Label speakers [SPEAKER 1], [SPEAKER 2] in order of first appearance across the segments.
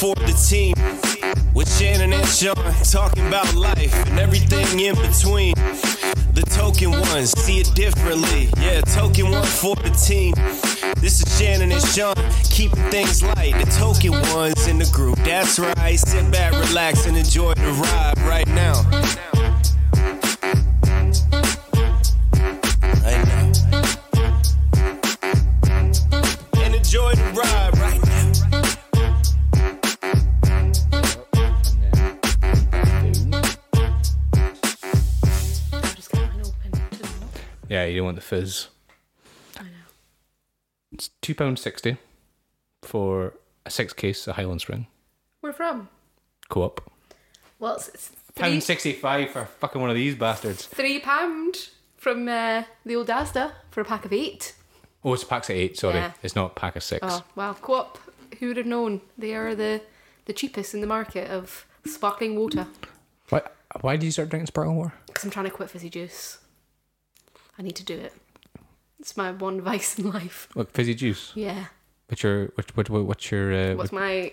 [SPEAKER 1] board the team with Shannon and Sean talking about life and everything in between. The token ones see it differently. Yeah, token one for the team. This is Shannon and Sean keeping things light. The token ones in the group. That's right. Sit back, relax, and enjoy the ride right now. Right now. And enjoy the ride right now.
[SPEAKER 2] I'll just get mine open. to the knob.
[SPEAKER 3] Yeah, you don't want the fizz.
[SPEAKER 2] I know.
[SPEAKER 3] It's two pound sixty for a six case of Highland Spring
[SPEAKER 2] Where from?
[SPEAKER 3] co-op.
[SPEAKER 2] Well, it's, it's three,
[SPEAKER 3] Pound sixty five for fucking one of these bastards.
[SPEAKER 2] three pound from uh, the old Asda for a pack of eight.
[SPEAKER 3] Oh, it's packs of eight. Sorry,
[SPEAKER 2] Yeah.
[SPEAKER 3] it's not pack of six.
[SPEAKER 2] Oh wow, co-op. Who would have known? They are the the cheapest in the market of sparkling water.
[SPEAKER 3] Why? Why did you start drinking sparkling water?
[SPEAKER 2] Because I'm trying to quit fizzy juice. I need to do it. It's my one vice in life.
[SPEAKER 3] Look, fizzy juice.
[SPEAKER 2] Yeah.
[SPEAKER 3] What's your what, what, what, what's your uh,
[SPEAKER 2] What's
[SPEAKER 3] what-
[SPEAKER 2] my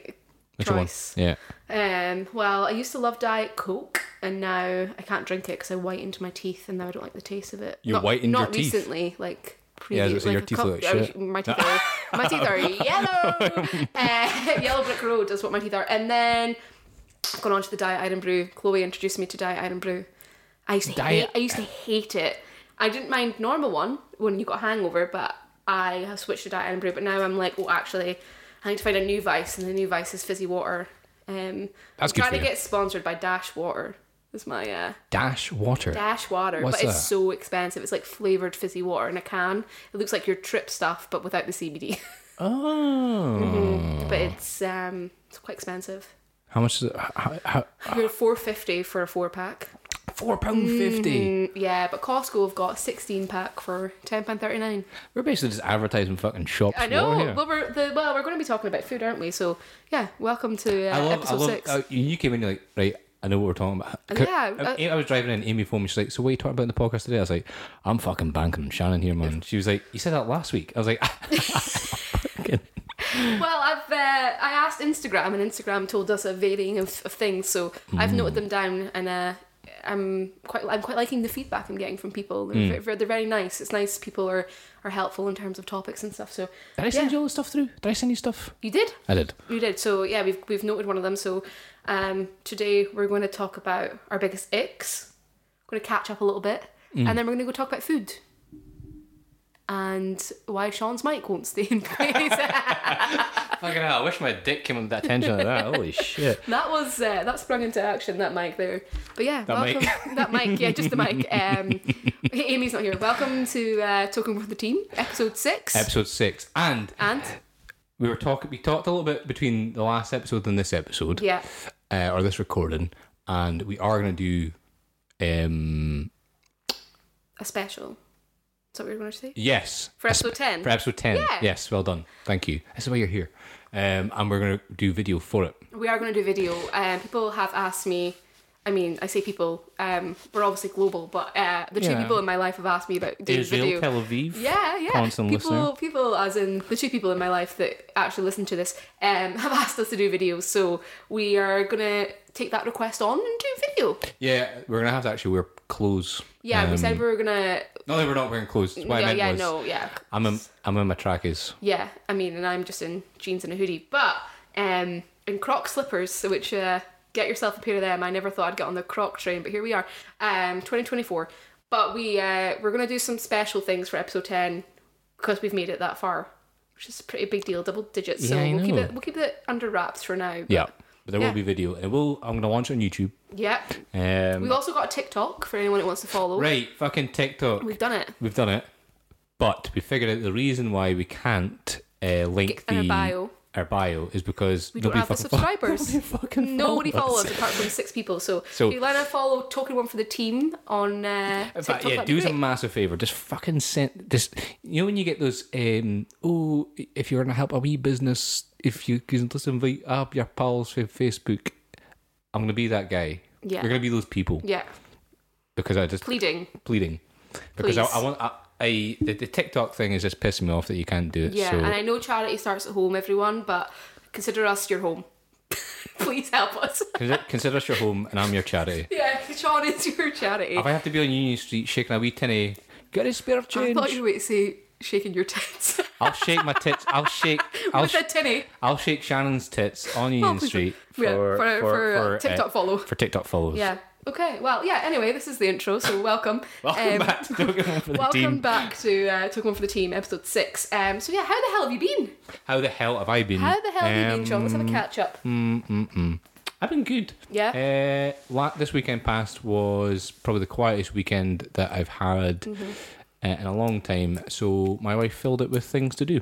[SPEAKER 3] which
[SPEAKER 2] choice?
[SPEAKER 3] one? Yeah.
[SPEAKER 2] Um, well, I used to love Diet Coke, and now I can't drink it because I whitened my teeth, and now I don't like the taste of it.
[SPEAKER 3] You
[SPEAKER 2] not,
[SPEAKER 3] whitened
[SPEAKER 2] not
[SPEAKER 3] your teeth?
[SPEAKER 2] recently, like
[SPEAKER 3] Yeah, I was gonna
[SPEAKER 2] previous.
[SPEAKER 3] say,
[SPEAKER 2] like
[SPEAKER 3] your
[SPEAKER 2] a
[SPEAKER 3] teeth
[SPEAKER 2] couple-
[SPEAKER 3] look like
[SPEAKER 2] I was-
[SPEAKER 3] shit.
[SPEAKER 2] My teeth are my teeth are yellow. uh, yellow brick road is what my teeth are, and then I've gone on to the Diet Iron Brew. Chloe introduced me to Diet Iron Brew. I used to
[SPEAKER 3] Diet-
[SPEAKER 2] hate. I used to hate it. I didn't mind normal one when you got a hangover, but I have switched to Diet Iron Brew. But now I'm like, oh, actually, I need to find a new vice, and the new vice is fizzy water. Um,
[SPEAKER 3] That's good
[SPEAKER 2] I'm trying
[SPEAKER 3] for
[SPEAKER 2] to
[SPEAKER 3] you.
[SPEAKER 2] get sponsored by Dash Water. Is my uh,
[SPEAKER 3] Dash water.
[SPEAKER 2] Dash Water,
[SPEAKER 3] What's
[SPEAKER 2] but it's
[SPEAKER 3] that?
[SPEAKER 2] so expensive. It's like flavored fizzy water in a can. It looks like your trip stuff, but without the CBD.
[SPEAKER 3] Oh.
[SPEAKER 2] but it's um, it's quite expensive.
[SPEAKER 3] How much is it? How, how,
[SPEAKER 2] You're four fifty for a four pack.
[SPEAKER 3] Four pound fifty.
[SPEAKER 2] Mm, Yeah, but Costco have got a 16 pack for £10.39.
[SPEAKER 3] We're basically just advertising fucking shops.
[SPEAKER 2] I know.
[SPEAKER 3] more here.
[SPEAKER 2] Well, we're the, well, we're going to be talking about food, aren't we? So, yeah, welcome to uh,
[SPEAKER 3] I love.
[SPEAKER 2] episode
[SPEAKER 3] I love.
[SPEAKER 2] six. Uh,
[SPEAKER 3] uh, you you came in you're like right. I know what we're talking about.
[SPEAKER 2] Yeah,
[SPEAKER 3] I, I was driving in. Amy phoned me. She's like, "So what are you talking about in the podcast today?" I was like, "I'm fucking banking on Shannon here, man." She was like, "You said that last week." I was like,
[SPEAKER 2] well, I've uh, I asked Instagram, and Instagram told us a varying of, of things. So I've
[SPEAKER 3] Mm.
[SPEAKER 2] noted them down, and uh, I'm quite I'm quite liking the feedback I'm getting from people. They're,
[SPEAKER 3] Mm.
[SPEAKER 2] ve- they're very nice. It's nice people are are helpful in terms of topics and stuff. So
[SPEAKER 3] "Did I send you all the stuff through? Did I send you stuff?"
[SPEAKER 2] you did.
[SPEAKER 3] I did.
[SPEAKER 2] We did. So yeah, we've we've noted one of them. So um, today we're going to talk about our biggest icks. We're going to catch up a little bit,
[SPEAKER 3] Mm.
[SPEAKER 2] and then we're going to go talk about food. And why Sean's mic won't stay in place.
[SPEAKER 3] Fucking hell! I wish my dick came under that attention like that. Holy shit!
[SPEAKER 2] that was uh, that sprung into action that mic there. But yeah,
[SPEAKER 3] That mic.
[SPEAKER 2] welcome that mic. Yeah, just the mic. Um, Amy's not here. Welcome to uh, Talking with the Team, episode six.
[SPEAKER 3] Episode six, and
[SPEAKER 2] and
[SPEAKER 3] we were talking. We talked a little bit between the last episode and this episode.
[SPEAKER 2] yeah,
[SPEAKER 3] uh, or this recording, and we are going to do, um,
[SPEAKER 2] a special. Is that what you were going to say?
[SPEAKER 3] yes,
[SPEAKER 2] For episode ten.
[SPEAKER 3] for episode 10.
[SPEAKER 2] Yeah.
[SPEAKER 3] Yes, well done. Thank you. This is why you're here. Um, and we're going to do video for it.
[SPEAKER 2] we are going to do video. Um, people have asked me. I mean, I say people. Um, we're obviously global, but uh, the two
[SPEAKER 3] Yeah.
[SPEAKER 2] people in my life have asked me about doing video.
[SPEAKER 3] Tel Aviv.
[SPEAKER 2] yeah, yeah.
[SPEAKER 3] Constant
[SPEAKER 2] people,
[SPEAKER 3] listener.
[SPEAKER 2] people, as in the two people in my life that actually listen to this, um, have asked us to do videos. So we are gonna take that request on and do video.
[SPEAKER 3] Yeah, we're going to have to actually wear clothes.
[SPEAKER 2] Yeah, we
[SPEAKER 3] Um,
[SPEAKER 2] said we were gonna.
[SPEAKER 3] No, they were not wearing clothes. What I
[SPEAKER 2] yeah,
[SPEAKER 3] meant
[SPEAKER 2] yeah,
[SPEAKER 3] was,
[SPEAKER 2] no, yeah.
[SPEAKER 3] I'm in, I'm in my trackies.
[SPEAKER 2] Yeah, I mean, and I'm just in jeans and a hoodie, but um, in Croc slippers, so which uh, get yourself a pair of them. I never thought I'd get on the Croc train, but here we are, um, 2024. But we uh, we're gonna do some special things for episode 10 because we've made it that far, which is a pretty big deal, double digits. So
[SPEAKER 3] Yeah, I
[SPEAKER 2] we'll keep
[SPEAKER 3] know.
[SPEAKER 2] it we'll keep it under wraps for now. but-
[SPEAKER 3] Yeah. But there
[SPEAKER 2] Yeah.
[SPEAKER 3] will be video, and it will. I'm going to launch it on YouTube.
[SPEAKER 2] yeah.
[SPEAKER 3] Um,
[SPEAKER 2] We've also got a TikTok for anyone who wants to follow.
[SPEAKER 3] right, Oh, fucking TikTok.
[SPEAKER 2] We've done it.
[SPEAKER 3] We've done it, but we figured out the reason why we can't uh, link
[SPEAKER 2] Get our
[SPEAKER 3] the
[SPEAKER 2] bio.
[SPEAKER 3] our bio is because
[SPEAKER 2] We don't have the subscribers.
[SPEAKER 3] fucking
[SPEAKER 2] Nobody
[SPEAKER 3] follow us.
[SPEAKER 2] follows apart from six people. So,
[SPEAKER 3] So-
[SPEAKER 2] if you let her follow Talking One for the Team on uh,
[SPEAKER 3] In
[SPEAKER 2] TikTok,
[SPEAKER 3] fact, yeah,
[SPEAKER 2] that'd be
[SPEAKER 3] do us a
[SPEAKER 2] great.
[SPEAKER 3] massive favor. Just fucking send. Just you know when you get those. Um, oh, if you're gonna help a wee business, if you can just invite up your pals from Facebook, I'm gonna be that guy.
[SPEAKER 2] Yeah.
[SPEAKER 3] you're gonna be those people
[SPEAKER 2] Yeah,
[SPEAKER 3] because I just
[SPEAKER 2] pleading.
[SPEAKER 3] pleading because I,
[SPEAKER 2] Please.
[SPEAKER 3] I want. I, I the, the TikTok thing is just pissing me off that you can't do it.
[SPEAKER 2] Yeah,
[SPEAKER 3] so.
[SPEAKER 2] and I know charity starts at home, everyone, but consider us your home. Please help us.
[SPEAKER 3] Consider, consider us your home, and I'm your charity.
[SPEAKER 2] yeah, Sean is your charity.
[SPEAKER 3] If I have to be on Union Street shaking a wee tinny, get a spare
[SPEAKER 2] I
[SPEAKER 3] change.
[SPEAKER 2] thought you were going to say shaking your tits.
[SPEAKER 3] I'll shake my tits. I'll shake. I'll,
[SPEAKER 2] With a
[SPEAKER 3] sh-
[SPEAKER 2] tinny.
[SPEAKER 3] I'll shake Shannon's tits on
[SPEAKER 2] Oh,
[SPEAKER 3] Union
[SPEAKER 2] please
[SPEAKER 3] Street
[SPEAKER 2] don't. Yeah,
[SPEAKER 3] for
[SPEAKER 2] for- for, uh, TikTok follow.
[SPEAKER 3] for TikTok follows.
[SPEAKER 2] Yeah. Okay. Well, yeah. Anyway, this is the intro, so welcome.
[SPEAKER 3] Welcome
[SPEAKER 2] Um,
[SPEAKER 3] back to Talking One for the
[SPEAKER 2] Welcome
[SPEAKER 3] Team.
[SPEAKER 2] back to uh, Took One for the Team, episode six. Um, so yeah, how the hell have you been?
[SPEAKER 3] How the hell have I been?
[SPEAKER 2] How the hell have you been, John? Let's have a
[SPEAKER 3] Um,
[SPEAKER 2] catch up.
[SPEAKER 3] I've been good. Yeah. Uh, la- this weekend past was probably the quietest weekend that I've had
[SPEAKER 2] Mm-hmm.
[SPEAKER 3] uh, in a long time. So my wife filled it with things to do.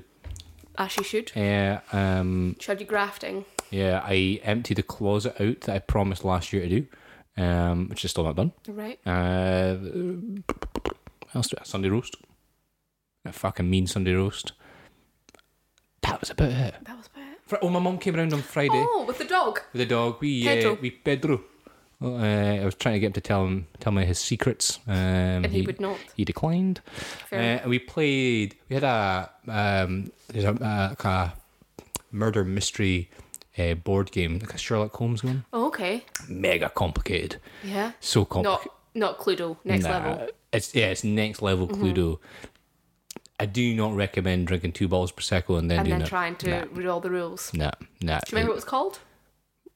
[SPEAKER 2] As you should.
[SPEAKER 3] Uh, um,
[SPEAKER 2] Should you grafting?
[SPEAKER 3] yeah, I emptied the closet out that I promised last year to do, um, which is still not done.
[SPEAKER 2] Right.
[SPEAKER 3] Uh, what else do I- Sunday roast. That fucking mean Sunday roast. That was about it.
[SPEAKER 2] That was about it.
[SPEAKER 3] Fr- Oh, my mum came around on Friday.
[SPEAKER 2] Oh, with the dog.
[SPEAKER 3] with the dog. We
[SPEAKER 2] Pedro.
[SPEAKER 3] Uh, we Pedro. Uh, I was trying to get him to tell him tell me his secrets, um,
[SPEAKER 2] And he would not.
[SPEAKER 3] He declined. Uh,
[SPEAKER 2] Fair enough.
[SPEAKER 3] and we played. We had a um, there's a, a, like a murder mystery uh, board game, like a Sherlock Holmes one.
[SPEAKER 2] Oh, okay.
[SPEAKER 3] Mega complicated.
[SPEAKER 2] Yeah.
[SPEAKER 3] So
[SPEAKER 2] Not
[SPEAKER 3] complicated.
[SPEAKER 2] not Cluedo. Next level. Mm-hmm.
[SPEAKER 3] It's yeah, it's next level Cluedo. I do not recommend drinking two bottles per second and then
[SPEAKER 2] And
[SPEAKER 3] doing
[SPEAKER 2] then
[SPEAKER 3] it.
[SPEAKER 2] trying to read all the rules.
[SPEAKER 3] Nah, nah.
[SPEAKER 2] Do you remember what it was called?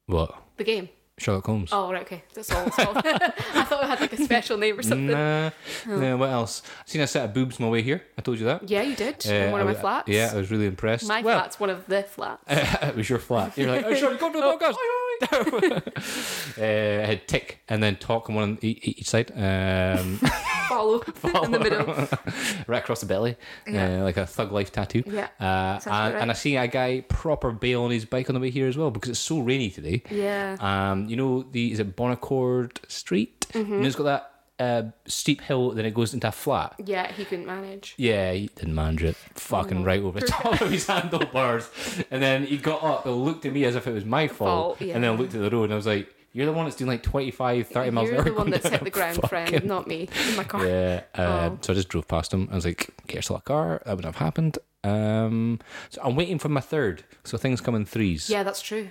[SPEAKER 3] what?
[SPEAKER 2] The game.
[SPEAKER 3] Sherlock Holmes.
[SPEAKER 2] Oh, right. Okay. That's all it's called. I thought it had like a special name or something.
[SPEAKER 3] Nah, nah, Uh, what else? I seen a set of boobs on my way here. I told you that.
[SPEAKER 2] Yeah, you did.
[SPEAKER 3] Uh,
[SPEAKER 2] in one of
[SPEAKER 3] I
[SPEAKER 2] my
[SPEAKER 3] wa-
[SPEAKER 2] flats.
[SPEAKER 3] Yeah, I was really impressed.
[SPEAKER 2] My
[SPEAKER 3] well,
[SPEAKER 2] flat's one of the flats.
[SPEAKER 3] it was your flat. You're like, oh, sure, come to the podcast. uh, I had tick and then talk on one on each, each side, um,
[SPEAKER 2] Follow in the middle.
[SPEAKER 3] right across the belly, uh, like a thug life tattoo.
[SPEAKER 2] Yeah,
[SPEAKER 3] Uh,
[SPEAKER 2] sounds
[SPEAKER 3] and,
[SPEAKER 2] about
[SPEAKER 3] and I see a guy proper bail on his bike on the way here as well because it's so rainy today.
[SPEAKER 2] Yeah.
[SPEAKER 3] Um, you know the is it Bonacord Street?
[SPEAKER 2] Mm-hmm.
[SPEAKER 3] You know it's got that uh, steep hill, then it goes into a flat.
[SPEAKER 2] Yeah, he couldn't manage.
[SPEAKER 3] Yeah, he didn't manage it. Fucking right over the top of his handlebars. And then he got up and looked at me as if it was my fault.
[SPEAKER 2] Fault, yeah.
[SPEAKER 3] And then looked at the road and I was like, You're the one that's doing like 25, 30 miles an
[SPEAKER 2] You're
[SPEAKER 3] hour.
[SPEAKER 2] the one
[SPEAKER 3] going
[SPEAKER 2] that's
[SPEAKER 3] down
[SPEAKER 2] hit the ground, friend,
[SPEAKER 3] fucking-
[SPEAKER 2] not me. In my car.
[SPEAKER 3] Yeah. Uh,
[SPEAKER 2] Oh.
[SPEAKER 3] So I just drove past him. I was like, Get yourself a car. That wouldn't have happened. Um, so I'm waiting for my third. So things come in threes.
[SPEAKER 2] Yeah, that's true.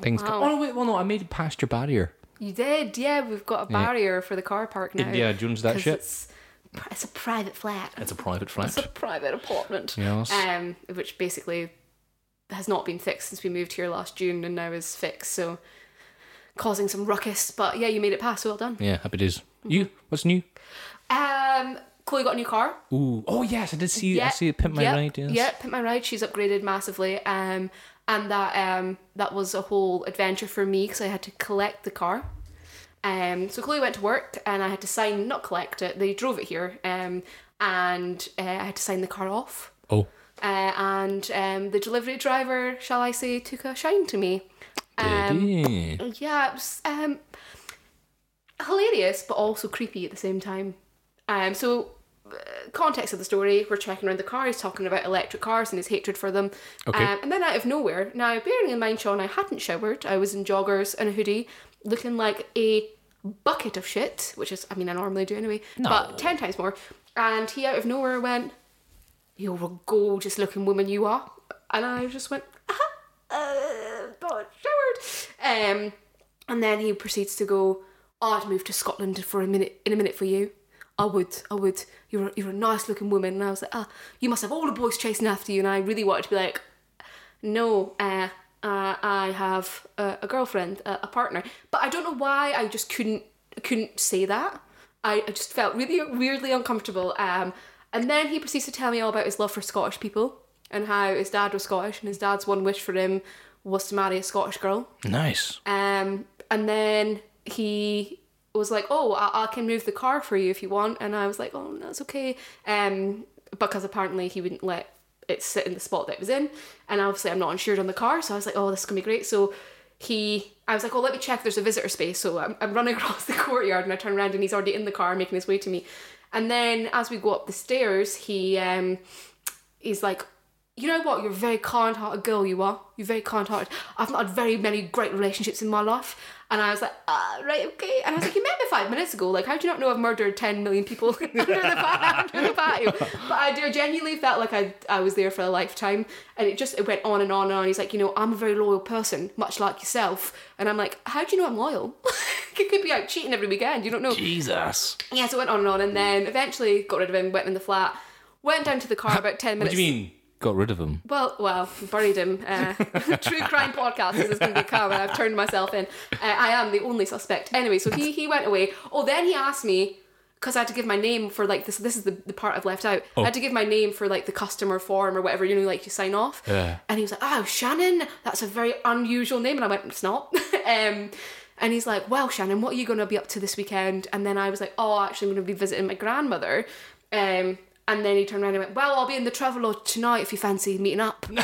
[SPEAKER 3] Things come.
[SPEAKER 2] wow. Oh.
[SPEAKER 3] Oh, no, wait. Well, no, I made it past your barrier.
[SPEAKER 2] You did, yeah. We've got a barrier for the car park now.
[SPEAKER 3] Indiana Jones, that
[SPEAKER 2] 'cause
[SPEAKER 3] shit.
[SPEAKER 2] It's, pri- it's a private flat.
[SPEAKER 3] It's a private
[SPEAKER 2] It's a
[SPEAKER 3] flat.
[SPEAKER 2] private apartment.
[SPEAKER 3] Yes.
[SPEAKER 2] Um, which basically has not been fixed since we moved here last June, and now is fixed. So, causing some ruckus. But yeah, you made it past. So well done.
[SPEAKER 3] Yeah, happy days.
[SPEAKER 2] Mm-hmm.
[SPEAKER 3] You? What's new?
[SPEAKER 2] Um, Chloe got a new car.
[SPEAKER 3] Ooh. Oh, yes. I did see I see it pimp my
[SPEAKER 2] yep,
[SPEAKER 3] ride. Yes.
[SPEAKER 2] Yep, Pimp My Ride. She's upgraded massively. Um, and that um, that was a whole adventure for me because I had to collect the car. Um, so Chloe went to work and I had to sign, not collect it. They drove it here. Um, and uh, I had to sign the car off.
[SPEAKER 3] Oh.
[SPEAKER 2] Uh, and um, the delivery driver, shall I say, took a shine to me. Um,
[SPEAKER 3] Did he?
[SPEAKER 2] Yeah, it was um, hilarious, but also creepy at the same time. Um, so, uh, context of the story: we're checking around the car. He's talking about electric cars and his hatred for them.
[SPEAKER 3] Okay.
[SPEAKER 2] Um, and then out of nowhere, now bearing in mind, Sean, I hadn't showered. I was in joggers and a hoodie, looking like a bucket of shit, which is, I mean, I normally do anyway, but ten times more. And he out of nowhere went, "You're a gorgeous-looking woman, you are," and I just went, "Uh-huh, uh, not showered. Um, and then he proceeds to go, oh, I'd move to Scotland for a minute, in a minute for you. I would, I would. You're a, you're a nice looking woman. And I was like, ah, you must have all the boys chasing after you. And I really wanted to be like, no, uh, uh, I have a, a girlfriend, a, a partner. But I don't know why I just couldn't couldn't say that. I, I just felt really weirdly uncomfortable. Um, and then he proceeds to tell me all about his love for Scottish people and how his dad was Scottish and his dad's one wish for him was to marry a Scottish girl.
[SPEAKER 3] Nice.
[SPEAKER 2] Um, and then he was like, "Oh, I, I can move the car for you if you want." And I was like, "Oh, that's okay," um, because apparently he wouldn't let it sit in the spot that it was in. And obviously, I'm not insured on the car, so I was like, "Oh, this is gonna be great." So he, I was like, "Oh, let me check. if There's a visitor space." So I'm, I'm running across the courtyard, and I turn around, and he's already in the car, making his way to me. And then as we go up the stairs, he um, he's like, you know what? You're a very kind-hearted girl. You are. You're very kind-hearted. I've not had very many great relationships in my life, and I was like, ah, right, okay. And I was like, you met me five minutes ago. Like, how do you not know I've murdered ten million people under the, pa- under the patio? But I do genuinely felt like I I was there for a lifetime, and it just it went on and on and on. He's like, you know, I'm a very loyal person, much like yourself, and I'm like, how do you know I'm loyal? you could be out cheating every weekend. You don't know.
[SPEAKER 3] Jesus.
[SPEAKER 2] Yeah, so it went on and on, and then eventually got rid of him. Went in the flat. Went down to the car about ten
[SPEAKER 3] What
[SPEAKER 2] minutes.
[SPEAKER 3] do you mean? Got rid of him.
[SPEAKER 2] Well, well, buried him. Uh, true crime podcast is going to become, and I've turned myself in. Uh, I am the only suspect. Anyway, so he he went away. Oh, then he asked me because I had to give my name for like this. This is the, the part I've left out. I had to give my name for like the customer form or whatever you know, like you sign off.
[SPEAKER 3] Yeah.
[SPEAKER 2] And he was like, "Oh, Shannon, that's a very unusual name," and I went, "It's not." um, and he's like, "Well, Shannon, what are you going to be up to this weekend?" And then I was like, "Oh, actually, I'm going to be visiting my grandmother." Um, and then he turned around and went, Well, I'll be in the Travelodge tonight if you fancy meeting up. no,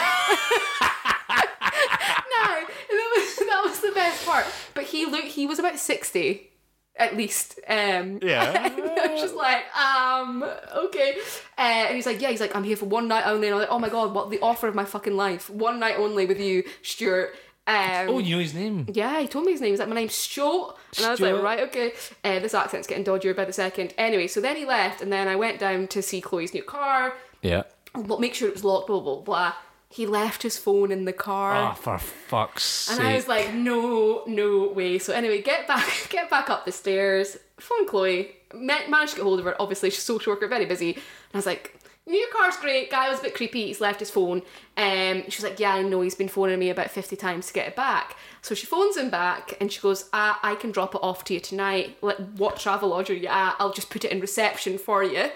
[SPEAKER 2] that was, that was the best part. But he looked, he was about 60 at least. Um,
[SPEAKER 3] Yeah.
[SPEAKER 2] and I was just like, um, okay. Uh, and he's like, yeah, he's like, I'm here for one night only. And I'm like, oh my God, what the offer of my fucking life. One night only with you, Stuart. Um,
[SPEAKER 3] Oh, you know his name.
[SPEAKER 2] yeah, he told me his name. He's like, my name's Stuart. And I was like,
[SPEAKER 3] Stuart.
[SPEAKER 2] right, okay. Uh, this accent's getting dodgier by the second. Anyway, so then he left, and then I went down to see Chloe's new car,
[SPEAKER 3] Yeah.
[SPEAKER 2] but make sure it was locked, blah, blah, blah, blah. He left his phone in the car.
[SPEAKER 3] Ah, for fuck's sake.
[SPEAKER 2] And I was like, no, no way. So anyway, get back, get back up the stairs. Phone Chloe. Ma- managed to get hold of her. Obviously, she's a social worker, very busy. And I was like, your car's great. Guy was a bit creepy. He's left his phone. Um, she was like, yeah, I know. He's been phoning me about fifty times to get it back. So she phones him back, and she goes, I, I can drop it off to you tonight. Like, what travel lodge are you at? I'll just put it in reception for you.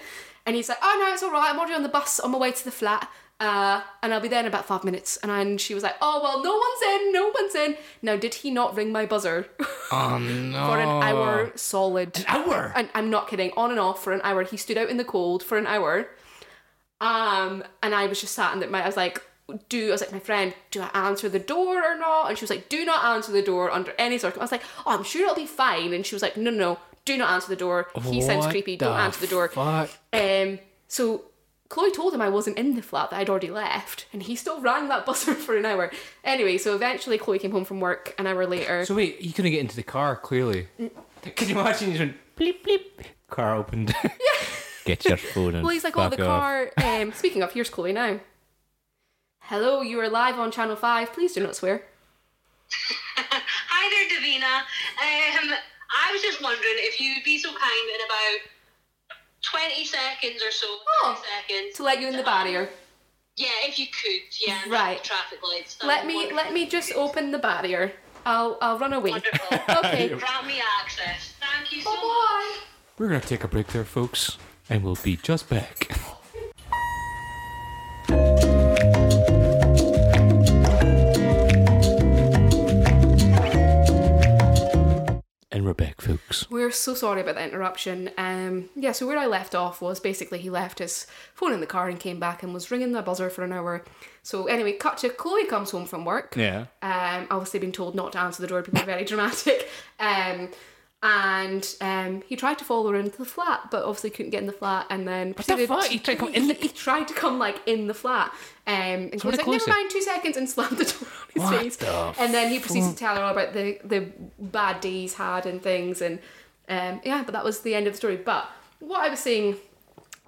[SPEAKER 2] And he's like, oh no, it's all right. I'm already on the bus on my way to the flat. Uh, and I'll be there in about five minutes. And, I, and she was like, oh, well, no one's in, no one's in. Now, did he not ring my buzzer
[SPEAKER 3] oh no.
[SPEAKER 2] for an hour solid?
[SPEAKER 3] Hour.
[SPEAKER 2] And I'm not kidding, on and off for an hour. He stood out in the cold for an hour. Um, and I was just sat in that my I was like, do I was like my friend, do I answer the door or not? And she was like, do not answer the door under any circumstance. I was like, oh, I'm sure it'll be fine. And she was like, no, no, no, do not answer the door. He sounds
[SPEAKER 3] What
[SPEAKER 2] creepy. Don't
[SPEAKER 3] the
[SPEAKER 2] answer the door.
[SPEAKER 3] Fuck.
[SPEAKER 2] Um, so Chloe told him I wasn't in the flat, that I'd already left, and he still rang that buzzer for an hour. Anyway, so eventually Chloe came home from work an hour later.
[SPEAKER 3] So wait, he couldn't get into the car. Clearly.
[SPEAKER 2] Mm.
[SPEAKER 3] Could you imagine? He went bleep bleep. Car opened. get your phone.
[SPEAKER 2] well, he's like, oh, the car. Um, speaking of, here's Chloe now. Hello, you are live on Channel 5. Please do not swear.
[SPEAKER 4] Hi there, Davina. Um, I was just wondering if you'd be so kind in about 20 seconds or so. 30
[SPEAKER 2] Oh.
[SPEAKER 4] seconds.
[SPEAKER 2] To let you in the barrier.
[SPEAKER 4] Yeah, if you could. Yeah. and
[SPEAKER 2] Right.
[SPEAKER 4] the Traffic lights. That
[SPEAKER 2] Let
[SPEAKER 4] would
[SPEAKER 2] me
[SPEAKER 4] work.
[SPEAKER 2] let me just open the barrier. I'll I'll run away.
[SPEAKER 4] Wonderful.
[SPEAKER 2] Okay. Oh,
[SPEAKER 4] Grant me access. Thank you so much.
[SPEAKER 2] Bye.
[SPEAKER 3] We're gonna take a break there, folks, and we'll be just back. and we're back, folks.
[SPEAKER 2] We're so sorry about the interruption. Um, yeah, so where I left off was basically he left his phone in the car and came back and was ringing the buzzer for an hour. So anyway, cut to Chloe comes home from work.
[SPEAKER 3] Yeah.
[SPEAKER 2] Um, obviously been told not to answer the door. People are very dramatic. Um, and um, he tried to follow her into the flat, but obviously couldn't get in the flat. And then proceeded-
[SPEAKER 3] fuck? He tried to come in the-
[SPEAKER 2] He tried to come like in the flat. Um, and
[SPEAKER 3] So what did
[SPEAKER 2] Chloe's like,
[SPEAKER 3] Chloe
[SPEAKER 2] never
[SPEAKER 3] say?
[SPEAKER 2] mind, two seconds, and slammed the door on his
[SPEAKER 3] What
[SPEAKER 2] face.
[SPEAKER 3] the
[SPEAKER 2] and then he proceeds to tell her all about the the bad day he's had and things. And um, yeah, but that was the end of the story. But what I was saying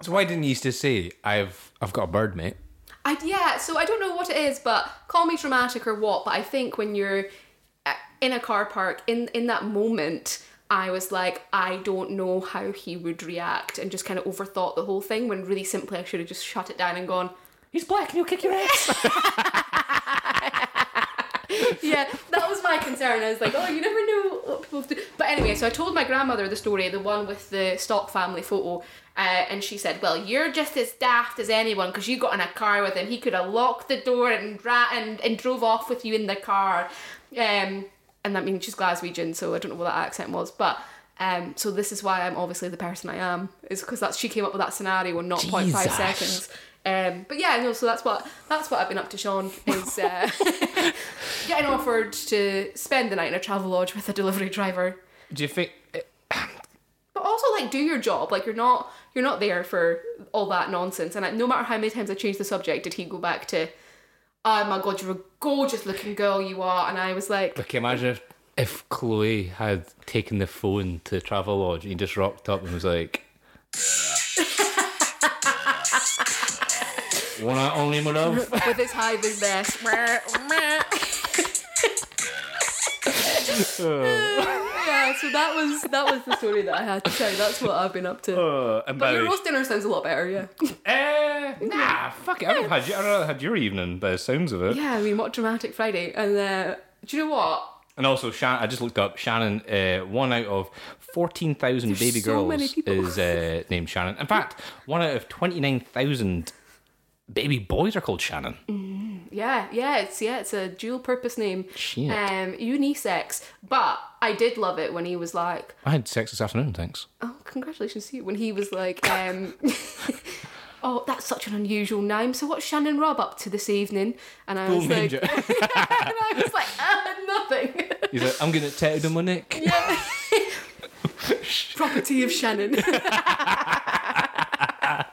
[SPEAKER 3] So why didn't you used to say I've I've got a bird, mate?
[SPEAKER 2] I, yeah, so I don't know what it is, but call me dramatic or what, but I think when you're uh, in a car park, in, in that moment, I was like, I don't know how he would react and just kind of overthought the whole thing when really simply I should have just shut it down and gone,
[SPEAKER 3] He's black and he'll kick your ass.
[SPEAKER 2] yeah, that was my concern. I was like, oh, you never know what people do. But anyway, so I told my grandmother the story, the one with the stock family photo, uh, and she said, well, you're just as daft as anyone because you got in a car with him. He could have locked the door and ra- and, and drove off with you in the car. Um, and that means she's Glaswegian, so I don't know what that accent was, but. Um, so this is why I'm obviously the person I am, is because that's she came up with that scenario in 0.5
[SPEAKER 3] Jesus.
[SPEAKER 2] seconds. Um, but yeah, no, so that's what that's what I've been up to, Sean. Is uh, getting offered to spend the night in a travel lodge with a delivery driver.
[SPEAKER 3] Do you think? eh,
[SPEAKER 2] But also like do your job. Like you're not you're not there for all that nonsense. And I, no matter how many times I changed the subject, did he go back to, oh my god, you're a gorgeous looking girl, you are. And I was like,
[SPEAKER 3] Like, imagine if, if Chloe had taken the phone to Travelodge and he just rocked up and was like, One night only, my love.
[SPEAKER 2] with his high vis vest. yeah, so that was that was the story that I had to tell. That's what I've been up to.
[SPEAKER 3] Uh, and
[SPEAKER 2] but
[SPEAKER 3] Barry,
[SPEAKER 2] your roast dinner sounds a lot better, yeah.
[SPEAKER 3] eh, nah, fuck it. I've had, you- I've had your evening by the sounds of it.
[SPEAKER 2] Yeah, I mean, what dramatic Friday. And uh, do you know what?
[SPEAKER 3] And also, Shan- I just looked up Shannon. Uh, one out of fourteen thousand baby
[SPEAKER 2] so many
[SPEAKER 3] girls
[SPEAKER 2] people.
[SPEAKER 3] is uh, named Shannon. In fact, one out of twenty nine thousand baby boys are called Shannon.
[SPEAKER 2] Mm. Yeah, yeah, it's yeah, it's a dual purpose name.
[SPEAKER 3] Shit.
[SPEAKER 2] Um, unisex. But I did love it when he was like,
[SPEAKER 3] I had sex this afternoon. Thanks.
[SPEAKER 2] "Oh, congratulations to you." When he was like, um, "Oh, that's such an unusual name." So what's Shannon Robb up to this evening? And I was like, and I was like, uh, nothing.
[SPEAKER 3] He's like, I'm gonna tattoo on my neck.
[SPEAKER 2] Yeah. Property of Shannon.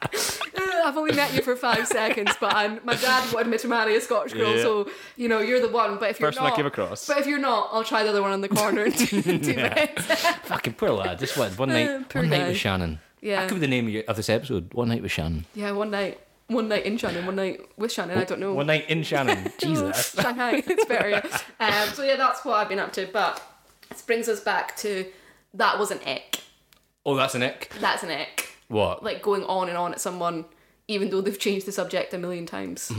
[SPEAKER 2] Uh, I've only met you for five seconds, but I'm, my dad wanted me to marry a Scottish girl,
[SPEAKER 3] Yeah.
[SPEAKER 2] so you know you're the one. But if you're
[SPEAKER 3] First one I
[SPEAKER 2] not,
[SPEAKER 3] came across.
[SPEAKER 2] but if you're not, I'll try the other one in the corner. in two, two minutes.
[SPEAKER 3] Fucking poor lad. Just one, one night.
[SPEAKER 2] Uh, poor
[SPEAKER 3] one night
[SPEAKER 2] guy.
[SPEAKER 3] with Shannon.
[SPEAKER 2] Yeah.
[SPEAKER 3] That could be the name of your- of this episode. One night with Shannon.
[SPEAKER 2] Yeah, one night, one night in Shannon, one night with Shannon. I don't know. Oh,
[SPEAKER 3] One night in Shannon. Jesus.
[SPEAKER 2] Shanghai. It's better. Yeah. Um, so yeah, that's what I've been up to. But this brings us back to that was an ick.
[SPEAKER 3] Oh, that's an ick.
[SPEAKER 2] That's an ick.
[SPEAKER 3] What?
[SPEAKER 2] like going on and on at someone even though they've changed the subject a million times.
[SPEAKER 3] I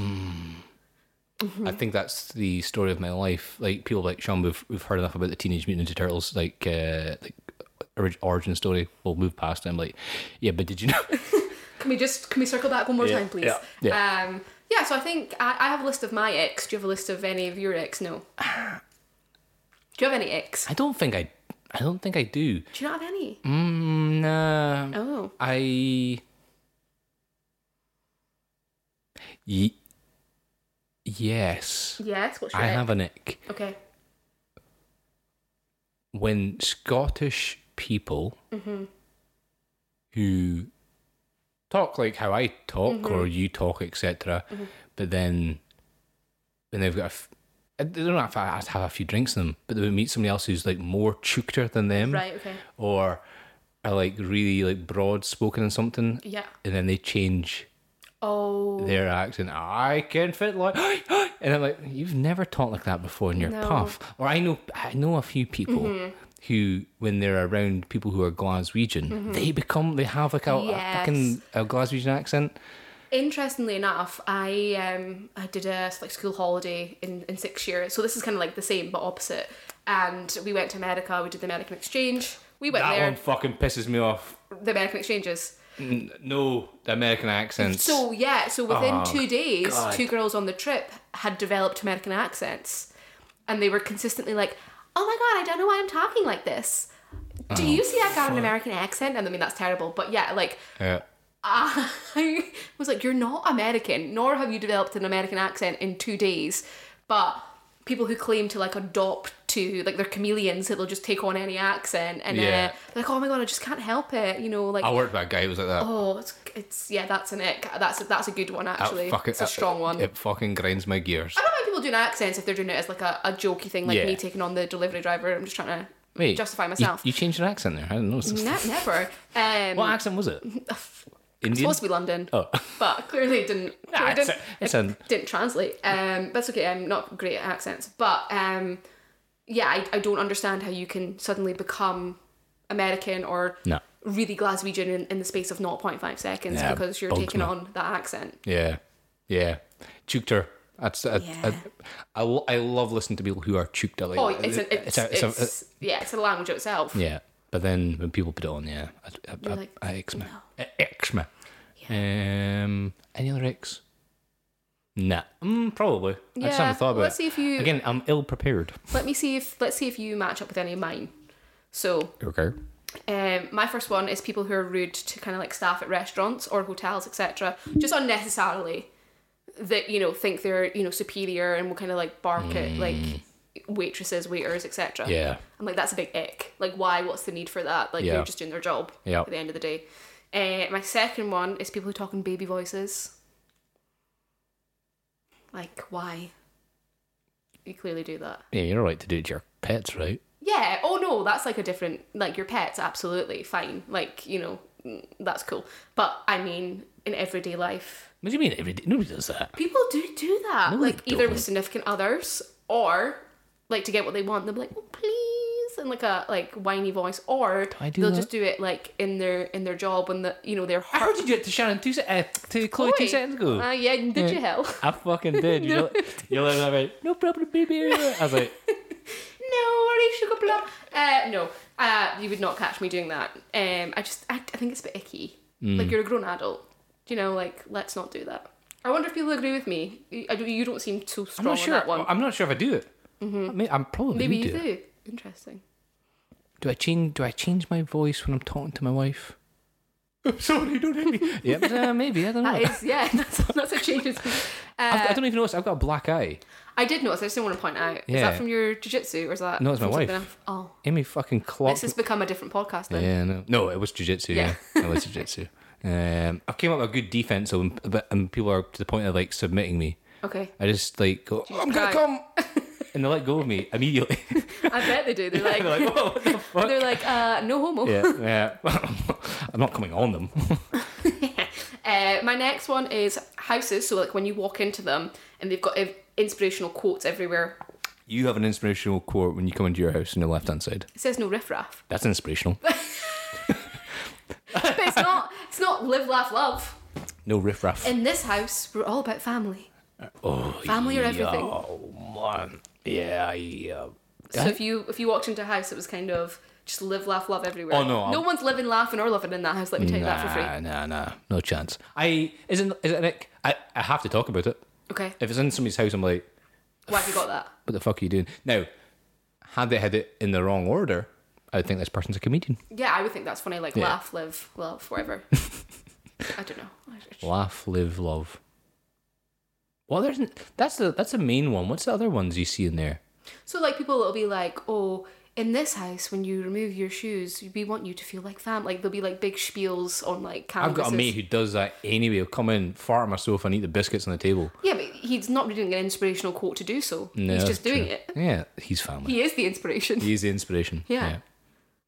[SPEAKER 2] hmm.
[SPEAKER 3] think that's the story of my life. Like people like Sean, we've, we've heard enough about the Teenage Mutant Ninja Turtles, like uh, like orig- origin story. We'll move past them. Like, yeah, but did you know?
[SPEAKER 2] Can we just can we circle back one more
[SPEAKER 3] Yeah,
[SPEAKER 2] time, please?
[SPEAKER 3] yeah, yeah.
[SPEAKER 2] Um yeah, so I think I, I have a list of my ex. Do you have a list of any of your ex? No. Do you have any ex?
[SPEAKER 3] I don't think I, I don't think I do.
[SPEAKER 2] Do you not have any?
[SPEAKER 3] Mm, nah,
[SPEAKER 2] Oh.
[SPEAKER 3] I. Ye- yes,
[SPEAKER 2] Yes, what's your
[SPEAKER 3] I
[SPEAKER 2] ick?
[SPEAKER 3] have an ick
[SPEAKER 2] Okay.
[SPEAKER 3] when Scottish people
[SPEAKER 2] Mm-hmm.
[SPEAKER 3] who talk like how I talk
[SPEAKER 2] Mm-hmm.
[SPEAKER 3] or you talk, etc., but then when they've got, a f- I don't know if I have to have a few drinks in them, but they would meet somebody else who's like more chukter than them,
[SPEAKER 2] Right, okay.
[SPEAKER 3] or are like really like broad spoken and something,
[SPEAKER 2] Yeah.
[SPEAKER 3] and then they change
[SPEAKER 2] Oh
[SPEAKER 3] their accent. I can fit like, and I'm like, you've never talked like that before, and you're
[SPEAKER 2] No. Mm-hmm.
[SPEAKER 3] puff. Or I know, I know a few people who, when they're around people who are Glaswegian, they become, they have like a, a
[SPEAKER 2] Mm-hmm. Yes.
[SPEAKER 3] fucking a Glaswegian accent.
[SPEAKER 2] Interestingly enough, I um I did a like school holiday in in sixth year, so this is kind of like the same but opposite. And we went to America. We did the American exchange. We went
[SPEAKER 3] That
[SPEAKER 2] there.
[SPEAKER 3] one fucking pisses me off.
[SPEAKER 2] The American exchanges.
[SPEAKER 3] N- No, the American accents.
[SPEAKER 2] So yeah, so within
[SPEAKER 3] Oh,
[SPEAKER 2] two days,
[SPEAKER 3] God.
[SPEAKER 2] two girls on the trip had developed American accents, and they were consistently like, "Oh my god, I don't know why I'm talking like this." Do
[SPEAKER 3] Oh,
[SPEAKER 2] you see I've got an American accent? And I mean that's terrible, but yeah, like
[SPEAKER 3] yeah.
[SPEAKER 2] I was like, "You're not American, nor have you developed an American accent in two days." But people who claim to like adopt to like they're chameleons, that they'll just take on any accent, and
[SPEAKER 3] Yeah.
[SPEAKER 2] uh, they're like, "Oh my god, I just can't help it," you know, like.
[SPEAKER 3] I worked with a guy who was like that.
[SPEAKER 2] Oh, it's, it's yeah, that's an ick. That's a, that's a good one
[SPEAKER 3] That
[SPEAKER 2] actually.
[SPEAKER 3] fucking-
[SPEAKER 2] it's a strong one.
[SPEAKER 3] Oh,
[SPEAKER 2] Ah,
[SPEAKER 3] It Uh, fucking grinds my gears.
[SPEAKER 2] I don't mind people doing accents if they're doing it as like a, a jokey thing, like
[SPEAKER 3] Yeah.
[SPEAKER 2] me taking on the delivery driver. I'm just trying to
[SPEAKER 3] Wait,
[SPEAKER 2] justify
[SPEAKER 3] you-
[SPEAKER 2] myself.
[SPEAKER 3] You, changed your accent there. I didn't notice.
[SPEAKER 2] Ne- never. Um,
[SPEAKER 3] What accent was it? Indian.
[SPEAKER 2] supposed to be London,
[SPEAKER 3] Oh.
[SPEAKER 2] but clearly it didn't.
[SPEAKER 3] Nah,
[SPEAKER 2] clearly
[SPEAKER 3] it's,
[SPEAKER 2] didn't-
[SPEAKER 3] a, it's an
[SPEAKER 2] didn't translate. Um, but it's okay. I'm not great at accents, but um, yeah, I, I don't understand how you can suddenly become American or
[SPEAKER 3] No.
[SPEAKER 2] really Glaswegian in, in the space of 0.5 seconds
[SPEAKER 3] Yeah,
[SPEAKER 2] because you're
[SPEAKER 3] bugs
[SPEAKER 2] taking
[SPEAKER 3] me.
[SPEAKER 2] on that accent.
[SPEAKER 3] Yeah, yeah. Chukter. That's I,
[SPEAKER 2] Yeah.
[SPEAKER 3] I, I, lo- I love listening to people who are chukter. Like,
[SPEAKER 2] Oh, it's an, it's,
[SPEAKER 3] a- it's a-
[SPEAKER 2] it's- yeah, it's a language itself.
[SPEAKER 3] yeah. But then when people put it on, yeah, I, I, I,
[SPEAKER 2] like,
[SPEAKER 3] I X me, I X me. Um, any other X? Nah, mm, probably. I just
[SPEAKER 2] Yeah,
[SPEAKER 3] haven't thought about
[SPEAKER 2] let's
[SPEAKER 3] it.
[SPEAKER 2] see if you-
[SPEAKER 3] Again, I'm ill prepared.
[SPEAKER 2] Let me see if let's see if you match up with any of mine. So,
[SPEAKER 3] Okay.
[SPEAKER 2] um, my first one is people who are rude to kind of like staff at restaurants or hotels, etc. Just unnecessarily, that you know think they're you know superior and will kind of like bark at like waitresses, waiters, etc.
[SPEAKER 3] Mm. Yeah.
[SPEAKER 2] I'm like that's a big ick. Like why? What's the need for that? Like
[SPEAKER 3] Yeah.
[SPEAKER 2] they're just doing their job
[SPEAKER 3] Yeah.
[SPEAKER 2] at the end of the day. Uh, my second one is people who talk in baby voices. Like, why? You clearly do that.
[SPEAKER 3] Yeah, you're right to do it to your pets, right?
[SPEAKER 2] Yeah. Oh no, that's like a different. Like your pets, absolutely fine. Like you know, mm, that's cool. But I mean, in everyday life,
[SPEAKER 3] What do you mean every day? Nobody does that.
[SPEAKER 2] people do do that.
[SPEAKER 3] No, they
[SPEAKER 2] like either
[SPEAKER 3] don't.
[SPEAKER 2] with significant others or like to get what they want. They'll be like, oh, please, in like a like whiny voice, or
[SPEAKER 3] I do
[SPEAKER 2] they'll
[SPEAKER 3] that?
[SPEAKER 2] just do it like in their in their job when the you know their
[SPEAKER 3] I
[SPEAKER 2] heart.
[SPEAKER 3] heard you do it to Shannon two se- uh, to Chloe two seconds ago.
[SPEAKER 2] Uh, yeah, did you hell?
[SPEAKER 3] Mm. I fucking did. You're,
[SPEAKER 2] No.
[SPEAKER 3] like- you're like, you're like, no problem, baby. I was like,
[SPEAKER 2] no worries, sugar plum. Uh, no, uh, you would not catch me doing that. Um, I just, I, I think it's a bit icky.
[SPEAKER 3] Mm.
[SPEAKER 2] Like you're a grown adult, you know. Like let's not do that. I wonder if people agree with me. You- I do. You don't seem too
[SPEAKER 3] I'm
[SPEAKER 2] strong
[SPEAKER 3] not
[SPEAKER 2] on that
[SPEAKER 3] sure.
[SPEAKER 2] one. Mm-hmm.
[SPEAKER 3] I'm not sure if I do it. I mean, I'm probably
[SPEAKER 2] Maybe
[SPEAKER 3] do.
[SPEAKER 2] you
[SPEAKER 3] it.
[SPEAKER 2] do. Interesting.
[SPEAKER 3] Do I change? Do I change my voice when I'm talking to my wife? I'm sorry, don't hit me. yeah, but, uh, maybe I don't know.
[SPEAKER 2] That is, yeah. That's, that's a change. in speech.
[SPEAKER 3] I've, I
[SPEAKER 2] Uh,
[SPEAKER 3] don't even notice. I've got a black eye.
[SPEAKER 2] I did notice. I just didn't want to point out. Is
[SPEAKER 3] Yeah.
[SPEAKER 2] that from your jiu-jitsu or is that?
[SPEAKER 3] No, it's my
[SPEAKER 2] from something
[SPEAKER 3] wife.
[SPEAKER 2] else? Oh,
[SPEAKER 3] Amy fucking
[SPEAKER 2] this
[SPEAKER 3] clocked.
[SPEAKER 2] has become a different podcast then.
[SPEAKER 3] yeah, no, no, it was jujitsu. Yeah, it was jujitsu. Um, I came up with a good defense, so but and people are to the point of like submitting me.
[SPEAKER 2] Okay.
[SPEAKER 3] I just like go,
[SPEAKER 2] just
[SPEAKER 3] I'm gonna
[SPEAKER 2] cry?
[SPEAKER 3] come, and they let go of me immediately.
[SPEAKER 2] I bet they do. They're like,
[SPEAKER 3] They're like, "Whoa, what the fuck?
[SPEAKER 2] they're like, uh, no homo.
[SPEAKER 3] yeah, yeah. I'm not coming on them.
[SPEAKER 2] Uh, my next one is houses. So like when you walk into them and they've got ev- inspirational quotes everywhere.
[SPEAKER 3] you have an inspirational quote when you come into your house on the left hand side.
[SPEAKER 2] It says no riffraff,
[SPEAKER 3] That's inspirational.
[SPEAKER 2] but it's not. It's not live, laugh, love.
[SPEAKER 3] No riffraff.
[SPEAKER 2] In this house, we're all about family.
[SPEAKER 3] oh,
[SPEAKER 2] Family or everything.
[SPEAKER 3] Oh man, yeah, uh, yeah.
[SPEAKER 2] So if you if you walked into a house, it was kind of just live, laugh, love everywhere.
[SPEAKER 3] Oh, no,
[SPEAKER 2] no
[SPEAKER 3] I'm-
[SPEAKER 2] one's living, laughing, or loving in that house. Let me tell you that for
[SPEAKER 3] Nah,
[SPEAKER 2] free.
[SPEAKER 3] nah, nah, no chance. I isn't is it Nick? I I have to talk about it.
[SPEAKER 2] Okay,
[SPEAKER 3] If it's in somebody's house, I'm like,
[SPEAKER 2] why have you got that?
[SPEAKER 3] what the fuck are you doing? Now, had they had it in the wrong order, I would think this person's a comedian.
[SPEAKER 2] Yeah, I would think that's funny. Like
[SPEAKER 3] Yeah.
[SPEAKER 2] laugh, live, love, whatever. I don't know. I just-
[SPEAKER 3] Laugh, live, love. Well, there's n- that's the that's the main one. What's the other ones you see in there?
[SPEAKER 2] So like people will be like, oh, in this house when you remove your shoes, we want you to feel like fam. Like there'll be like big spiels on like
[SPEAKER 3] I've
[SPEAKER 2] canvases.
[SPEAKER 3] got a mate who does that anyway. He'll come in, fart on my sofa, and eat the biscuits on the table.
[SPEAKER 2] Yeah, but he's not reading an inspirational quote to do so.
[SPEAKER 3] No,
[SPEAKER 2] he's just
[SPEAKER 3] true.
[SPEAKER 2] doing it.
[SPEAKER 3] Yeah, he's family.
[SPEAKER 2] He is the inspiration.
[SPEAKER 3] He's the inspiration.
[SPEAKER 2] Yeah.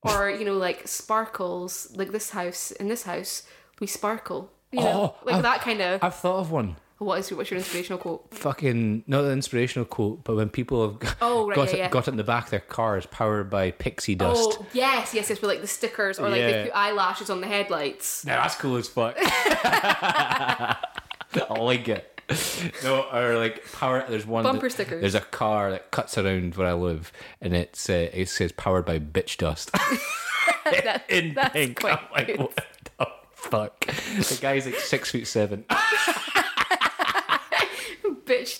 [SPEAKER 2] Or you know, like sparkles. Like this house. In this house, we sparkle. You
[SPEAKER 3] Oh,
[SPEAKER 2] know, like
[SPEAKER 3] I've-
[SPEAKER 2] that kind of.
[SPEAKER 3] I've thought of one.
[SPEAKER 2] What is your, what's your inspirational quote?
[SPEAKER 3] Fucking not an inspirational quote, but when people have g-
[SPEAKER 2] Oh, right,
[SPEAKER 3] got
[SPEAKER 2] yeah,
[SPEAKER 3] it,
[SPEAKER 2] yeah.
[SPEAKER 3] got it in the back of their cars, powered by pixie dust.
[SPEAKER 2] Oh yes, yes, yes. With like the stickers or like
[SPEAKER 3] Yeah.
[SPEAKER 2] they put eyelashes on the headlights.
[SPEAKER 3] Now that's cool as fuck. I like it. No, or like power. There's one
[SPEAKER 2] Bumper
[SPEAKER 3] that-
[SPEAKER 2] stickers.
[SPEAKER 3] There's a car that cuts around where I live, and it's uh, it says powered by bitch dust. In
[SPEAKER 2] that's
[SPEAKER 3] pink.
[SPEAKER 2] quite
[SPEAKER 3] I'm like,
[SPEAKER 2] good.
[SPEAKER 3] what the fuck? The guy's like six foot seven.
[SPEAKER 2] Bitch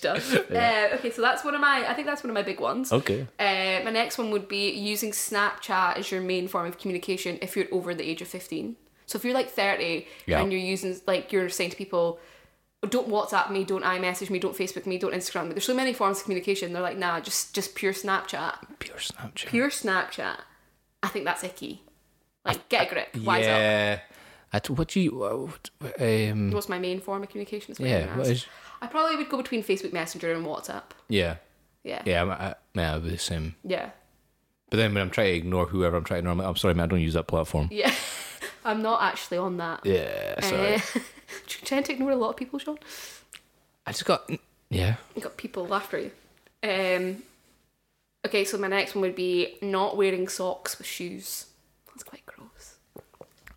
[SPEAKER 2] does. Uh, okay, so that's one of my. I think that's one of my big ones.
[SPEAKER 3] Okay.
[SPEAKER 2] Uh, my next one would be using Snapchat as your main form of communication if you're over the age of 15. So if you're like 30
[SPEAKER 3] Yeah.
[SPEAKER 2] and you're using, like, you're saying to people, don't WhatsApp me, don't iMessage me, don't Facebook me, don't Instagram me. There's so many forms of communication. They're like, nah, just just pure Snapchat.
[SPEAKER 3] Pure Snapchat.
[SPEAKER 2] Pure Snapchat. I think that's icky. Like, get a grip. Wise up.
[SPEAKER 3] yeah. That's what do you. what- Um,
[SPEAKER 2] What's my main form of communication? Is what
[SPEAKER 3] Yeah,
[SPEAKER 2] you're gonna
[SPEAKER 3] what
[SPEAKER 2] ask.
[SPEAKER 3] is-
[SPEAKER 2] I probably would go between Facebook Messenger and WhatsApp.
[SPEAKER 3] yeah.
[SPEAKER 2] Yeah.
[SPEAKER 3] Yeah. I'm, I, yeah. I'd be the same.
[SPEAKER 2] Yeah.
[SPEAKER 3] But then when I'm trying to ignore whoever I'm trying to ignore, I'm like, I'm sorry, man. I don't use that platform.
[SPEAKER 2] Yeah. I'm not actually on that.
[SPEAKER 3] Yeah. Sorry.
[SPEAKER 2] Uh, do you tend to ignore a lot of people, Sean?
[SPEAKER 3] I just got. Yeah.
[SPEAKER 2] You got people after you. Um, okay, so my next one would be not wearing socks with shoes. That's quite gross.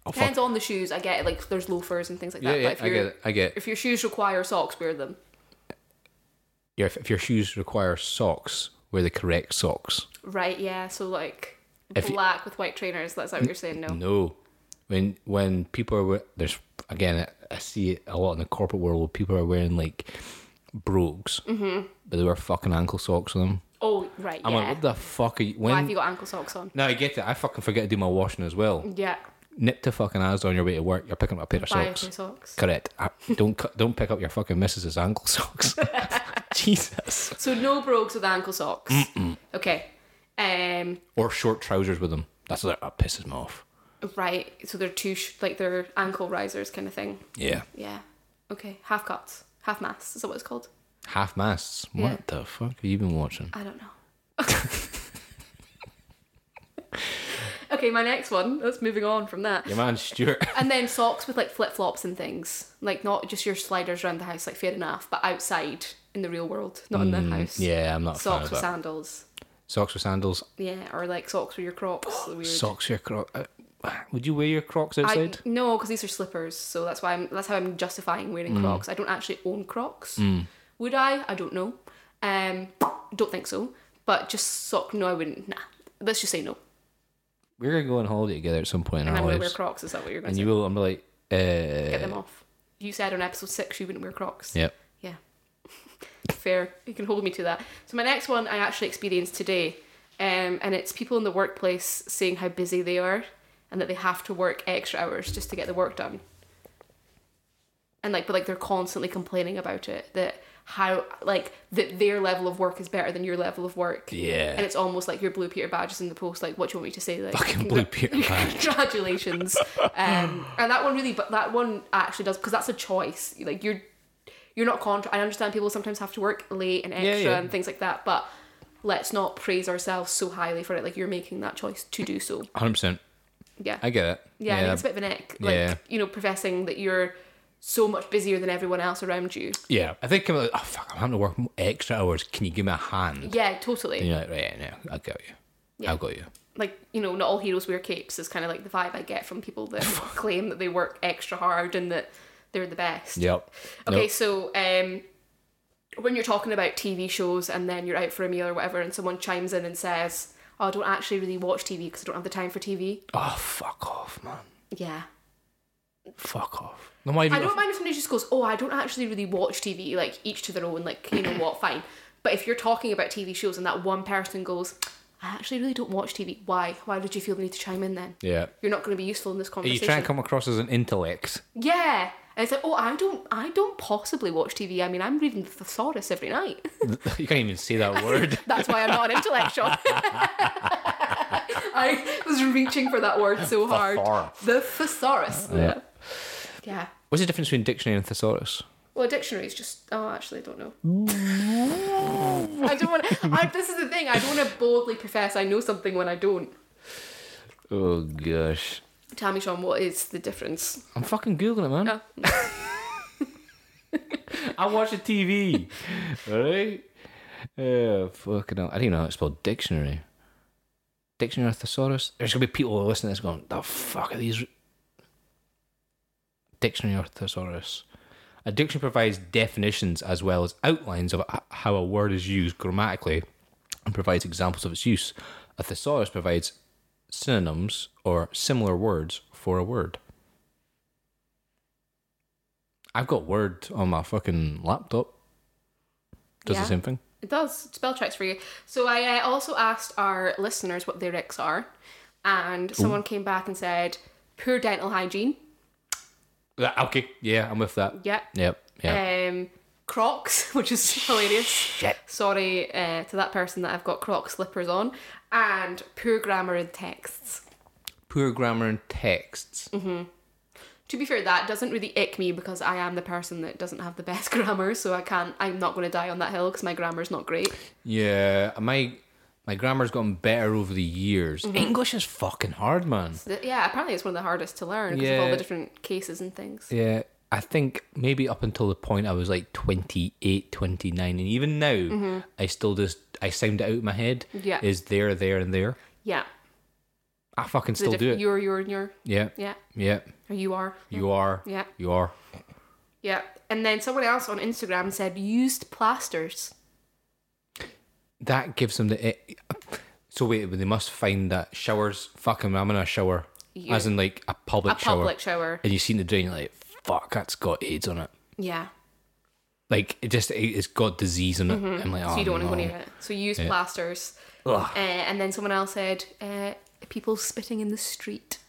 [SPEAKER 3] Oh, fuck.
[SPEAKER 2] Depends on the shoes. I get it. Like there's loafers and things like
[SPEAKER 3] Yeah,
[SPEAKER 2] that.
[SPEAKER 3] yeah,
[SPEAKER 2] but if
[SPEAKER 3] I
[SPEAKER 2] your-
[SPEAKER 3] get it. I get it.
[SPEAKER 2] If your shoes require socks, wear them.
[SPEAKER 3] Yeah, if, if your shoes require socks, wear the correct socks.
[SPEAKER 2] Right? Yeah. So like
[SPEAKER 3] If you-
[SPEAKER 2] black with white trainers. That's what you're saying. No.
[SPEAKER 3] No, when when people are we- there's again, I, I see it a lot in the corporate world. Where people are wearing like brogues, mm-hmm. but they wear fucking ankle socks on them.
[SPEAKER 2] Oh, right.
[SPEAKER 3] I'm
[SPEAKER 2] yeah.
[SPEAKER 3] like, what the fuck are you? When?
[SPEAKER 2] Why have you got ankle socks on?
[SPEAKER 3] no, I get it. I fucking forget to do my washing as well.
[SPEAKER 2] Yeah.
[SPEAKER 3] Nip to fucking Asda on your way to work. You're picking up a pair of
[SPEAKER 2] Buy
[SPEAKER 3] socks.
[SPEAKER 2] your socks.
[SPEAKER 3] Correct. I, don't cu- don't pick up your fucking missus's ankle socks. Jesus.
[SPEAKER 2] So no brogues with ankle socks. Okay. Um.
[SPEAKER 3] Or short trousers with them. That's what that pisses me off.
[SPEAKER 2] Right. So they're two, sh- like they're ankle risers kind of thing.
[SPEAKER 3] Yeah.
[SPEAKER 2] Yeah. Okay. Half cuts. Half masts. Is that what it's called?
[SPEAKER 3] Half masts.
[SPEAKER 2] Yeah.
[SPEAKER 3] What the fuck have you been watching?
[SPEAKER 2] I don't know. okay, my next one. That's moving on from that.
[SPEAKER 3] Your man Stuart.
[SPEAKER 2] And then socks with like flip flops and things. Like not just your sliders around the house, like fair enough, but outside in the real world, not in the house.
[SPEAKER 3] Mm, yeah, I'm not a fan
[SPEAKER 2] Socks
[SPEAKER 3] of
[SPEAKER 2] with
[SPEAKER 3] that.
[SPEAKER 2] sandals.
[SPEAKER 3] Socks with sandals.
[SPEAKER 2] Yeah, or like socks with your crocs. the weird.
[SPEAKER 3] Socks with your crocs. Would you wear your crocs
[SPEAKER 2] I,
[SPEAKER 3] outside?
[SPEAKER 2] no, because these are slippers, so that's why I'm. That's how I'm justifying wearing Crocs. I don't actually own Crocs. Would I? I don't know. Um, don't think so. But just sock? No, I wouldn't. Nah. Let's just say no.
[SPEAKER 3] We're going to go on holiday together at some point in
[SPEAKER 2] And I'm
[SPEAKER 3] our
[SPEAKER 2] gonna wear
[SPEAKER 3] lives.
[SPEAKER 2] Crocs. Is that what you're going
[SPEAKER 3] And
[SPEAKER 2] to
[SPEAKER 3] you
[SPEAKER 2] say?
[SPEAKER 3] will, I'm like, uh,
[SPEAKER 2] Get them off. You said on episode six you wouldn't wear Crocs.
[SPEAKER 3] yep.
[SPEAKER 2] Yeah. Fair. You can hold me to that. So my next one I actually experienced today, um, and it's people in the workplace saying how busy they are and that they have to work extra hours just to get the work done. And like, but like they're constantly complaining about it that how like that their level of work is better than your level of work.
[SPEAKER 3] Yeah.
[SPEAKER 2] And it's almost like your blue Peter badge is in the post. Like, what do you want me to say? Like,
[SPEAKER 3] Fucking blue Peter badge.
[SPEAKER 2] congratulations um and that one really but that one actually does because that's a choice like you're you're not contra i understand people sometimes have to work late and extra
[SPEAKER 3] yeah.
[SPEAKER 2] and things like that but let's not praise ourselves so highly for it like you're making that choice to do so
[SPEAKER 3] 100%.
[SPEAKER 2] yeah
[SPEAKER 3] I get it.
[SPEAKER 2] yeah, I think it's a bit of an ick like
[SPEAKER 3] Yeah.
[SPEAKER 2] you know professing that you're so much busier than everyone else around you
[SPEAKER 3] Yeah, I think I'm like, oh fuck, I'm having to work extra hours. Can you give me a hand?
[SPEAKER 2] yeah totally
[SPEAKER 3] And you're like, right, yeah, no, I'll go you. I'll go you.
[SPEAKER 2] like you know not all heroes wear capes is kind of like the vibe i get from people that claim that they work extra hard and that they're the best
[SPEAKER 3] Yep.
[SPEAKER 2] Okay,
[SPEAKER 3] Nope.
[SPEAKER 2] so um, when you're talking about TV shows and then you're out for a meal or whatever, and someone chimes in and says, "Oh, I don't actually really watch TV because I don't have the time for TV."
[SPEAKER 3] Oh fuck off, man.
[SPEAKER 2] Yeah,
[SPEAKER 3] Fuck off. No, why
[SPEAKER 2] I
[SPEAKER 3] even.
[SPEAKER 2] don't mind if somebody just goes, "Oh, I don't actually really watch TV." Like each to their own. Like you know what, fine. But if you're talking about TV shows and that one person goes, "I actually really don't watch TV," why? Why did you feel the need to chime in then?
[SPEAKER 3] Yeah.
[SPEAKER 2] You're not going to be useful in this
[SPEAKER 3] Are you
[SPEAKER 2] conversation.
[SPEAKER 3] trying to come across as an intellect?
[SPEAKER 2] yeah. And it's like, oh, I don't, I don't possibly watch TV. I mean, I'm reading the thesaurus every night.
[SPEAKER 3] you can't even say that word.
[SPEAKER 2] That's why I'm not an intellectual. I was reaching for that word so hard.
[SPEAKER 3] Thesaurus.
[SPEAKER 2] The thesaurus. Yeah. Yeah.
[SPEAKER 3] What's the difference between dictionary and thesaurus?
[SPEAKER 2] Well, a dictionary is just. Oh, actually, I don't know. I don't want. to. This is the thing. I don't want to boldly profess I know something when I don't.
[SPEAKER 3] Oh gosh.
[SPEAKER 2] Tell me, Sean, what is the difference? Oh,
[SPEAKER 3] I'm fucking googling it, man.
[SPEAKER 2] No.
[SPEAKER 3] I watch the TV. Alright? Yeah, Uh, fucking hell. I didn't know how it's spelled dictionary. Dictionary or thesaurus? There's gonna be people listening that's going, the fuck are these Dictionary or thesaurus. A dictionary provides definitions as well as outlines of h- how a word is used grammatically and provides examples of its use. A thesaurus provides synonyms or similar words for a word. I've got Word on my fucking laptop. Does
[SPEAKER 2] Yeah.
[SPEAKER 3] the same thing.
[SPEAKER 2] It does spell checks for you. So I uh, also asked our listeners what their icks are, and someone came back and said poor dental hygiene.
[SPEAKER 3] That- okay. Yeah, I'm with that.
[SPEAKER 2] Yeah.
[SPEAKER 3] Yep. Yeah.
[SPEAKER 2] um, Crocs, which is hilarious.
[SPEAKER 3] Shit.
[SPEAKER 2] Sorry uh, to that person that I've got Crocs slippers on, and poor grammar in texts.
[SPEAKER 3] Poor grammar and texts.
[SPEAKER 2] Mm-hmm. To be fair, that doesn't really ick me because I am the person that doesn't have the best grammar, so I can't. I'm not going to die on that hill because my grammar's not great.
[SPEAKER 3] Yeah. My my grammar's gotten better over the years.
[SPEAKER 2] Mm-hmm.
[SPEAKER 3] English is fucking hard, man.
[SPEAKER 2] Th- Yeah, apparently it's one of the hardest to learn because of all
[SPEAKER 3] Yeah.
[SPEAKER 2] the different cases and things.
[SPEAKER 3] Yeah. I think maybe up until the point I was like 28, 29, and even now I still just I sound it out in my head.
[SPEAKER 2] Mm-hmm. Yeah.
[SPEAKER 3] Is there, there, and there.
[SPEAKER 2] Yeah,
[SPEAKER 3] I fucking
[SPEAKER 2] the
[SPEAKER 3] still
[SPEAKER 2] diff-
[SPEAKER 3] do it.
[SPEAKER 2] you're, you're, and you're.
[SPEAKER 3] yeah.
[SPEAKER 2] Yeah,
[SPEAKER 3] Yeah.
[SPEAKER 2] or you are.
[SPEAKER 3] You are.
[SPEAKER 2] Yeah.
[SPEAKER 3] You are.
[SPEAKER 2] Yeah, and then someone else on Instagram said used plasters.
[SPEAKER 3] that gives them the. It, so wait, but they must find that showers. Fucking, I'm in a shower,
[SPEAKER 2] Yeah.
[SPEAKER 3] as in like a
[SPEAKER 2] A
[SPEAKER 3] public shower,
[SPEAKER 2] public shower.
[SPEAKER 3] and you see the drain, you're like fuck, that's got AIDS on it.
[SPEAKER 2] Yeah.
[SPEAKER 3] Like it just, it, has got disease in it. I'm like, oh,
[SPEAKER 2] Mm-hmm. so you don't
[SPEAKER 3] no.
[SPEAKER 2] want to go near it. So you use plasters. Uh,
[SPEAKER 3] Ugh.
[SPEAKER 2] and then someone else said, uh, people spitting in the street.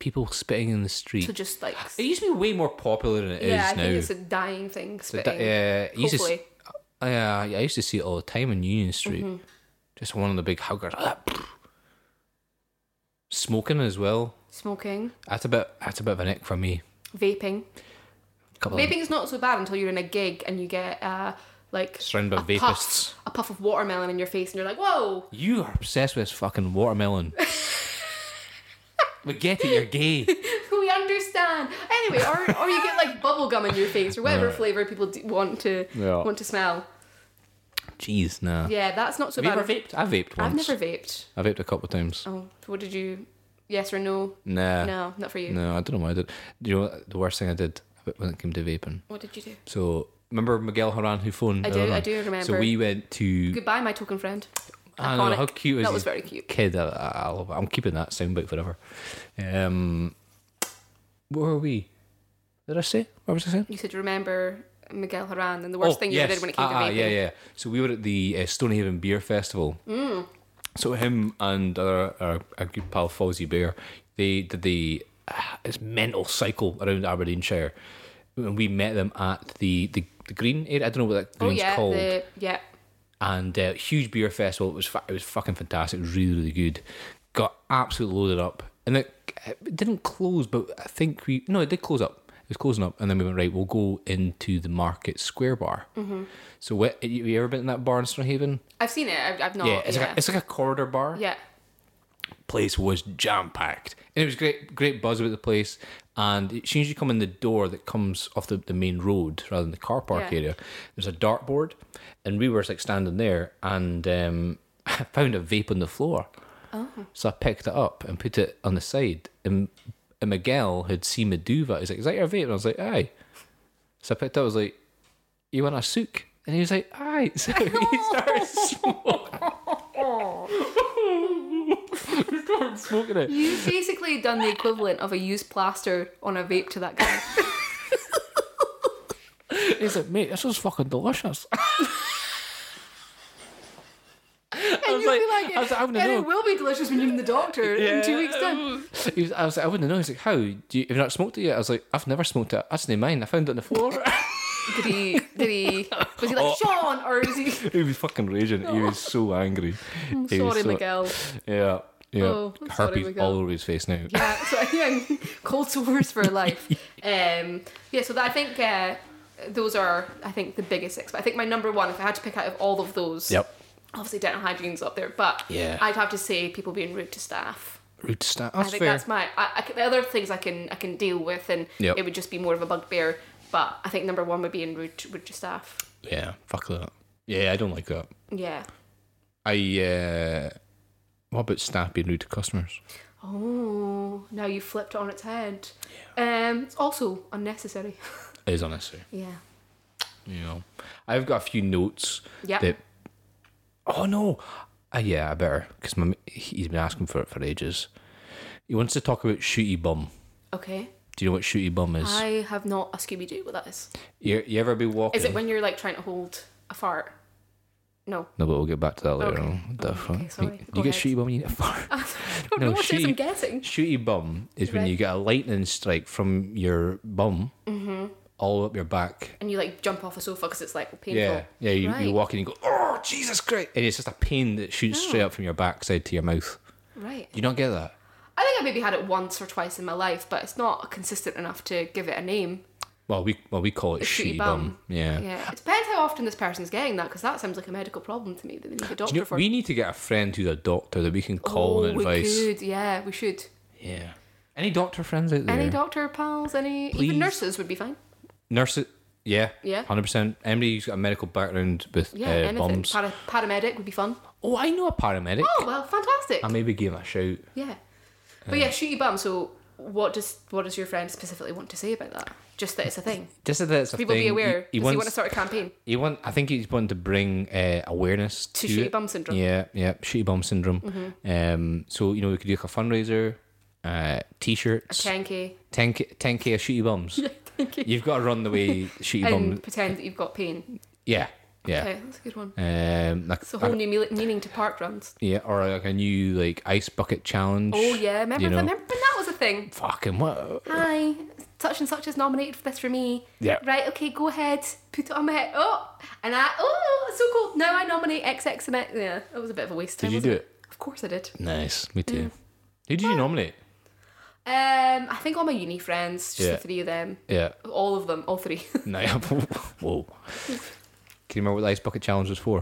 [SPEAKER 3] People spitting in the street.
[SPEAKER 2] So just like.
[SPEAKER 3] it used to be way more popular than it is
[SPEAKER 2] yeah, I
[SPEAKER 3] now.
[SPEAKER 2] think it's a dying thing,
[SPEAKER 3] But that-
[SPEAKER 2] spitting.
[SPEAKER 3] yeah, it used to s- uh,
[SPEAKER 2] Hopefully. Mm-hmm.
[SPEAKER 3] yeah, I used to see it all the time in Union Street. Just one of the big hookers. Smoking as well.
[SPEAKER 2] Smoking,
[SPEAKER 3] That's a bit. That's a bit of an ick for me.
[SPEAKER 2] vaping.
[SPEAKER 3] Couple of
[SPEAKER 2] Vaping's not so bad until you're in a gig and you get uh, like
[SPEAKER 3] Surrounded by
[SPEAKER 2] a
[SPEAKER 3] vapists.
[SPEAKER 2] puff, a puff of watermelon in your face, and you're like, "Whoa!"
[SPEAKER 3] You are obsessed with this fucking watermelon. we get it. You're gay.
[SPEAKER 2] We understand. Anyway, or, or you get like bubble gum in your face or whatever flavour people do, want to
[SPEAKER 3] Yeah.
[SPEAKER 2] want to smell.
[SPEAKER 3] Jeez, nah.
[SPEAKER 2] Yeah, that's not so
[SPEAKER 3] Have you
[SPEAKER 2] bad.
[SPEAKER 3] ever vaped? I vaped
[SPEAKER 2] I've
[SPEAKER 3] once.
[SPEAKER 2] never vaped.
[SPEAKER 3] I vaped a couple of times.
[SPEAKER 2] Oh, what did you? Yes or no?
[SPEAKER 3] Nah.
[SPEAKER 2] No, not for you.
[SPEAKER 3] No, I don't know why I did. Do you know what the worst thing I did when it came to vaping?
[SPEAKER 2] What did you do?
[SPEAKER 3] So remember Miguel Haran who phoned?
[SPEAKER 2] I do-
[SPEAKER 3] Eleanor?
[SPEAKER 2] I do
[SPEAKER 3] So
[SPEAKER 2] remember.
[SPEAKER 3] we went to.
[SPEAKER 2] Goodbye, my token friend.
[SPEAKER 3] I know
[SPEAKER 2] Iconic.
[SPEAKER 3] how cute is
[SPEAKER 2] That
[SPEAKER 3] he?
[SPEAKER 2] was very cute.
[SPEAKER 3] Kid, I, I I love it. I'm keeping that soundbite forever. Um, where were we? Did I say? What was I saying?
[SPEAKER 2] You said remember Miguel Haran and the worst thing you ever did when it came to
[SPEAKER 3] Ah, ah,
[SPEAKER 2] vaping.
[SPEAKER 3] Yeah, yeah. So we were at the uh, Stony Haven Beer Festival.
[SPEAKER 2] Mm.
[SPEAKER 3] So him and our, our, our good pal Fozzie Bear, they did the ah, it's mental cycle around Aberdeenshire, and we met them at the the, the green area. I don't know what that
[SPEAKER 2] Oh
[SPEAKER 3] green's
[SPEAKER 2] yeah,
[SPEAKER 3] called
[SPEAKER 2] the, yeah.
[SPEAKER 3] and uh, huge beer festival. It was fa- it was fucking fantastic. It was really really good. Got absolutely loaded up, and it, it didn't close. But I think we no, it did close up. It was closing up, and then we went right. We'll go into the Market Square bar. Mm-hmm. So, what, have you ever been in that bar in Stonehaven?
[SPEAKER 2] I've seen it. I've, I've not.
[SPEAKER 3] Oh, yeah, it's like a, it's like a corridor bar
[SPEAKER 2] yeah.
[SPEAKER 3] place was jam packed, and it was great, great buzz about the place. And as soon as you come in the door that comes off the, the main road rather than the car park
[SPEAKER 2] Yeah.
[SPEAKER 3] area, there's a dartboard, and we were like standing there, and um, I found a vape on the floor. So I picked it up and put it on the side, and, and Miguel had seen me do that. He's like, "Is that your vape?" And I was like, "Aye." So I picked it. up, I was like, "You want a souk?" And he was like, "Aye." So he started smoking. he started smoking it.
[SPEAKER 2] You've basically done the equivalent of a used plaster on a vape to that guy.
[SPEAKER 3] He's like, mate, this is fucking delicious. I
[SPEAKER 2] and
[SPEAKER 3] was
[SPEAKER 2] you'll
[SPEAKER 3] like,
[SPEAKER 2] be like,
[SPEAKER 3] I was like, I wouldn't
[SPEAKER 2] and
[SPEAKER 3] know.
[SPEAKER 2] it will be delicious when you're in the doctor in two weeks' time.
[SPEAKER 3] He was, I was like, I wouldn't know. He's like, how? Do you, have you not smoked it yet? I was like, I've never smoked it. That's not mine. I found it on the floor.
[SPEAKER 2] Did he? Did he? Was he like
[SPEAKER 3] Oh.
[SPEAKER 2] Sean or was he?
[SPEAKER 3] he was fucking raging. He was so angry. I'm
[SPEAKER 2] Sorry, Miguel.
[SPEAKER 3] Yeah. Yeah.
[SPEAKER 2] Oh, I'm sorry,
[SPEAKER 3] Herpes
[SPEAKER 2] Miguel.
[SPEAKER 3] all over his face now.
[SPEAKER 2] Yeah, Uh, so yeah, cold sores for life. Um, yeah, so that, I think uh, those are I think the biggest six. But I think my number one, if I had to pick out of all of those,
[SPEAKER 3] Yep.
[SPEAKER 2] obviously dental hygiene's up there, but
[SPEAKER 3] Yeah.
[SPEAKER 2] I'd have to say people being rude to staff.
[SPEAKER 3] Rude stuff.
[SPEAKER 2] I
[SPEAKER 3] That's
[SPEAKER 2] think
[SPEAKER 3] fair.
[SPEAKER 2] that's my. I, I, can- the other things I can I can deal with, and
[SPEAKER 3] Yep.
[SPEAKER 2] it would just be more of a bugbear. But I think number one would be in rude to, rude to staff.
[SPEAKER 3] Yeah. Fuck that. Yeah, I don't like that.
[SPEAKER 2] Yeah.
[SPEAKER 3] I, uh, what about staff being rude to customers?
[SPEAKER 2] Oh, now you flipped it on its head. Um, it's also unnecessary.
[SPEAKER 3] It is unnecessary.
[SPEAKER 2] yeah.
[SPEAKER 3] You know, I've got a few notes.
[SPEAKER 2] Yeah.
[SPEAKER 3] That. Oh no. Uh, yeah, I better because my ma- he's been asking for it for ages. He wants to talk about shooty bum.
[SPEAKER 2] Okay.
[SPEAKER 3] Do you know what shooty bum is?
[SPEAKER 2] I have not a Scooby Doo. What that is?
[SPEAKER 3] You, you ever be walking?
[SPEAKER 2] Is it when you're like trying to hold a fart? No.
[SPEAKER 3] no, but we'll get back to that later.
[SPEAKER 2] Okay.
[SPEAKER 3] on. What the fuck?
[SPEAKER 2] sorry.
[SPEAKER 3] You,
[SPEAKER 2] Go
[SPEAKER 3] you get
[SPEAKER 2] ahead.
[SPEAKER 3] shooty bum. when You need a fart.
[SPEAKER 2] don't know what it is, I'm
[SPEAKER 3] shooty-
[SPEAKER 2] guessing.
[SPEAKER 3] Shooty bum is when
[SPEAKER 2] Right.
[SPEAKER 3] you get a lightning strike from your bum
[SPEAKER 2] Mm-hmm.
[SPEAKER 3] all up your back
[SPEAKER 2] And you like jump off a sofa because it's like painful.
[SPEAKER 3] Yeah, yeah. You,
[SPEAKER 2] right. Oh.
[SPEAKER 3] you walk in and you go, oh Jesus Christ, and it's just a pain that shoots straight up from your backside to your mouth.
[SPEAKER 2] Right.
[SPEAKER 3] You don't get that.
[SPEAKER 2] I think I maybe had it once or twice in my life, but it's not consistent enough to give it a name.
[SPEAKER 3] Well, we well we call it shitty bum. Yeah.
[SPEAKER 2] Yeah. It depends how often this person's getting that because that sounds like a medical problem to me that they need a doctor
[SPEAKER 3] You know,
[SPEAKER 2] for.
[SPEAKER 3] we need to get a friend who's a doctor that we can call
[SPEAKER 2] oh,
[SPEAKER 3] and
[SPEAKER 2] we
[SPEAKER 3] advice.
[SPEAKER 2] could. Yeah, we should.
[SPEAKER 3] Yeah. Any doctor friends out there?
[SPEAKER 2] Any doctor pals? Any
[SPEAKER 3] Please.
[SPEAKER 2] even nurses would be fine.
[SPEAKER 3] Nurses. Yeah.
[SPEAKER 2] Yeah.
[SPEAKER 3] Hundred percent. Anybody who's got a medical background with
[SPEAKER 2] Yeah,
[SPEAKER 3] uh,
[SPEAKER 2] anything.
[SPEAKER 3] bums.
[SPEAKER 2] Para- paramedic would be fun.
[SPEAKER 3] oh, I know a paramedic.
[SPEAKER 2] Oh well, fantastic.
[SPEAKER 3] I maybe give him a shout.
[SPEAKER 2] Yeah. But yeah, shooty bum. So what does what does your friend specifically want to say about that? Just that it's a thing.
[SPEAKER 3] Just so that it's a
[SPEAKER 2] People
[SPEAKER 3] thing.
[SPEAKER 2] be aware.
[SPEAKER 3] He, he
[SPEAKER 2] does
[SPEAKER 3] wants.
[SPEAKER 2] he want to start a campaign?
[SPEAKER 3] he want. I think he's wanting to bring uh, awareness
[SPEAKER 2] To
[SPEAKER 3] to,
[SPEAKER 2] shitty
[SPEAKER 3] it.
[SPEAKER 2] bum syndrome. Mm-hmm.
[SPEAKER 3] Yeah, yeah, shitty bum syndrome. Um, so you know we could do like a fundraiser, uh, t-shirts,
[SPEAKER 2] 10k
[SPEAKER 3] 10k, 10k of shitty bums. You've got to run the way shitty
[SPEAKER 2] and
[SPEAKER 3] bum.
[SPEAKER 2] pretend that you've got pain.
[SPEAKER 3] Yeah, yeah.
[SPEAKER 2] Okay, that's a good one.
[SPEAKER 3] Um, like,
[SPEAKER 2] It's a whole new me- meaning to park runs.
[SPEAKER 3] yeah, or like a new like ice bucket challenge.
[SPEAKER 2] Oh yeah, remember
[SPEAKER 3] you
[SPEAKER 2] that?
[SPEAKER 3] know,
[SPEAKER 2] Remember when that was a thing?
[SPEAKER 3] fucking what?
[SPEAKER 2] Hi, such and such is nominated for this for me.
[SPEAKER 3] Yeah.
[SPEAKER 2] Right. Okay, go ahead. Put it on my head. Oh, and I. Oh, it's so cool. Now I nominate XX and I, yeah, that was a bit of a waste. of
[SPEAKER 3] Did
[SPEAKER 2] time,
[SPEAKER 3] you
[SPEAKER 2] wasn't
[SPEAKER 3] do it?
[SPEAKER 2] Of course I did.
[SPEAKER 3] Nice, me too. Who
[SPEAKER 2] Ah.
[SPEAKER 3] did you nominate?
[SPEAKER 2] Um, I think all my uni friends, just
[SPEAKER 3] Yeah.
[SPEAKER 2] the three of them,
[SPEAKER 3] Yeah.
[SPEAKER 2] all of them, all three.
[SPEAKER 3] No. yeah. Whoa. Can you remember what the ice bucket challenge was for?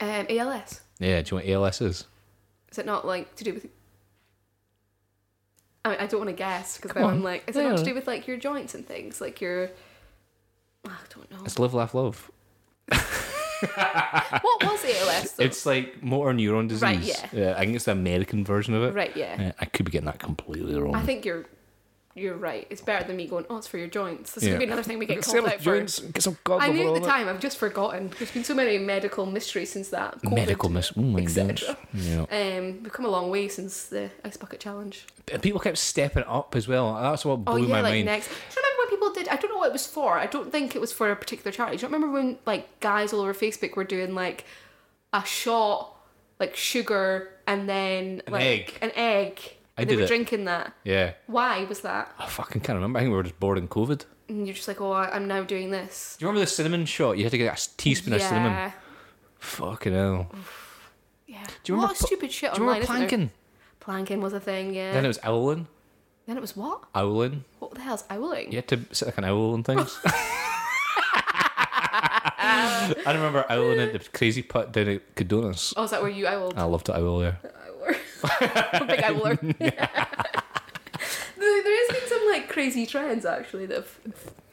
[SPEAKER 2] um, ALS.
[SPEAKER 3] Yeah. Do you know what ALS is?
[SPEAKER 2] Is it not like to do with? I mean, I don't want to guess because
[SPEAKER 3] Come
[SPEAKER 2] then
[SPEAKER 3] on.
[SPEAKER 2] I'm like, is it not to
[SPEAKER 3] Yeah.
[SPEAKER 2] do with like your joints and things, like your? I don't know.
[SPEAKER 3] It's live, laugh, love.
[SPEAKER 2] what was ALS? Though?
[SPEAKER 3] It's like motor neuron disease.
[SPEAKER 2] Right, yeah.
[SPEAKER 3] I think it's the American version of it.
[SPEAKER 2] Right, yeah.
[SPEAKER 3] Uh, I could be getting that completely wrong.
[SPEAKER 2] I think you're, you're right. It's better than me going, oh, it's for your joints. This is
[SPEAKER 3] Yeah.
[SPEAKER 2] gonna be another thing we get
[SPEAKER 3] Say
[SPEAKER 2] called
[SPEAKER 3] with
[SPEAKER 2] out for.
[SPEAKER 3] joints, get some God
[SPEAKER 2] I
[SPEAKER 3] level
[SPEAKER 2] knew at
[SPEAKER 3] on
[SPEAKER 2] the
[SPEAKER 3] it.
[SPEAKER 2] time. I've just forgotten. There's been so many medical mysteries since that. COVID,
[SPEAKER 3] Medical miss. Oh my gosh.
[SPEAKER 2] etc..
[SPEAKER 3] Yeah.
[SPEAKER 2] Um, we've come a long way since the ice bucket challenge.
[SPEAKER 3] And people kept stepping up as well. That's what blew
[SPEAKER 2] oh yeah,
[SPEAKER 3] my
[SPEAKER 2] like
[SPEAKER 3] mind.
[SPEAKER 2] next. Do you remember when people did? I don't know what it was for. I don't think it was for a particular charity. Do you remember when like guys all over Facebook were doing like a shot, like sugar, and then like
[SPEAKER 3] egg.
[SPEAKER 2] an egg.
[SPEAKER 3] I
[SPEAKER 2] and
[SPEAKER 3] did
[SPEAKER 2] they were
[SPEAKER 3] it.
[SPEAKER 2] drinking that.
[SPEAKER 3] Yeah.
[SPEAKER 2] Why was that?
[SPEAKER 3] I fucking can't remember. I think we were just bored in COVID. Do
[SPEAKER 2] And you're just like, oh, I- I'm now doing this.
[SPEAKER 3] you remember the cinnamon shot? You had to get a s- teaspoon of cinnamon. Fucking hell.
[SPEAKER 2] Yeah.
[SPEAKER 3] Do you remember
[SPEAKER 2] a lot of
[SPEAKER 3] pl-
[SPEAKER 2] stupid shit
[SPEAKER 3] Do you
[SPEAKER 2] online?
[SPEAKER 3] remember
[SPEAKER 2] isn't there?
[SPEAKER 3] planking?
[SPEAKER 2] Planking was a thing.
[SPEAKER 3] Then
[SPEAKER 2] Yeah. Then
[SPEAKER 3] it
[SPEAKER 2] it,
[SPEAKER 3] was owling.
[SPEAKER 2] was what?
[SPEAKER 3] Owling.
[SPEAKER 2] What the hell's owling?
[SPEAKER 3] You had to sit like an owl and things. I remember owling at the crazy putt down at Cadonas.
[SPEAKER 2] Oh, is that where you owled?
[SPEAKER 3] I loved to owl there.
[SPEAKER 2] Owler. I'm a big owler. there, there has been some like crazy trends actually that have,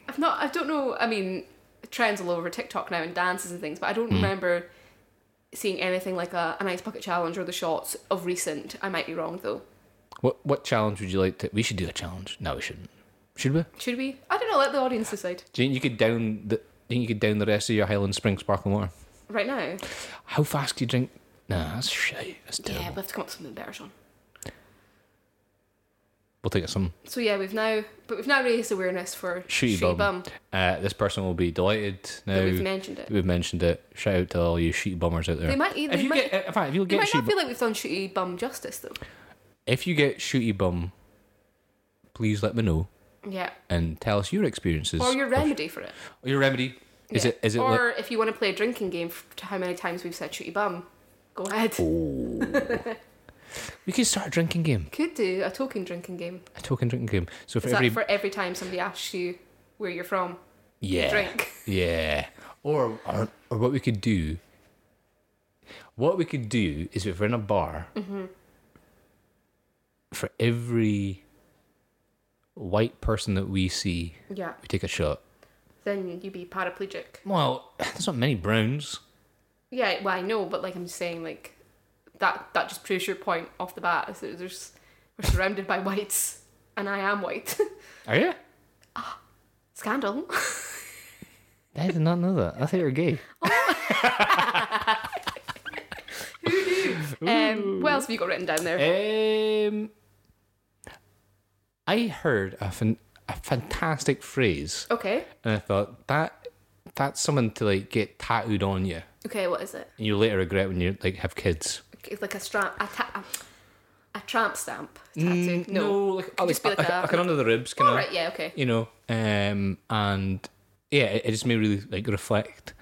[SPEAKER 2] I've not. I don't know. I mean, trends all over TikTok now and dances and things, but I
[SPEAKER 3] Hmm.
[SPEAKER 2] don't remember seeing anything like a an ice bucket challenge or the shots of recent. I might be wrong though.
[SPEAKER 3] What what challenge would you like to? We should do a challenge. No, we shouldn't. Should we?
[SPEAKER 2] Should we? I don't know. Let the audience decide
[SPEAKER 3] Do you think you could down the? Do you think you could down the rest of your Highland Spring sparkling water?
[SPEAKER 2] right now.
[SPEAKER 3] How fast do you drink? Nah, that's shit. That's terrible.
[SPEAKER 2] Yeah, we have to come up with something better, Sean.
[SPEAKER 3] We'll take it some.
[SPEAKER 2] So yeah, we've now, but we've now raised awareness for
[SPEAKER 3] Shooty,
[SPEAKER 2] shooty
[SPEAKER 3] bum.
[SPEAKER 2] bum.
[SPEAKER 3] Uh, this person will be delighted now.
[SPEAKER 2] That we've mentioned it.
[SPEAKER 3] that we've mentioned it. Shout out to all you shooty bummers out there.
[SPEAKER 2] They might either-
[SPEAKER 3] If you
[SPEAKER 2] they might-
[SPEAKER 3] get, in fact, if you
[SPEAKER 2] You
[SPEAKER 3] get
[SPEAKER 2] might
[SPEAKER 3] shooty,
[SPEAKER 2] not
[SPEAKER 3] bum,
[SPEAKER 2] feel like we've done shooty bum justice though.
[SPEAKER 3] if you get shooty bum, please let me know
[SPEAKER 2] Yeah.
[SPEAKER 3] and tell us your experiences.
[SPEAKER 2] Or your
[SPEAKER 3] of-
[SPEAKER 2] remedy for it.
[SPEAKER 3] your remedy. Is
[SPEAKER 2] Yeah.
[SPEAKER 3] it? Is it?
[SPEAKER 2] or
[SPEAKER 3] like-
[SPEAKER 2] if you want to play a drinking game f- to how many times we've said shooty bum, go
[SPEAKER 3] Oh.
[SPEAKER 2] ahead.
[SPEAKER 3] we could start a drinking game,
[SPEAKER 2] Could do a token drinking game.
[SPEAKER 3] a token drinking game. So for
[SPEAKER 2] Is
[SPEAKER 3] every
[SPEAKER 2] that for every time somebody asks you where you're from?
[SPEAKER 3] yeah,
[SPEAKER 2] drink?
[SPEAKER 3] yeah, or, or or what we could do. What we could do is if we're in a bar, for every white person that we see,
[SPEAKER 2] Yeah.
[SPEAKER 3] we take a shot.
[SPEAKER 2] Then you'd be paraplegic.
[SPEAKER 3] Well, there's not many browns.
[SPEAKER 2] Yeah, well I know, but like I'm just saying, like that that just proves your point off the bat. Is that there's we're surrounded by whites, and I am white.
[SPEAKER 3] Are you?
[SPEAKER 2] Scandal.
[SPEAKER 3] I did not know that. I thought you were gay.
[SPEAKER 2] um, what else have you got written down
[SPEAKER 3] Eh.
[SPEAKER 2] there?
[SPEAKER 3] Um, I heard a, fan- a fantastic phrase,
[SPEAKER 2] Okay.
[SPEAKER 3] and I thought that that's something to like get tattooed on you,
[SPEAKER 2] Okay. What is it?
[SPEAKER 3] and you later regret when you like have kids.
[SPEAKER 2] It's like a stamp. A, ta- a, a tramp stamp
[SPEAKER 3] Mm,
[SPEAKER 2] tattoo. no.
[SPEAKER 3] like, like,
[SPEAKER 2] just be
[SPEAKER 3] like,
[SPEAKER 2] like a-
[SPEAKER 3] like an under the ribs kind
[SPEAKER 2] All
[SPEAKER 3] of,
[SPEAKER 2] right. Yeah. Okay.
[SPEAKER 3] you know. Um, and yeah, it, it just made me really like reflect,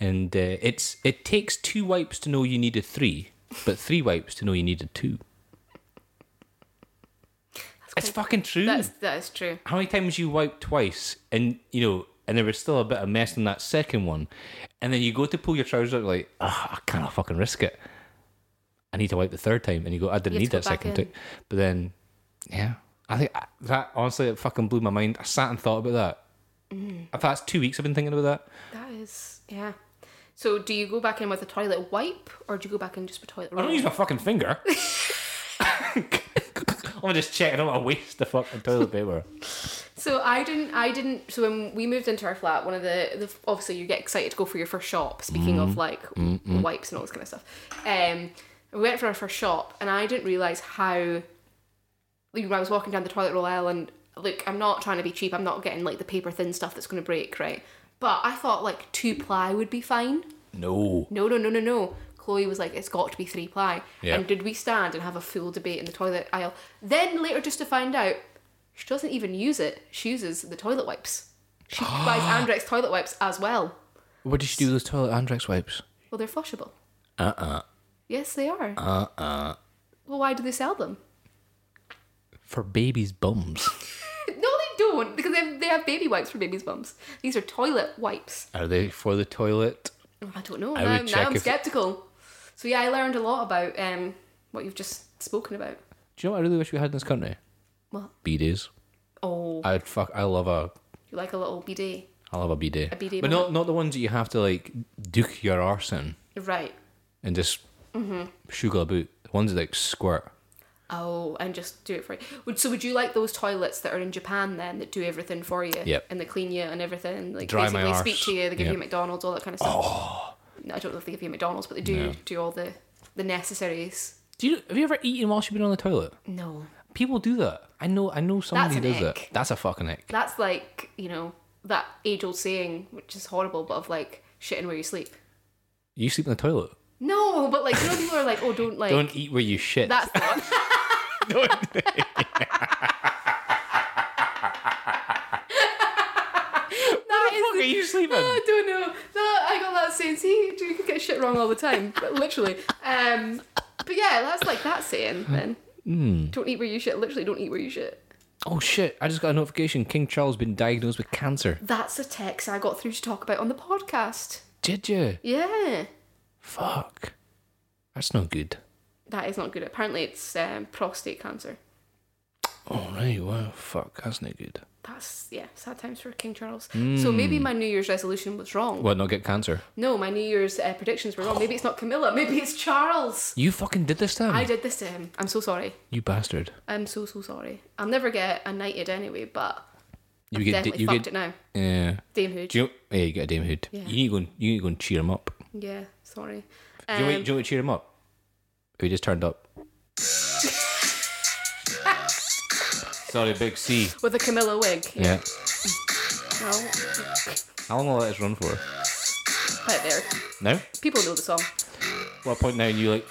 [SPEAKER 3] and uh, it's it takes two wipes to know you needed three, but three wipes to know you needed two. It's fucking true.
[SPEAKER 2] That's that is true.
[SPEAKER 3] how many times you wipe twice and you know and there was still a bit of mess in that second one and then you go to pull your trousers out like "Ugh, i can't fucking risk it i need to wipe the third time and you go i didn't
[SPEAKER 2] You
[SPEAKER 3] need
[SPEAKER 2] have to
[SPEAKER 3] that
[SPEAKER 2] go back
[SPEAKER 3] second
[SPEAKER 2] in.
[SPEAKER 3] time but then yeah i think I, that honestly it fucking blew my mind i sat and thought about that I've that's two weeks i've been thinking about that
[SPEAKER 2] That is yeah. So do you go back in with a toilet wipe or do you go back in just with toilet
[SPEAKER 3] i don't
[SPEAKER 2] roll?
[SPEAKER 3] use my fucking finger i'm just checking i don't want to waste the fucking toilet paper
[SPEAKER 2] So I didn't I didn't so when we moved into our flat, one of the, the obviously you get excited to go for your first shop, speaking of
[SPEAKER 3] Mm-hmm.
[SPEAKER 2] like wipes and all this kind of stuff. Um we went for our first shop and I didn't realise how like, when I was walking down the toilet roll aisle and look, I'm not trying to be cheap, I'm not getting like the paper thin stuff that's gonna break, right? But I thought like two ply would be fine.
[SPEAKER 3] no
[SPEAKER 2] no, no, no, no, no. Chloe was like, it's got to be three ply.
[SPEAKER 3] Yeah.
[SPEAKER 2] And did we stand and have a full debate in the toilet aisle? Then later, just to find out, she doesn't even use it. She uses the toilet wipes. She buys Andrex toilet wipes as well.
[SPEAKER 3] what did you do with those toilet andrex wipes
[SPEAKER 2] Well, they're flushable.
[SPEAKER 3] uh-uh
[SPEAKER 2] Yes, they are. Uh uh. Well, why do they sell them?
[SPEAKER 3] for babies' bums.
[SPEAKER 2] No, they don't because they have, they have baby wipes for babies' bums. These are toilet wipes.
[SPEAKER 3] Are they for the toilet?
[SPEAKER 2] Oh, I don't know.
[SPEAKER 3] I
[SPEAKER 2] now,
[SPEAKER 3] would
[SPEAKER 2] now
[SPEAKER 3] check
[SPEAKER 2] I'm
[SPEAKER 3] if-
[SPEAKER 2] skeptical. So yeah, I learned a lot about um, what you've just spoken about.
[SPEAKER 3] Do you know what I really wish we had in this country?
[SPEAKER 2] What?
[SPEAKER 3] B days.
[SPEAKER 2] Oh,
[SPEAKER 3] I'd fuck. I love a.
[SPEAKER 2] you like a little bidet,
[SPEAKER 3] I love a B day.
[SPEAKER 2] A B-day
[SPEAKER 3] but not not the ones that you have to like duke your arse in
[SPEAKER 2] right?
[SPEAKER 3] and just
[SPEAKER 2] Mm-hmm.
[SPEAKER 3] sugar a boot. The ones that like squirt.
[SPEAKER 2] Oh, and just do it for you. Would- So would you like those toilets that are in Japan then that do everything for you?
[SPEAKER 3] Yep.
[SPEAKER 2] And they clean you and everything, like
[SPEAKER 3] Dry my
[SPEAKER 2] basically
[SPEAKER 3] arse.
[SPEAKER 2] speak to you, they give you
[SPEAKER 3] Yep. Oh.
[SPEAKER 2] McDonald's, all that kind of stuff. No, I don't know if they give you McDonald's, but they do
[SPEAKER 3] No.
[SPEAKER 2] do all the the necessaries.
[SPEAKER 3] Do you have you ever eaten whilst you've been on the toilet?
[SPEAKER 2] No.
[SPEAKER 3] People do that. I know. I know somebody
[SPEAKER 2] an
[SPEAKER 3] does
[SPEAKER 2] ick.
[SPEAKER 3] it. That's a fucking ick.
[SPEAKER 2] That's like, you know, that age old saying, which is horrible, but of like shitting where you sleep.
[SPEAKER 3] You sleep in the toilet.
[SPEAKER 2] No, but like you know people are like, oh don't like
[SPEAKER 3] Don't eat where you shit.
[SPEAKER 2] that's the one. That is
[SPEAKER 3] Fuck, are
[SPEAKER 2] the-
[SPEAKER 3] you sleeping?
[SPEAKER 2] I don't know. No, I got that saying. See, you can get shit wrong all the time, but literally. Um, but yeah, that's like that saying. Then don't eat where you shit. Literally, don't eat where you shit.
[SPEAKER 3] Oh shit! I just got a notification. King Charles been diagnosed with cancer.
[SPEAKER 2] That's a text I got through to talk about on the podcast.
[SPEAKER 3] Did you?
[SPEAKER 2] Yeah,
[SPEAKER 3] Fuck. That's not good.
[SPEAKER 2] that is not good. Apparently, it's um, prostate cancer.
[SPEAKER 3] All right. Oh, Wow. Fuck. That's not good.
[SPEAKER 2] That's yeah, sad times for King Charles. So maybe my New Year's resolution was wrong.
[SPEAKER 3] What? Not get cancer?
[SPEAKER 2] No, my New Year's uh, predictions were wrong. Maybe it's not Camilla. Maybe it's Charles.
[SPEAKER 3] You fucking did this time.
[SPEAKER 2] I did this to him. I'm so sorry.
[SPEAKER 3] You bastard.
[SPEAKER 2] I'm so so sorry. I'll never get a knighted anyway, but
[SPEAKER 3] You get.
[SPEAKER 2] definitely
[SPEAKER 3] you
[SPEAKER 2] fucked
[SPEAKER 3] get.
[SPEAKER 2] it now.
[SPEAKER 3] Yeah.
[SPEAKER 2] Dame Hood.
[SPEAKER 3] Do you? Yeah. You get a Dame Hood.
[SPEAKER 2] Yeah.
[SPEAKER 3] You need to go. And, you need to go and cheer him up.
[SPEAKER 2] yeah, sorry.
[SPEAKER 3] do, you want, me-
[SPEAKER 2] Um,
[SPEAKER 3] do you want me to cheer him up? If he just turned up. Sorry, big C.
[SPEAKER 2] with a Camilla wig.
[SPEAKER 3] Yeah.
[SPEAKER 2] No,
[SPEAKER 3] How long will I let this run for?
[SPEAKER 2] right there.
[SPEAKER 3] No.
[SPEAKER 2] People know the song.
[SPEAKER 3] What point now? You like?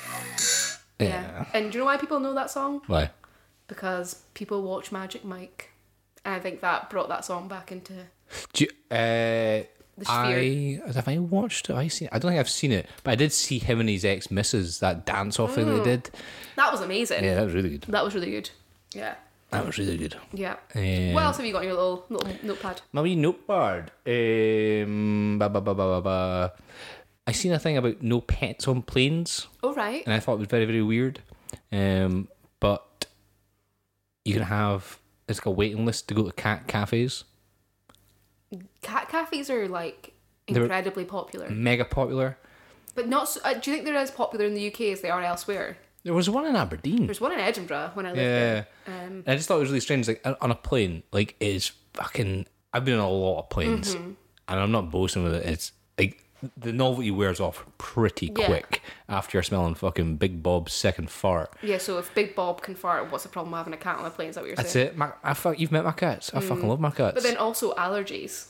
[SPEAKER 3] Yeah.
[SPEAKER 2] And do you know why people know that song?
[SPEAKER 3] Why?
[SPEAKER 2] Because people watch Magic Mike. And I think that brought that song back into.
[SPEAKER 3] Do you, uh, I
[SPEAKER 2] Sphere.
[SPEAKER 3] have I watched it? Have I seen. It? I don't think I've seen it, but I did see him and his ex missus that dance off
[SPEAKER 2] Oh.
[SPEAKER 3] thing they did.
[SPEAKER 2] That was amazing.
[SPEAKER 3] Yeah, that was really good.
[SPEAKER 2] That was really good. Yeah.
[SPEAKER 3] That was really good.
[SPEAKER 2] Yeah.
[SPEAKER 3] Yeah.
[SPEAKER 2] What else have you got in your little, little notepad?
[SPEAKER 3] My wee notepad. Um, ba, ba, ba, ba, ba, ba. I seen a thing about no pets on planes,
[SPEAKER 2] All right.
[SPEAKER 3] and I thought it was very very weird. Um, but you can have it's like a waiting list to go to cat cafes.
[SPEAKER 2] Cat cafes are like
[SPEAKER 3] were-
[SPEAKER 2] incredibly popular,
[SPEAKER 3] Mega popular.
[SPEAKER 2] but not. So, uh, do you think they're as popular in the UK as they are elsewhere?
[SPEAKER 3] There was one in Aberdeen.
[SPEAKER 2] There's one in Edinburgh when I lived
[SPEAKER 3] Yeah.
[SPEAKER 2] there. Um,
[SPEAKER 3] And I just thought it was really strange. Like on a plane, like it's fucking. I've been on a lot of planes,
[SPEAKER 2] Mm-hmm.
[SPEAKER 3] and I'm not boasting with it. It's like the novelty wears off pretty
[SPEAKER 2] Yeah.
[SPEAKER 3] quick after you're smelling fucking Big Bob's second fart.
[SPEAKER 2] Yeah, so if Big Bob can fart, what's the problem with having a cat on a plane? Is that what you're
[SPEAKER 3] That's
[SPEAKER 2] saying?
[SPEAKER 3] it. My, I fuck. You've met my cats. I fucking love my cats.
[SPEAKER 2] Mm. But then also allergies.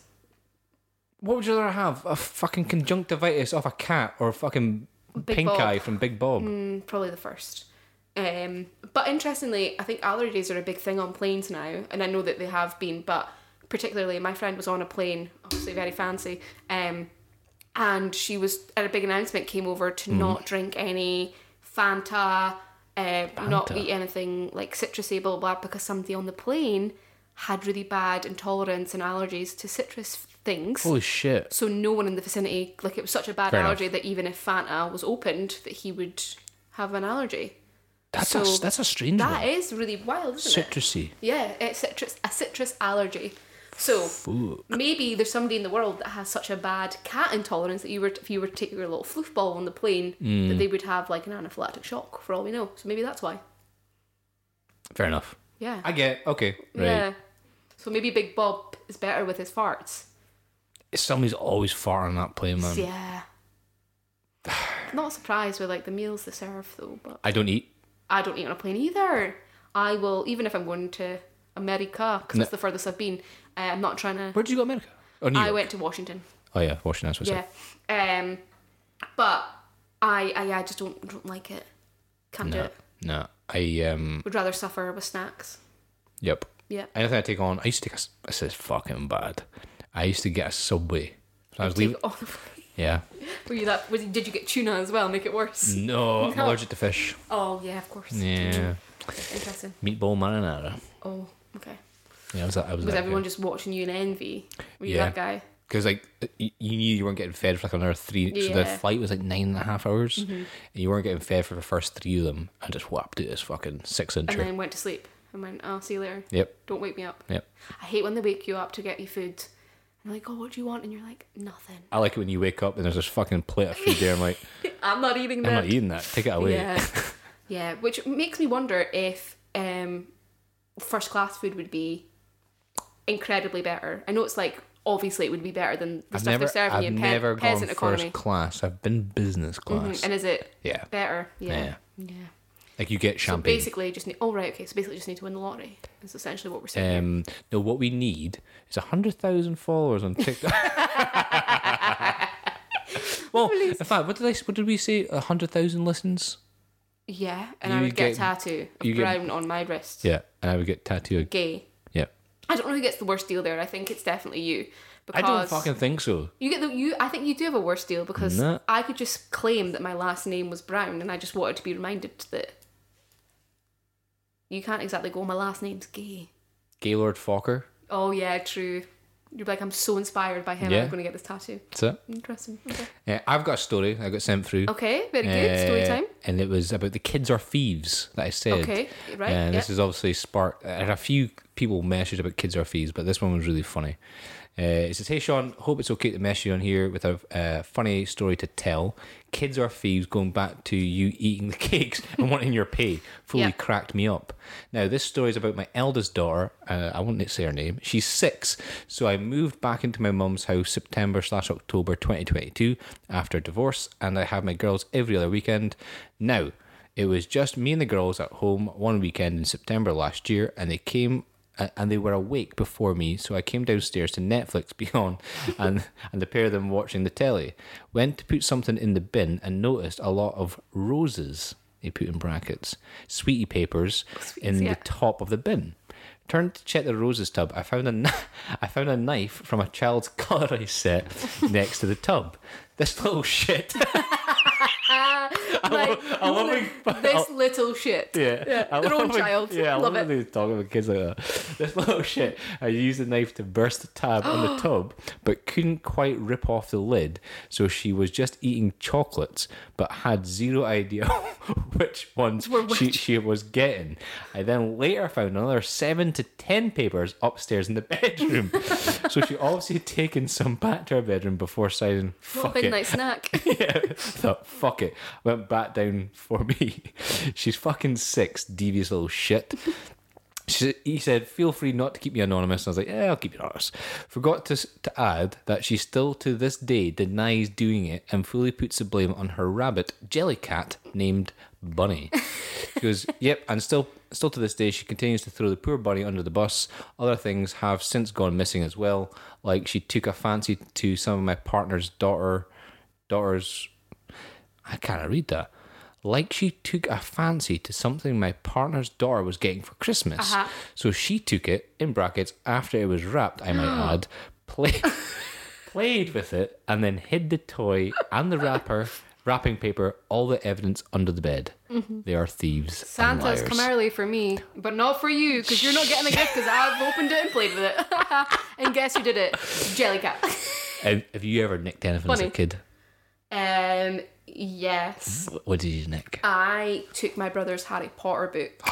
[SPEAKER 3] what would you rather have? A fucking conjunctivitis off a cat or a fucking
[SPEAKER 2] Big
[SPEAKER 3] pink
[SPEAKER 2] Bob.
[SPEAKER 3] eye from Big Bob?
[SPEAKER 2] Mm, Probably the first. Um, but interestingly, I think allergies are a big thing on planes now, and I know that they have been, but particularly my friend was on a plane, obviously very fancy, um, and she was at a big announcement came over to not drink any Fanta, uh, not
[SPEAKER 3] Fanta.
[SPEAKER 2] eat anything like citrusy, blah, blah blah, because somebody on the plane had really bad intolerance and allergies to citrus things.
[SPEAKER 3] Holy shit!
[SPEAKER 2] So no one in the vicinity, like it was such a bad
[SPEAKER 3] Fair enough.
[SPEAKER 2] allergy that even if Fanta was opened, that he would have an allergy.
[SPEAKER 3] That's
[SPEAKER 2] So
[SPEAKER 3] a that's a strange
[SPEAKER 2] That
[SPEAKER 3] one.
[SPEAKER 2] is really wild, isn't it?
[SPEAKER 3] Citrusy.
[SPEAKER 2] Yeah, it's citrus, a citrus allergy. So
[SPEAKER 3] Fuck.
[SPEAKER 2] maybe there's somebody in the world that has such a bad cat intolerance that you were, if you were to take your little floof ball on the plane, that
[SPEAKER 3] Mm.
[SPEAKER 2] they would have like an anaphylactic shock for all we know. So maybe that's why.
[SPEAKER 3] Fair enough.
[SPEAKER 2] Yeah.
[SPEAKER 3] I get. it. Okay. Right.
[SPEAKER 2] Yeah. So maybe Big Bob is better with his farts.
[SPEAKER 3] Somebody's always farting on that plane, man.
[SPEAKER 2] Yeah. Not surprised with like the meals they serve though, but.
[SPEAKER 3] I don't eat.
[SPEAKER 2] I don't eat on a plane either. I will, even if I'm going to America, because
[SPEAKER 3] No.
[SPEAKER 2] that's the furthest I've been, uh, I'm not trying to.
[SPEAKER 3] Where did you go, America? Oh, New
[SPEAKER 2] I
[SPEAKER 3] York.
[SPEAKER 2] went to Washington.
[SPEAKER 3] Oh yeah, Washington. That's what's
[SPEAKER 2] Yeah.
[SPEAKER 3] up.
[SPEAKER 2] Um, but I, I, I just don't, don't like it. Can't do it.
[SPEAKER 3] No, I um.
[SPEAKER 2] Would rather suffer with snacks.
[SPEAKER 3] Yep.
[SPEAKER 2] Yeah.
[SPEAKER 3] Anything I take on, I used to take. A, s- this is fucking bad. I used to get a subway. So I was
[SPEAKER 2] Take
[SPEAKER 3] leaving.
[SPEAKER 2] it all the way.
[SPEAKER 3] Yeah.
[SPEAKER 2] Were you that? Was, did you get tuna as well? Make it worse.
[SPEAKER 3] No, I'm allergic to fish.
[SPEAKER 2] Oh yeah, of course.
[SPEAKER 3] Yeah.
[SPEAKER 2] Interesting.
[SPEAKER 3] Meatball marinara.
[SPEAKER 2] Oh, okay.
[SPEAKER 3] Yeah, I was that. I was,
[SPEAKER 2] Was
[SPEAKER 3] that
[SPEAKER 2] everyone
[SPEAKER 3] guy.
[SPEAKER 2] just watching you in envy? Were you
[SPEAKER 3] Yeah.
[SPEAKER 2] that guy?
[SPEAKER 3] because like y- you knew you weren't getting fed for like another three. So the
[SPEAKER 2] Yeah. Mm-hmm.
[SPEAKER 3] flight was like nine and a half hours, and you weren't getting fed for the first three of them. I just whapped it as fucking six
[SPEAKER 2] And
[SPEAKER 3] incher.
[SPEAKER 2] then went to sleep and went, I'll see you later.
[SPEAKER 3] Yep,
[SPEAKER 2] Don't wake me up.
[SPEAKER 3] yep.
[SPEAKER 2] I hate when they wake you up to get you food. And they're like, oh, what do you want? And you're like, nothing.
[SPEAKER 3] I like it when you wake up and there's this fucking plate of food there. I'm like,
[SPEAKER 2] I'm not eating that.
[SPEAKER 3] I'm not eating that. Take it away.
[SPEAKER 2] Yeah. yeah, which makes me wonder if um, first class food would be incredibly better. I know it's like obviously it would be better than the
[SPEAKER 3] I've
[SPEAKER 2] stuff
[SPEAKER 3] never,
[SPEAKER 2] they're serving
[SPEAKER 3] I've
[SPEAKER 2] you in pe-
[SPEAKER 3] never gone
[SPEAKER 2] peasant
[SPEAKER 3] first
[SPEAKER 2] economy.
[SPEAKER 3] class. I've been business class.
[SPEAKER 2] And is it
[SPEAKER 3] yeah,
[SPEAKER 2] better? Yeah.
[SPEAKER 3] Yeah.
[SPEAKER 2] Yeah.
[SPEAKER 3] like you get
[SPEAKER 2] So
[SPEAKER 3] champagne.
[SPEAKER 2] basically, just need. Oh right, okay. So basically, just need to win the lottery. That's essentially what we're saying.
[SPEAKER 3] Um, no, what we need is hundred thousand followers on TikTok. well, in fact, what did I? What did we say? hundred thousand listens.
[SPEAKER 2] yeah, and I
[SPEAKER 3] you
[SPEAKER 2] would get, a
[SPEAKER 3] get-
[SPEAKER 2] tattoo of
[SPEAKER 3] you get-
[SPEAKER 2] brown on my wrist.
[SPEAKER 3] Yeah, and I would get tattooed.
[SPEAKER 2] Gay.
[SPEAKER 3] Yeah,
[SPEAKER 2] I don't know who gets the worst deal there. I think it's definitely you.
[SPEAKER 3] I
[SPEAKER 2] Because
[SPEAKER 3] don't fucking think so.
[SPEAKER 2] You get the you. I think you do have a worse deal because
[SPEAKER 3] Nah.
[SPEAKER 2] I could just claim that my last name was Brown, and I just wanted to be reminded that you can't exactly go. "Oh, My last name's Gay.
[SPEAKER 3] Gaylord Fokker.
[SPEAKER 2] Oh yeah, true. You're like I'm so inspired by him.
[SPEAKER 3] Yeah.
[SPEAKER 2] I'm going to get this tattoo.
[SPEAKER 3] That's it.
[SPEAKER 2] Interesting. Okay,
[SPEAKER 3] Yeah, I've got a story I got sent through.
[SPEAKER 2] okay very good. Story
[SPEAKER 3] Uh,
[SPEAKER 2] time.
[SPEAKER 3] And it was about the kids are thieves that I said.
[SPEAKER 2] Okay, right,
[SPEAKER 3] And this
[SPEAKER 2] yeah.
[SPEAKER 3] is obviously sparked. I had a few people message about kids are thieves, but this one was really funny. Uh, it says, "Hey Sean, hope it's okay to mess you on here with a uh, funny story to tell. Kids are thieves. Going back to you eating the cakes and wanting your pay fully
[SPEAKER 2] Yeah.
[SPEAKER 3] cracked me up. Now this story is about my eldest daughter. Uh, I won't say her name. She's six, so I moved back into my mum's house September slash October 2022 after divorce, and I have my girls every other weekend. Now it was just me and the girls at home one weekend in September last year, and they came a- and they were awake before me, so I came downstairs to Netflix beyond and and the pair of them watching the telly. Went to put something in the bin and noticed a lot of roses they put in brackets, sweetie papers in
[SPEAKER 2] yeah.
[SPEAKER 3] the top of the bin. Turned to check the roses tub. I found a, kn- I found a knife from a child's cutlery set next to the tub. This little shit.
[SPEAKER 2] Like,
[SPEAKER 3] I love when- Oh.
[SPEAKER 2] this little shit.
[SPEAKER 3] Yeah, I
[SPEAKER 2] their own
[SPEAKER 3] love when-
[SPEAKER 2] child.
[SPEAKER 3] Yeah, I
[SPEAKER 2] Love
[SPEAKER 3] love
[SPEAKER 2] it.
[SPEAKER 3] when they talk about kids like that. This little shit. I used a knife to burst the tab on the tub, but couldn't quite rip off the lid, so she was just eating chocolates, but had zero idea which ones
[SPEAKER 2] Were
[SPEAKER 3] she
[SPEAKER 2] which.
[SPEAKER 3] she was getting. I then later found another seven to ten papers upstairs in the bedroom, so she obviously had taken some back to her bedroom before signing.
[SPEAKER 2] What a
[SPEAKER 3] Fuck it,
[SPEAKER 2] midnight snack.
[SPEAKER 3] yeah, thought fuck it. Went back down for me. She's fucking six, devious little shit. She, he said, "Feel free not to keep me anonymous." And I was like, "Yeah, I'll keep you anonymous." Forgot to s- to add that she still to this day denies doing it and fully puts the blame on her rabbit Jellycat named Bunny. She goes, "Yep," and still still to this day she continues to throw the poor bunny under the bus. Other things have since gone missing as well. Like she took a fancy to some of my partner's daughter daughter's I can't read that. Like she took a fancy to something my partner's daughter was getting for Christmas.
[SPEAKER 2] Uh-huh.
[SPEAKER 3] So she took it, in brackets, after it was wrapped, I might add, play, played with it, and then hid the toy and the wrapper, wrapping paper, all the evidence under the bed. They are thieves. and
[SPEAKER 2] Mm-hmm.
[SPEAKER 3] liars.
[SPEAKER 2] Santa's come early for me, but not for you because you're not getting a gift because I've opened it and played with it. and guess who did it? Jellycat.
[SPEAKER 3] Have, have you ever nicked anything as a
[SPEAKER 2] Funny.
[SPEAKER 3] kid?
[SPEAKER 2] Um. Yes,
[SPEAKER 3] Wh- What did you nick?
[SPEAKER 2] I took my brother's Harry Potter book.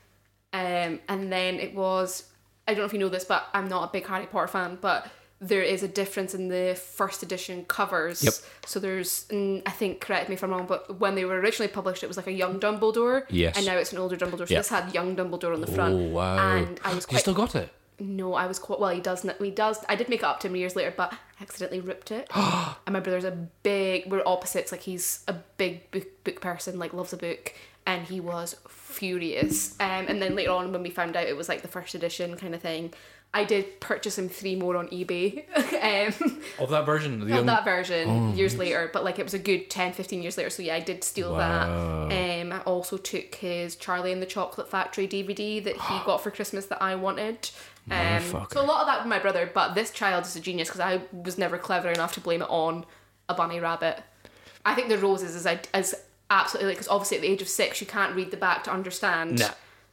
[SPEAKER 2] um, and then it was I don't know if you know this, but I'm not a big Harry Potter fan, but there is a difference in the first edition covers.
[SPEAKER 3] Yep.
[SPEAKER 2] So there's, mm, I think, correct me if I'm wrong, but when they were originally published, it was like a young Dumbledore.
[SPEAKER 3] Yes.
[SPEAKER 2] And now it's an older Dumbledore. So
[SPEAKER 3] Yep.
[SPEAKER 2] this had young Dumbledore on the front.
[SPEAKER 3] Oh wow!
[SPEAKER 2] And I was
[SPEAKER 3] you
[SPEAKER 2] quite
[SPEAKER 3] still got it.
[SPEAKER 2] no, I was quite well. He does. n- He does. I did make it up to him years later, but I accidentally ripped it. and my brother's a big. We're opposites. Like he's a big book book person. Like loves a book, and he was furious. Um, and then later on, when we found out it was like the first edition kind of thing, I did purchase him three more on eBay. um,
[SPEAKER 3] Of that version, the Oh,
[SPEAKER 2] not
[SPEAKER 3] young
[SPEAKER 2] that version years later, but like it was a good 10, 15 years later. So yeah, I did steal
[SPEAKER 3] Wow.
[SPEAKER 2] that. Um, I also took his Charlie and the Chocolate Factory DVD that he got for Christmas that I wanted. Um,
[SPEAKER 3] Motherfucker.
[SPEAKER 2] so a lot of that with my brother, but this child is a genius because I was never clever enough to blame it on a bunny rabbit. I think the roses is is absolutely because obviously at the age of six you can't read the back to understand.
[SPEAKER 3] Nah.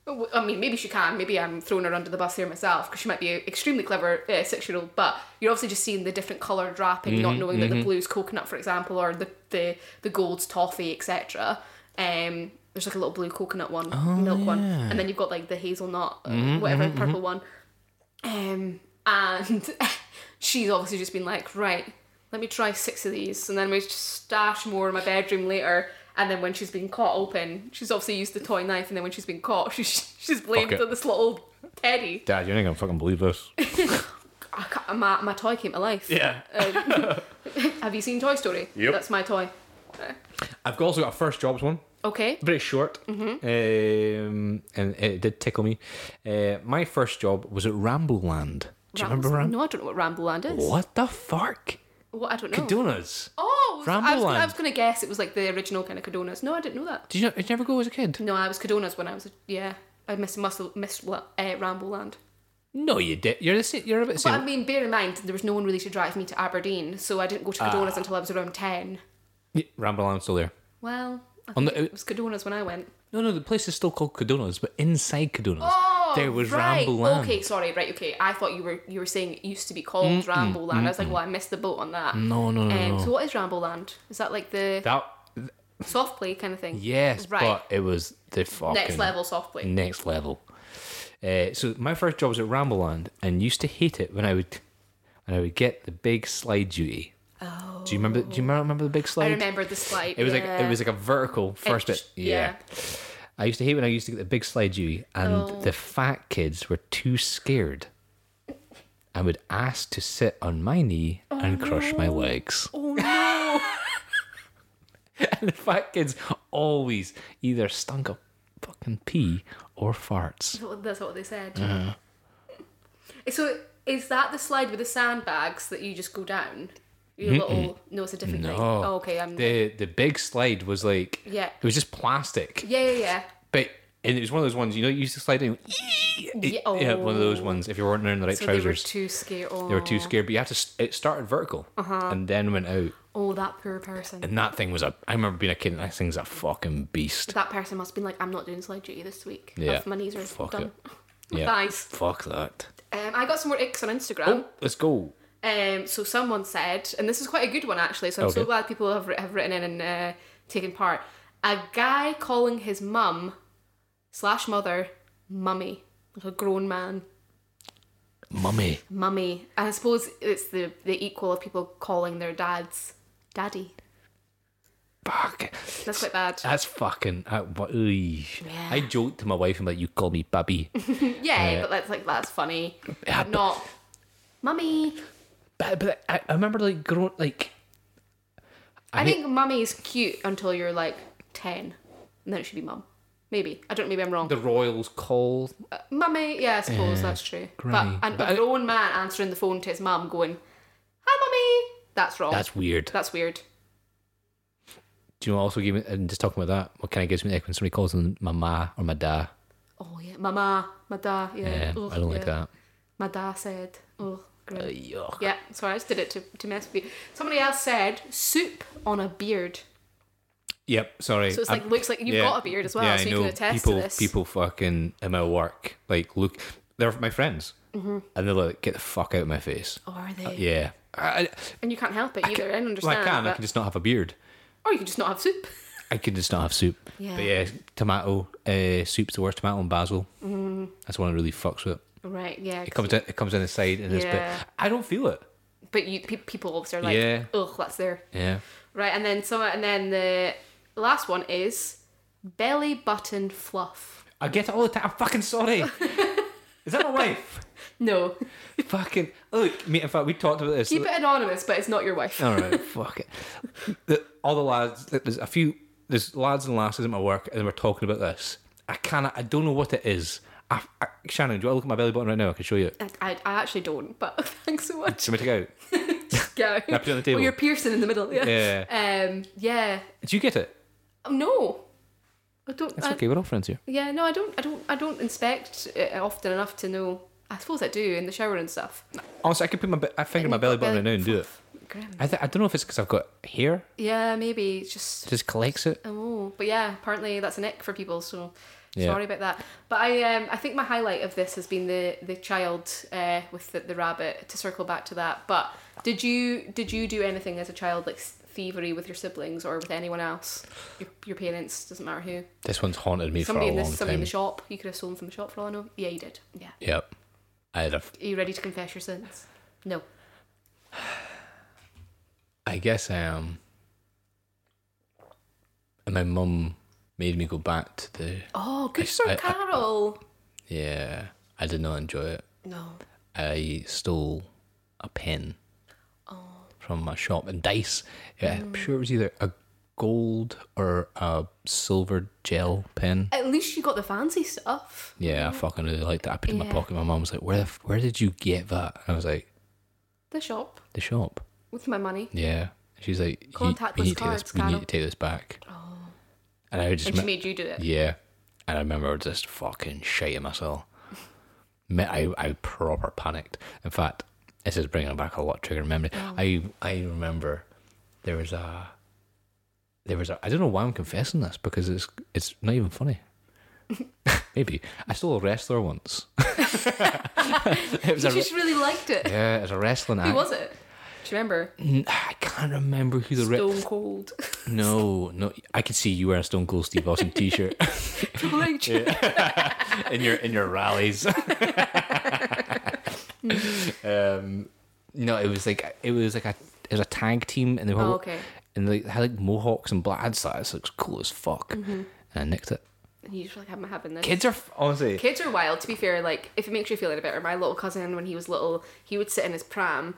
[SPEAKER 2] Well, I mean, maybe she can. Maybe I'm throwing her under the bus here myself because she might be an extremely clever uh, six year old. But you're obviously just seeing the different coloured wrapping, not knowing that the blue's coconut, for example, or the the, the gold's toffee, etc. Um, there's like a little blue coconut one, milk one, and then you've got like the hazelnut, uh, whatever purple one. Um, and she's obviously just been like, right, let me try six of these, and then we just stash more in my bedroom later. And then when she's been caught open, she's obviously used the toy knife, and then when she's been caught, she's she's blamed
[SPEAKER 3] it.
[SPEAKER 2] on this little teddy.
[SPEAKER 3] Dad, you're not gonna fucking believe this.
[SPEAKER 2] I ca- my my toy came to life. Um,
[SPEAKER 3] Yeah.
[SPEAKER 2] Have you seen Toy Story?
[SPEAKER 3] Yep.
[SPEAKER 2] That's my toy.
[SPEAKER 3] I've also got a first jobs one.
[SPEAKER 2] Okay.
[SPEAKER 3] very short,
[SPEAKER 2] Mm-hmm.
[SPEAKER 3] um, and it did tickle me. Uh, my first job was at Ramble Land. Do you
[SPEAKER 2] Rambles-
[SPEAKER 3] remember Ramble?
[SPEAKER 2] No, I don't know what Ramble Land is.
[SPEAKER 3] What the fuck?
[SPEAKER 2] What I don't know.
[SPEAKER 3] Donuts.
[SPEAKER 2] Oh, I was,
[SPEAKER 3] Ramble
[SPEAKER 2] gonna, I
[SPEAKER 3] Land.
[SPEAKER 2] was gonna guess it was like the original kind of Cadonas. No, I didn't know that.
[SPEAKER 3] Did you, not, did you ever go as a kid?
[SPEAKER 2] No, I was Cadonas when I was a, yeah. I missed must have missed well, uh, Ramble Land.
[SPEAKER 3] No, you did. You're the same, You're a bit
[SPEAKER 2] But I
[SPEAKER 3] same.
[SPEAKER 2] mean, bear in mind there was no one really to drive me to Aberdeen, so I didn't go to
[SPEAKER 3] Ah.
[SPEAKER 2] Cadonas until I was around ten.
[SPEAKER 3] Yeah, Ramble Land's still there.
[SPEAKER 2] Well, I
[SPEAKER 3] On
[SPEAKER 2] think
[SPEAKER 3] the- uh,
[SPEAKER 2] it was Cadonas when I went.
[SPEAKER 3] No, no, the place is still called Cadona's, but inside Cadona's there was
[SPEAKER 2] Oh, right.
[SPEAKER 3] Ramble Land.
[SPEAKER 2] Okay, sorry, right, okay. I thought you were you were saying it used to be called Ramble Land. I was like, well, I missed the boat on that.
[SPEAKER 3] No, no, no,
[SPEAKER 2] Um,
[SPEAKER 3] no.
[SPEAKER 2] So what is Ramble Land? Is that like the
[SPEAKER 3] That
[SPEAKER 2] soft play kind of thing?
[SPEAKER 3] yes,
[SPEAKER 2] Right.
[SPEAKER 3] but it was the fucking
[SPEAKER 2] Next level soft play.
[SPEAKER 3] next level. Uh, so my first job was at Rambleland, and used to hate it when I would, when I would get the big slide duty. Oh. Do you remember? Do you remember the big slide?
[SPEAKER 2] I remember the slide. uh,
[SPEAKER 3] It was like
[SPEAKER 2] yeah.
[SPEAKER 3] it was like a vertical first
[SPEAKER 2] Edge,
[SPEAKER 3] bit. Yeah. I used to hate when I used to get the big slide duty, and
[SPEAKER 2] Oh.
[SPEAKER 3] the fat kids were too scared, and would ask to sit on my knee and crush my legs.
[SPEAKER 2] Oh no!
[SPEAKER 3] And the fat kids always either stunk up fucking pee or farts.
[SPEAKER 2] Well, That's what they said.
[SPEAKER 3] Uh-huh.
[SPEAKER 2] So is that the slide with the sandbags that you just go down? Your little no, it's a different thing.
[SPEAKER 3] No.
[SPEAKER 2] Oh, okay, I'm
[SPEAKER 3] the the big slide was like
[SPEAKER 2] Yeah.
[SPEAKER 3] it was just plastic.
[SPEAKER 2] yeah, yeah, yeah.
[SPEAKER 3] But and it was one of those ones you know you used to slide in.
[SPEAKER 2] Yeah,
[SPEAKER 3] yeah, one of those
[SPEAKER 2] oh.
[SPEAKER 3] ones. If you weren't wearing the right
[SPEAKER 2] So they were
[SPEAKER 3] trousers,
[SPEAKER 2] too scared. Oh,
[SPEAKER 3] they were too scared. But you had to. s- It started vertical
[SPEAKER 2] Uh-huh.
[SPEAKER 3] and then went out.
[SPEAKER 2] oh, that poor person.
[SPEAKER 3] And that thing was a. I remember being a kid and that thing's a fucking beast.
[SPEAKER 2] that person must have been like, I'm not doing slide duty this week.
[SPEAKER 3] Yeah.
[SPEAKER 2] My knees are
[SPEAKER 3] Fuck
[SPEAKER 2] done.
[SPEAKER 3] it.
[SPEAKER 2] My
[SPEAKER 3] Yeah.
[SPEAKER 2] thighs.
[SPEAKER 3] Fuck that.
[SPEAKER 2] Um, I got some more icks on Instagram.
[SPEAKER 3] Oh, let's go.
[SPEAKER 2] Um, so someone said, and this is quite a good one actually. So I'm so
[SPEAKER 3] Okay.
[SPEAKER 2] glad people have have written in and uh, taken part. A guy calling his mum slash mother mummy, like a grown man
[SPEAKER 3] Mummy.
[SPEAKER 2] mummy. And I suppose it's the the equal of people calling their dads daddy.
[SPEAKER 3] Fuck.
[SPEAKER 2] That's quite bad.
[SPEAKER 3] That's fucking. I, what, ooh.
[SPEAKER 2] Yeah.
[SPEAKER 3] I joked to my wife and like, you call me Bubby.
[SPEAKER 2] yeah,
[SPEAKER 3] yeah.
[SPEAKER 2] but that's like that's funny.
[SPEAKER 3] Yeah,
[SPEAKER 2] But not mummy.
[SPEAKER 3] but but I, I remember like growing like.
[SPEAKER 2] I,
[SPEAKER 3] hate-
[SPEAKER 2] think mummy is cute until you're like ten, and then it should be mum. Maybe I don't. Maybe I'm wrong.
[SPEAKER 3] the royals call
[SPEAKER 2] Oh. Mummy, yeah, I suppose that's true.
[SPEAKER 3] granny.
[SPEAKER 2] But an,
[SPEAKER 3] But
[SPEAKER 2] a
[SPEAKER 3] I-
[SPEAKER 2] grown man answering the phone to his mum going, Hi, mummy. That's wrong.
[SPEAKER 3] that's weird
[SPEAKER 2] That's weird.
[SPEAKER 3] do you know what also give me and just talking about that what kind of gives me like when somebody calls them my ma or my da
[SPEAKER 2] Oh, yeah. Mama, my da, yeah.
[SPEAKER 3] yeah
[SPEAKER 2] Mm, Ugh,
[SPEAKER 3] i don't like
[SPEAKER 2] yeah.
[SPEAKER 3] that
[SPEAKER 2] My da said, Oh, great.
[SPEAKER 3] yuck
[SPEAKER 2] yeah, sorry, I just did it to, to mess with you. Somebody else said, Soup on a beard.
[SPEAKER 3] yep sorry
[SPEAKER 2] So it's like, looks like you've
[SPEAKER 3] yeah.
[SPEAKER 2] got a beard as well,
[SPEAKER 3] yeah,
[SPEAKER 2] so
[SPEAKER 3] I
[SPEAKER 2] you
[SPEAKER 3] know.
[SPEAKER 2] can attest
[SPEAKER 3] people,
[SPEAKER 2] to this.
[SPEAKER 3] people fucking in my work like look they're my friends
[SPEAKER 2] Mm-hmm.
[SPEAKER 3] and they're like get the fuck out of my face
[SPEAKER 2] Oh, are they?
[SPEAKER 3] yeah I, I-
[SPEAKER 2] And you can't help it either. I, don't
[SPEAKER 3] well,
[SPEAKER 2] understand.
[SPEAKER 3] I can I
[SPEAKER 2] but-
[SPEAKER 3] can just not have a beard
[SPEAKER 2] Or you can just not have soup.
[SPEAKER 3] I could just not have soup
[SPEAKER 2] Yeah.
[SPEAKER 3] but yeah tomato uh, soup's the worst tomato and basil mm.
[SPEAKER 2] Mm-hmm.
[SPEAKER 3] that's one that really fucks with it
[SPEAKER 2] Right, yeah.
[SPEAKER 3] it comes down, it comes down the side and it's
[SPEAKER 2] Yeah.
[SPEAKER 3] but I don't feel it
[SPEAKER 2] But you, pe- people obviously are like,
[SPEAKER 3] Yeah.
[SPEAKER 2] Ugh, that's there.
[SPEAKER 3] yeah
[SPEAKER 2] Right, and then so and then the last one is belly button fluff.
[SPEAKER 3] I get it all the time. I'm fucking sorry. Is that my wife?
[SPEAKER 2] No.
[SPEAKER 3] fucking look, mate. In fact, we talked about this.
[SPEAKER 2] Keep it anonymous, but it's not your wife.
[SPEAKER 3] All right, fuck it. The, all the lads, there's a few, there's lads and lasses at my work, and we're talking about this. I cannot. I don't know what it is. I, I, Shannon, do you want to look at my belly button right now? I can show you. it.
[SPEAKER 2] I, I, I actually don't, but thanks so much.
[SPEAKER 3] Somebody take it out.
[SPEAKER 2] Yeah.
[SPEAKER 3] I put it on the table?
[SPEAKER 2] Well, you're piercing in the middle. Yeah. Um. Yeah.
[SPEAKER 3] Do you get it?
[SPEAKER 2] Um, No. I don't.
[SPEAKER 3] It's
[SPEAKER 2] I-
[SPEAKER 3] okay. We're all friends here.
[SPEAKER 2] Yeah. No, I don't. I don't. I don't inspect it often enough to know. I suppose I do in the shower and stuff.
[SPEAKER 3] Honestly, I could put my, be- I finger in my belly button right now and do it.
[SPEAKER 2] Grim.
[SPEAKER 3] I, th- I don't know if it's because I've got hair,
[SPEAKER 2] Yeah. Maybe it's just.
[SPEAKER 3] just collects it.
[SPEAKER 2] Oh, but yeah, apparently that's an ick for people. So
[SPEAKER 3] Yeah.
[SPEAKER 2] Sorry about that. But I um I think my highlight of this has been the the child uh, with the, the rabbit. To circle back to that, but did you did you do anything as a child like s- thievery with your siblings or with anyone else? Your, your parents doesn't matter who.
[SPEAKER 3] This one's haunted me
[SPEAKER 2] Somebody
[SPEAKER 3] for
[SPEAKER 2] in
[SPEAKER 3] a
[SPEAKER 2] this
[SPEAKER 3] long
[SPEAKER 2] somebody in
[SPEAKER 3] time.
[SPEAKER 2] the shop. You could have stolen from the shop for all I know. Yeah, you did. Yeah.
[SPEAKER 3] Yep. I had a f-
[SPEAKER 2] Are you ready to confess your sins? No.
[SPEAKER 3] I guess I am. And my mum made me go back to the.
[SPEAKER 2] Oh, good
[SPEAKER 3] I-
[SPEAKER 2] for
[SPEAKER 3] I- I-
[SPEAKER 2] Carol.
[SPEAKER 3] Yeah, I did not enjoy it.
[SPEAKER 2] no.
[SPEAKER 3] I stole a pen
[SPEAKER 2] Oh.
[SPEAKER 3] from a shop and dice. Yeah,
[SPEAKER 2] Mm.
[SPEAKER 3] I'm sure it was either a gold or a silver gel pen.
[SPEAKER 2] At least you got the fancy stuff.
[SPEAKER 3] Yeah, I fucking really liked that. I put it in my
[SPEAKER 2] Yeah.
[SPEAKER 3] pocket. My mum was like, "Where the f- where did you get that?" And I was like,
[SPEAKER 2] The shop
[SPEAKER 3] "The shop."
[SPEAKER 2] with my money.
[SPEAKER 3] Yeah. And She's like, "You-
[SPEAKER 2] Contactless
[SPEAKER 3] "We need to take
[SPEAKER 2] cards,
[SPEAKER 3] this. We need
[SPEAKER 2] Carol.
[SPEAKER 3] to take this back." Oh. And I just
[SPEAKER 2] And she
[SPEAKER 3] me-
[SPEAKER 2] made you do it.
[SPEAKER 3] yeah, and I remember just fucking shitting myself. Me- I I proper panicked. In fact, this is bringing back a lot of trigger memory. I
[SPEAKER 2] Mm.
[SPEAKER 3] I remember there was a there was a I don't know why I'm confessing this because it's it's not even funny. Maybe I stole a wrestler once. it was
[SPEAKER 2] You
[SPEAKER 3] a,
[SPEAKER 2] just really liked it.
[SPEAKER 3] yeah, it was a wrestling
[SPEAKER 2] Who
[SPEAKER 3] act.
[SPEAKER 2] was it? Do you remember?
[SPEAKER 3] I can't remember who the re-
[SPEAKER 2] Stone Cold.
[SPEAKER 3] no no. I could see you wearing a Stone Cold Steve Austin T-shirt.
[SPEAKER 2] Triple H.
[SPEAKER 3] in your in your rallies. um, no, it was like it was like a it was a tag team, and they were
[SPEAKER 2] Oh,
[SPEAKER 3] all-
[SPEAKER 2] okay.
[SPEAKER 3] and they had like mohawks and black. I just thought this looks cool as fuck,
[SPEAKER 2] Mm-hmm.
[SPEAKER 3] and I nicked it.
[SPEAKER 2] And you just like haven't having this.
[SPEAKER 3] Kids are f- honestly.
[SPEAKER 2] Kids are wild, to be fair. Like, if it makes you feel any better, my little cousin, when he was little, he would sit in his pram.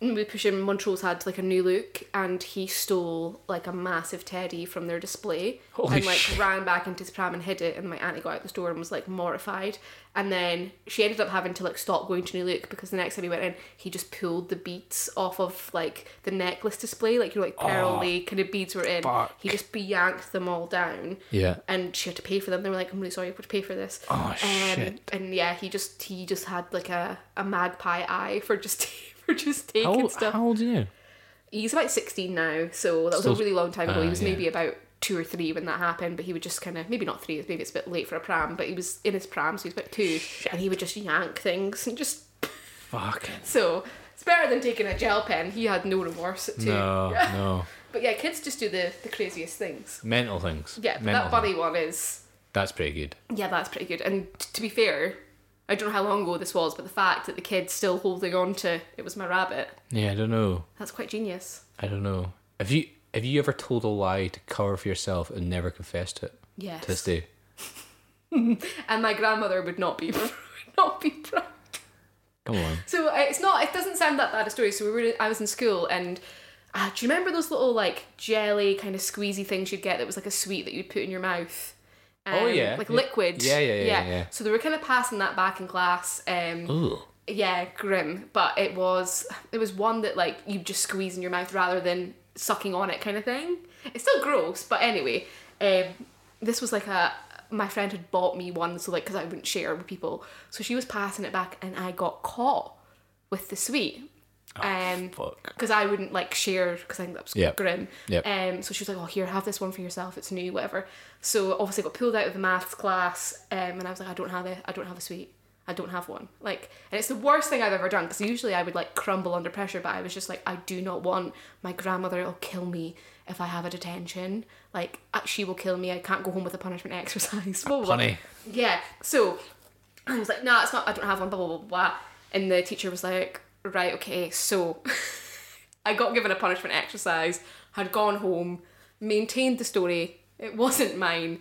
[SPEAKER 2] And we push him, Montrose had like a new look, and he stole like a massive teddy from their display
[SPEAKER 3] Holy
[SPEAKER 2] and like
[SPEAKER 3] shit.
[SPEAKER 2] ran back into his pram and hid it. And my auntie got out the store and was like mortified. And then she ended up having to like stop going to New Look because the next time he went in, he just pulled the beads off of like the necklace display, like you know, like pearl lake kind of beads were in.
[SPEAKER 3] Ah, fuck.
[SPEAKER 2] He just yanked them all down
[SPEAKER 3] Yeah.
[SPEAKER 2] and she had to pay for them. They were like, "I'm really sorry, you have to pay for this." Um,
[SPEAKER 3] Oh, shit.
[SPEAKER 2] And yeah, he just he just had like a, a magpie eye for just for just taking
[SPEAKER 3] How old,
[SPEAKER 2] stuff.
[SPEAKER 3] how old are you?
[SPEAKER 2] He's about sixteen now, so that was
[SPEAKER 3] Still-
[SPEAKER 2] a really long time ago.
[SPEAKER 3] Ah,
[SPEAKER 2] he was
[SPEAKER 3] yeah.
[SPEAKER 2] maybe about two or three when that happened, but he would just kind of maybe not three, maybe it's a bit late for a pram, but he was in his pram, so he was about two, and he would just yank things and just
[SPEAKER 3] Fuck.
[SPEAKER 2] so. It's better than taking a gel pen. He had no remorse at two.
[SPEAKER 3] No, no.
[SPEAKER 2] But yeah, kids just do the, the craziest things.
[SPEAKER 3] Mental things.
[SPEAKER 2] Yeah, but
[SPEAKER 3] Mental
[SPEAKER 2] that
[SPEAKER 3] things.
[SPEAKER 2] bunny one is
[SPEAKER 3] That's pretty good.
[SPEAKER 2] Yeah, that's pretty good. And t- to be fair, I don't know how long ago this was, but the fact that the kid's still holding on to it was my rabbit,
[SPEAKER 3] Yeah, I don't know.
[SPEAKER 2] that's quite genius.
[SPEAKER 3] I don't know. Have you have you ever told a lie to cover for yourself and never confessed it
[SPEAKER 2] Yes.
[SPEAKER 3] to this day?
[SPEAKER 2] And my grandmother would not be would not be proud.
[SPEAKER 3] Come on.
[SPEAKER 2] So uh, it's not. It doesn't sound that bad a story. So we were. I was in school, and uh, do you remember those little like jelly kind of squeezy things you'd get that was like a sweet that you'd put in your mouth? Um,
[SPEAKER 3] Oh, yeah.
[SPEAKER 2] like
[SPEAKER 3] Yeah.
[SPEAKER 2] liquid.
[SPEAKER 3] Yeah, yeah, yeah, yeah.
[SPEAKER 2] So they were kind of passing that back in class. Um,
[SPEAKER 3] Ooh.
[SPEAKER 2] yeah grim but it was it was one that like you just squeeze in your mouth rather than sucking on it kind of thing it's still gross but anyway um this was like a my friend had bought me one so like because i wouldn't share with people so she was passing it back and i got caught with the sweet um
[SPEAKER 3] fuck.
[SPEAKER 2] because i wouldn't like share because i think that was
[SPEAKER 3] Yep.
[SPEAKER 2] grim
[SPEAKER 3] Yep.
[SPEAKER 2] um so she was like oh here have this one for yourself it's new whatever so obviously I got pulled out of the maths class um and i was like i don't have it i don't have a sweet i don't have one like and it's the worst thing i've ever done because usually i would like crumble under pressure but i was just like i do not want my grandmother will kill me if i have a detention like uh, she will kill me i can't go home with a punishment exercise Blah, blah, blah.
[SPEAKER 3] Funny.
[SPEAKER 2] Yeah. So I was like, no, it's not. I don't have one. Blah blah blah blah. And the teacher was like, right, okay. So I got given a punishment exercise. Had gone home, maintained the story. It wasn't mine.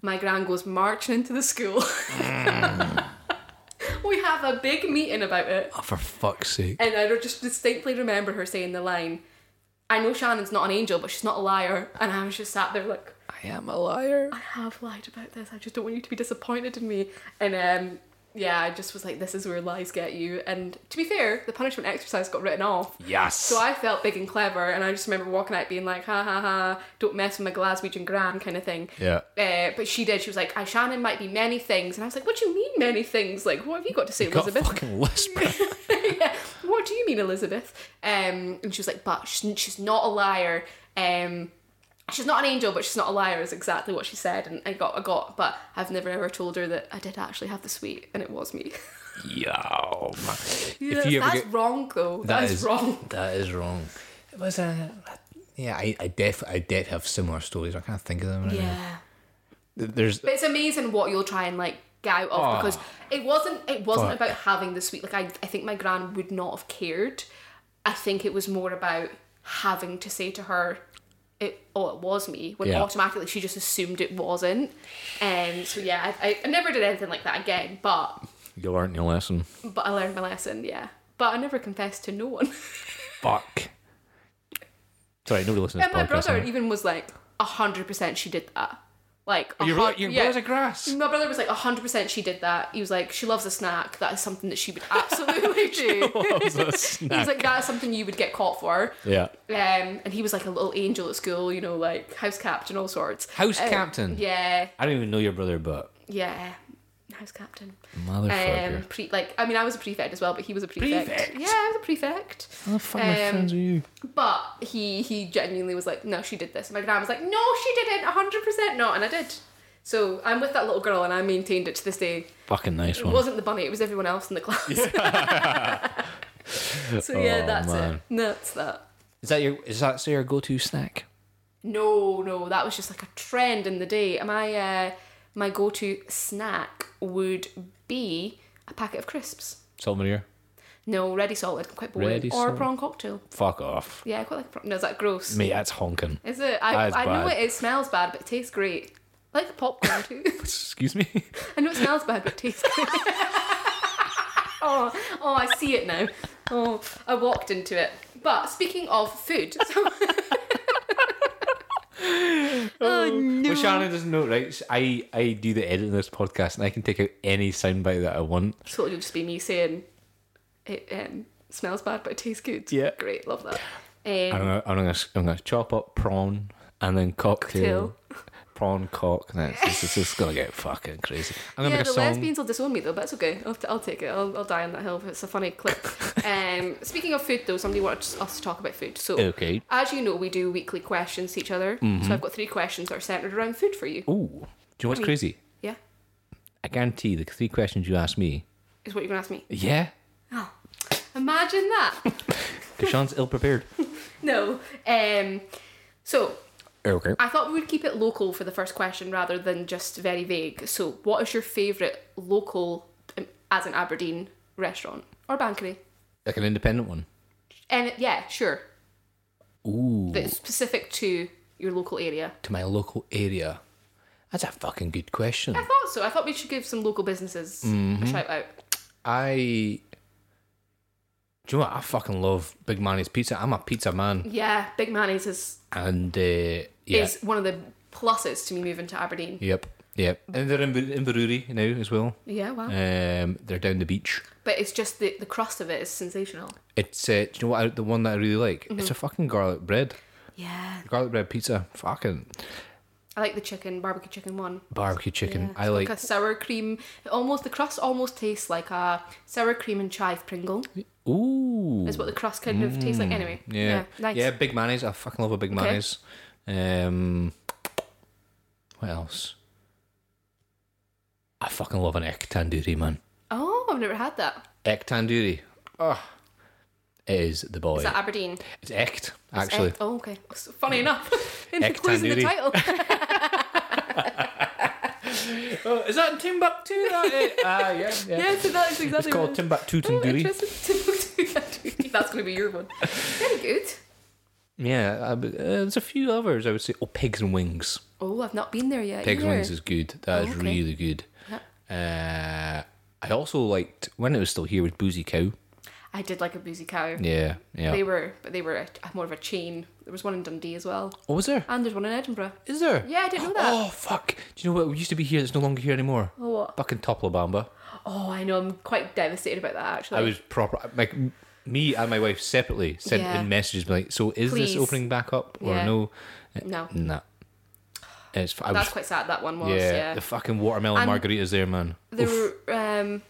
[SPEAKER 2] My gran goes marching into the school. we have a big meeting about it.
[SPEAKER 3] Oh, for fuck's sake.
[SPEAKER 2] And I just distinctly remember her saying the line, I know Shannon's not an angel, but she's not a liar. And I was just sat there like,
[SPEAKER 3] I am a liar.
[SPEAKER 2] have lied about this. I just don't want you to be disappointed in me. And um, yeah, I just was like, this is where lies get you. And to be fair, the punishment exercise got written off.
[SPEAKER 3] Yes.
[SPEAKER 2] So I felt big and clever, and I just remember walking out being like, ha ha ha, don't mess with my Glaswegian gran kind of thing.
[SPEAKER 3] Yeah.
[SPEAKER 2] Uh, but she did. She was like, I Shannon might be many things. And I was like, what do you mean many things? Like, what have you got to say,
[SPEAKER 3] got
[SPEAKER 2] Elizabeth?
[SPEAKER 3] fucking whisper.
[SPEAKER 2] yeah. What do you mean, Elizabeth? Um, and she was like, but she's, she's not a liar. Um, she's not an angel, but she's not a liar is exactly what she said, and I got I got, but I've never ever told her that I did actually have the sweet and it was me.
[SPEAKER 3] Yo, man.
[SPEAKER 2] Yeah,
[SPEAKER 3] if you ever
[SPEAKER 2] that's
[SPEAKER 3] get,
[SPEAKER 2] wrong though.
[SPEAKER 3] that
[SPEAKER 2] that's
[SPEAKER 3] is-
[SPEAKER 2] wrong. uh,
[SPEAKER 3] That is wrong. It was a. Yeah, I, I def I def have similar stories. I can't think of them. Right now.
[SPEAKER 2] Yeah.
[SPEAKER 3] There's
[SPEAKER 2] But it's amazing what you'll try and like get out of
[SPEAKER 3] Aw.
[SPEAKER 2] because it wasn't it wasn't
[SPEAKER 3] Ah. Fuck.
[SPEAKER 2] about having the sweet like I I think my gran would not have cared. I think it was more about having to say to her it oh it was me when
[SPEAKER 3] Yeah.
[SPEAKER 2] automatically she just assumed it wasn't. And so yeah, I, I, I never did anything like that again, but
[SPEAKER 3] you learnt your lesson.
[SPEAKER 2] but I learned my lesson, yeah. But I never confessed to no one.
[SPEAKER 3] Fuck. Sorry, nobody listens to
[SPEAKER 2] and
[SPEAKER 3] this
[SPEAKER 2] my
[SPEAKER 3] podcast.
[SPEAKER 2] brother
[SPEAKER 3] now.
[SPEAKER 2] even was like hundred percent she did that. Like a
[SPEAKER 3] Your,
[SPEAKER 2] hun-
[SPEAKER 3] brother- your
[SPEAKER 2] yeah.
[SPEAKER 3] brother's a grass.
[SPEAKER 2] My brother was like, 100% she did that. He was like, she loves a snack. That is something that she would absolutely do. He's like, that is something you would get caught for.
[SPEAKER 3] yeah.
[SPEAKER 2] Um, and he was like a little angel at school, you know, like house captain, all sorts.
[SPEAKER 3] House
[SPEAKER 2] Um,
[SPEAKER 3] captain?
[SPEAKER 2] Yeah,
[SPEAKER 3] I don't even know your brother, but
[SPEAKER 2] yeah. House captain.
[SPEAKER 3] motherfucker.
[SPEAKER 2] Um, pre- like, I mean, I was a prefect as well, but he was a prefect.
[SPEAKER 3] Prefect?
[SPEAKER 2] Yeah, I was a prefect.
[SPEAKER 3] How the fuck my
[SPEAKER 2] um,
[SPEAKER 3] friends are you?
[SPEAKER 2] But he he genuinely was like, no, she did this. And my grandma was like, no, she didn't, 100% not. And I did. So I'm with that little girl and I maintained it to this day.
[SPEAKER 3] Fucking nice
[SPEAKER 2] It
[SPEAKER 3] one.
[SPEAKER 2] wasn't the bunny, it was everyone else in the class. so yeah,
[SPEAKER 3] Oh,
[SPEAKER 2] that's
[SPEAKER 3] man.
[SPEAKER 2] it. That's that.
[SPEAKER 3] Is that your is that your go to snack?
[SPEAKER 2] No, no, that was just like a trend in the day. My uh, my go to snack would be a packet of crisps.
[SPEAKER 3] Salt and vinegar?
[SPEAKER 2] No, ready salted, quite boring.
[SPEAKER 3] Ready
[SPEAKER 2] or
[SPEAKER 3] salted.
[SPEAKER 2] a prawn cocktail.
[SPEAKER 3] Fuck off.
[SPEAKER 2] Yeah, I quite like prawn. No, is that gross?
[SPEAKER 3] Mate, that's honking.
[SPEAKER 2] Is it?
[SPEAKER 3] That
[SPEAKER 2] I,
[SPEAKER 3] is
[SPEAKER 2] I know
[SPEAKER 3] bad.
[SPEAKER 2] it, it smells bad, but it tastes great. I like popcorn too.
[SPEAKER 3] Excuse me?
[SPEAKER 2] I know it smells bad, but it tastes good. oh, oh, I see it now. Oh, I walked into it. But speaking of food, so-
[SPEAKER 3] Well, Shannon doesn't know, right? Sh- I, I do the editing of this podcast and I can take out any soundbite that I want.
[SPEAKER 2] so it'll just be me saying it um, smells bad, but it tastes good.
[SPEAKER 3] Yeah.
[SPEAKER 2] Great, love that.
[SPEAKER 3] I'm
[SPEAKER 2] Um,
[SPEAKER 3] gonna, I'm gonna, I'm gonna chop up prawn and then cocktail. Prawn cock. And it's, it's, it's just gonna get fucking crazy. I'm gonna
[SPEAKER 2] yeah,
[SPEAKER 3] make
[SPEAKER 2] the
[SPEAKER 3] a song.
[SPEAKER 2] lesbians will disown me though, but it's okay. I'll, t- I'll take it. I'll, I'll die on that hill if it's a funny clip. um, speaking of food though, somebody wanted us to talk about food. So,
[SPEAKER 3] Okay. Mm-hmm.
[SPEAKER 2] as you know, we do weekly questions to each other. So, I've got three questions that are centered around food for you.
[SPEAKER 3] Ooh, do you know what's crazy?
[SPEAKER 2] Yeah?
[SPEAKER 3] I guarantee the three questions you asked me.
[SPEAKER 2] Is what you're going to ask me.
[SPEAKER 3] Yeah,
[SPEAKER 2] Oh, imagine that.
[SPEAKER 3] because Sean's ill prepared.
[SPEAKER 2] no. Um, so
[SPEAKER 3] Oh, Okay.
[SPEAKER 2] I thought we would keep it local for the first question rather than just very vague. So, what is your favourite local, um, as in Aberdeen, restaurant or bankery?
[SPEAKER 3] Like an independent one.
[SPEAKER 2] And yeah, sure,
[SPEAKER 3] Ooh,
[SPEAKER 2] that's specific to your local area.
[SPEAKER 3] to my local area. That's a fucking good question.
[SPEAKER 2] I thought so. I thought we should give some local businesses
[SPEAKER 3] Mm-hmm.
[SPEAKER 2] a shout out.
[SPEAKER 3] I. Do you know what? I fucking love Big Manny's Pizza. I'm a pizza man.
[SPEAKER 2] Yeah, Big Manny's is
[SPEAKER 3] And, uh, yeah.
[SPEAKER 2] is one of the pluses to me moving to Aberdeen.
[SPEAKER 3] Yep. Yep. And they're in, Inver- Inverurie now as well.
[SPEAKER 2] Yeah, wow.
[SPEAKER 3] Um, they're down the beach.
[SPEAKER 2] But it's just the the crust of it is sensational.
[SPEAKER 3] It's, uh, do you know what? I, the one that I really like? It's a fucking garlic bread.
[SPEAKER 2] Mm-hmm. Yeah,
[SPEAKER 3] Garlic bread pizza. Fucking
[SPEAKER 2] I like the chicken barbecue chicken one.
[SPEAKER 3] barbecue chicken.
[SPEAKER 2] Yeah,
[SPEAKER 3] I
[SPEAKER 2] it's
[SPEAKER 3] like.
[SPEAKER 2] a sour cream. Almost the crust almost tastes like a sour cream and chive Pringle.
[SPEAKER 3] Ooh.
[SPEAKER 2] Is what the crust kind of tastes like. Anyway,
[SPEAKER 3] Mm, Yeah.
[SPEAKER 2] nice.
[SPEAKER 3] Yeah, big mayonnaise. I fucking love a big mayonnaise. Um, what else? I fucking love an egg tandoori, man.
[SPEAKER 2] Oh, I've never had that.
[SPEAKER 3] Egg tandoori. Oh, it is the boy.
[SPEAKER 2] Is that Aberdeen?
[SPEAKER 3] it's echt, actually.
[SPEAKER 2] Eh, oh, okay. S- Funny enough, in the
[SPEAKER 3] Egg
[SPEAKER 2] clues in the
[SPEAKER 3] tandoori.
[SPEAKER 2] title.
[SPEAKER 3] Oh, is that in Timbuktu? That Ah, yeah, yeah.
[SPEAKER 2] yeah, so that's exactly.
[SPEAKER 3] It's called
[SPEAKER 2] what-
[SPEAKER 3] Timbuktu
[SPEAKER 2] Oh,
[SPEAKER 3] tandoori.
[SPEAKER 2] interesting. Timbuktu tandoori. That's going to be your one. Very good.
[SPEAKER 3] Yeah, I- uh, there's a few others I would say. Oh, pigs and wings.
[SPEAKER 2] Oh, I've not been there yet.
[SPEAKER 3] Pigs
[SPEAKER 2] either.
[SPEAKER 3] Wings is good. That is
[SPEAKER 2] Oh, okay.
[SPEAKER 3] really good. Uh, I also liked when it was still here was Boozy Cow.
[SPEAKER 2] I did like a boozy cow.
[SPEAKER 3] Yeah, yeah.
[SPEAKER 2] They were, but they were a, a- more of a chain. There was one in Dundee as well,
[SPEAKER 3] oh, was there?
[SPEAKER 2] and there's one in Edinburgh.
[SPEAKER 3] Is there?
[SPEAKER 2] Yeah, I didn't know that.
[SPEAKER 3] Oh fuck! Do you know what used to be here that's no longer here anymore?
[SPEAKER 2] Oh, what?
[SPEAKER 3] Fucking Toplobamba.
[SPEAKER 2] Oh, I know. I'm quite devastated about that. Actually,
[SPEAKER 3] I was proper like m- me and my wife separately sent
[SPEAKER 2] Yeah.
[SPEAKER 3] in messages like, so is
[SPEAKER 2] Please.
[SPEAKER 3] this opening back up or
[SPEAKER 2] Yeah.
[SPEAKER 3] no?
[SPEAKER 2] no.
[SPEAKER 3] Nah. It's f- I
[SPEAKER 2] That's
[SPEAKER 3] was,
[SPEAKER 2] quite sad. That one was.
[SPEAKER 3] yeah,
[SPEAKER 2] Yeah.
[SPEAKER 3] the fucking watermelon
[SPEAKER 2] And-
[SPEAKER 3] margaritas there, man.
[SPEAKER 2] there,
[SPEAKER 3] Oof.
[SPEAKER 2] were, um,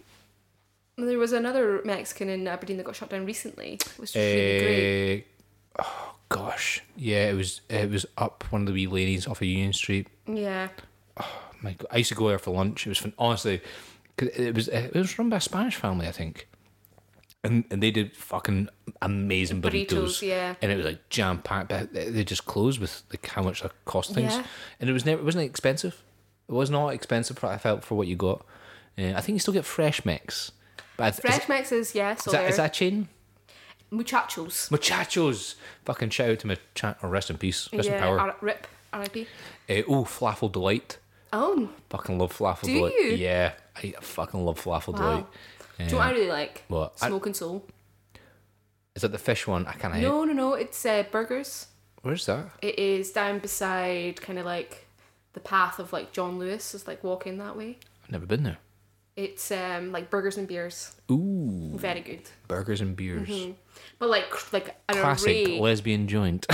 [SPEAKER 2] there was another Mexican in Aberdeen that got shot down recently. It was really great.
[SPEAKER 3] Eh, oh gosh, Yeah, it was it was up one of the wee lanes off of Union Street.
[SPEAKER 2] Yeah.
[SPEAKER 3] My God, I used to go there for lunch. It was fun. honestly, 'cause it was it was run by a Spanish family, I think, and and they did fucking amazing burritos.
[SPEAKER 2] Burritos, yeah.
[SPEAKER 3] and it was like jam packed. But they they just closed with like how much they cost things,
[SPEAKER 2] Yeah.
[SPEAKER 3] and it was never it wasn't expensive. It was not expensive. For, I felt for what you got. Uh, I think you still get fresh mix, but I-
[SPEAKER 2] Fresh mixes, yeah, so
[SPEAKER 3] is, that,
[SPEAKER 2] there.
[SPEAKER 3] is that a chain?
[SPEAKER 2] Muchachos.
[SPEAKER 3] Muchachos, fucking shout out to my chat. Or rest in peace, rest in
[SPEAKER 2] yeah,
[SPEAKER 3] power.
[SPEAKER 2] R- rip, RIP.
[SPEAKER 3] Uh, oh, Flaffle Delight.
[SPEAKER 2] Oh,
[SPEAKER 3] Fucking love Flaffle
[SPEAKER 2] Do
[SPEAKER 3] Delight.
[SPEAKER 2] you?
[SPEAKER 3] Yeah, I fucking love Flaffle Delight.
[SPEAKER 2] wow. Do you know what I really like?
[SPEAKER 3] What? I-
[SPEAKER 2] Smoke and Soul.
[SPEAKER 3] Is that the fish one? I can't hate.
[SPEAKER 2] No, no, no. It's uh, burgers.
[SPEAKER 3] Where's that?
[SPEAKER 2] It is down beside kind of like the path of like John Lewis. It's like walking that way.
[SPEAKER 3] I've never been there.
[SPEAKER 2] It's um like burgers and beers.
[SPEAKER 3] Ooh,
[SPEAKER 2] Very good.
[SPEAKER 3] burgers and beers.
[SPEAKER 2] Mm-hmm. But like cr- like an
[SPEAKER 3] Classic
[SPEAKER 2] array.
[SPEAKER 3] lesbian joint.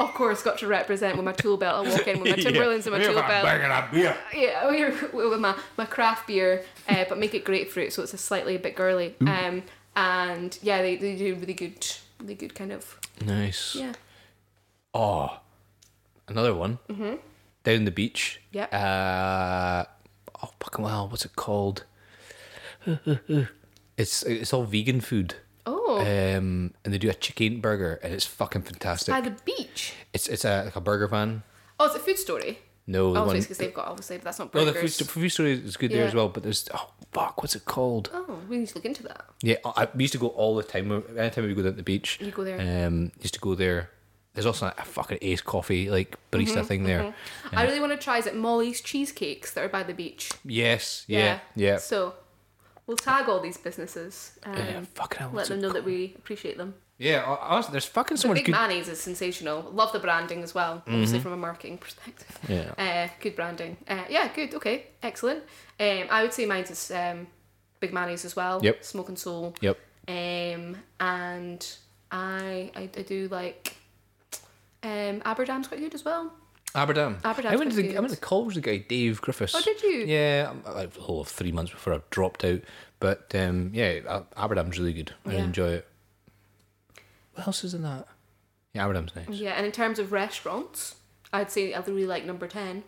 [SPEAKER 2] of course, got to represent with my tool belt. I walk in with my Timberlands and my tool belt.
[SPEAKER 3] beer.
[SPEAKER 2] Yeah, we're with my, my craft beer, uh, but make it grapefruit, so it's a slightly a bit girly. Um, and yeah, they, they do really good, really good kind of
[SPEAKER 3] Nice.
[SPEAKER 2] yeah.
[SPEAKER 3] Oh, another one. Mm-hmm. Down the beach.
[SPEAKER 2] Yep.
[SPEAKER 3] Uh, oh, fucking well, what's it called? it's it's all vegan food.
[SPEAKER 2] Oh,
[SPEAKER 3] Um, and they do a chicken burger, and it's fucking fantastic.
[SPEAKER 2] by the beach.
[SPEAKER 3] It's it's a like a burger van.
[SPEAKER 2] Oh, it's a food story.
[SPEAKER 3] No, the
[SPEAKER 2] Oh,
[SPEAKER 3] one.
[SPEAKER 2] it's because they've got obviously, but that's not
[SPEAKER 3] No,
[SPEAKER 2] burgers.
[SPEAKER 3] Oh, the food, st- food store is good there
[SPEAKER 2] Yeah.
[SPEAKER 3] as well, but there's oh fuck, what's it called?
[SPEAKER 2] Oh, we need to look into that.
[SPEAKER 3] Yeah, I, I- we used to go all the time. Anytime we go down to the beach,
[SPEAKER 2] You go there.
[SPEAKER 3] Um, used to go there. There's also a fucking Ace Coffee like barista
[SPEAKER 2] Mm-hmm,
[SPEAKER 3] thing there.
[SPEAKER 2] I really want to try is it Molly's cheesecakes that are by the beach.
[SPEAKER 3] Yes, yeah, yeah. Uh,
[SPEAKER 2] So we'll tag all these businesses. Um,
[SPEAKER 3] Yeah, fucking hell,
[SPEAKER 2] let
[SPEAKER 3] what's
[SPEAKER 2] them
[SPEAKER 3] it
[SPEAKER 2] know that we appreciate them.
[SPEAKER 3] yeah, hon- honestly, there's fucking so much
[SPEAKER 2] Big
[SPEAKER 3] good. Mm-hmm.
[SPEAKER 2] mayonnaise is sensational. Love the branding as well, obviously from a marketing perspective.
[SPEAKER 3] Yeah.
[SPEAKER 2] Uh, good branding. Uh, yeah, good. Okay, excellent. Um, I would say mine's is um, big mayonnaise as well.
[SPEAKER 3] Yep.
[SPEAKER 2] Smoke and soul.
[SPEAKER 3] Yep.
[SPEAKER 2] Um, and I, I I do like um Aberdam's quite good as well.
[SPEAKER 3] Aberdeen.
[SPEAKER 2] Aberdeen's
[SPEAKER 3] I went to
[SPEAKER 2] quite
[SPEAKER 3] the, I
[SPEAKER 2] good.
[SPEAKER 3] went to college with the guy Dave Griffiths.
[SPEAKER 2] Oh, did you?
[SPEAKER 3] Yeah, um, like the whole of three months before I dropped out. But um, yeah, Ab- Aberdeen's really good. I
[SPEAKER 2] Yeah.
[SPEAKER 3] enjoy it. What else is in that? Yeah, Aberdeen's nice.
[SPEAKER 2] Yeah, and in terms of restaurants, I'd say I really like number ten.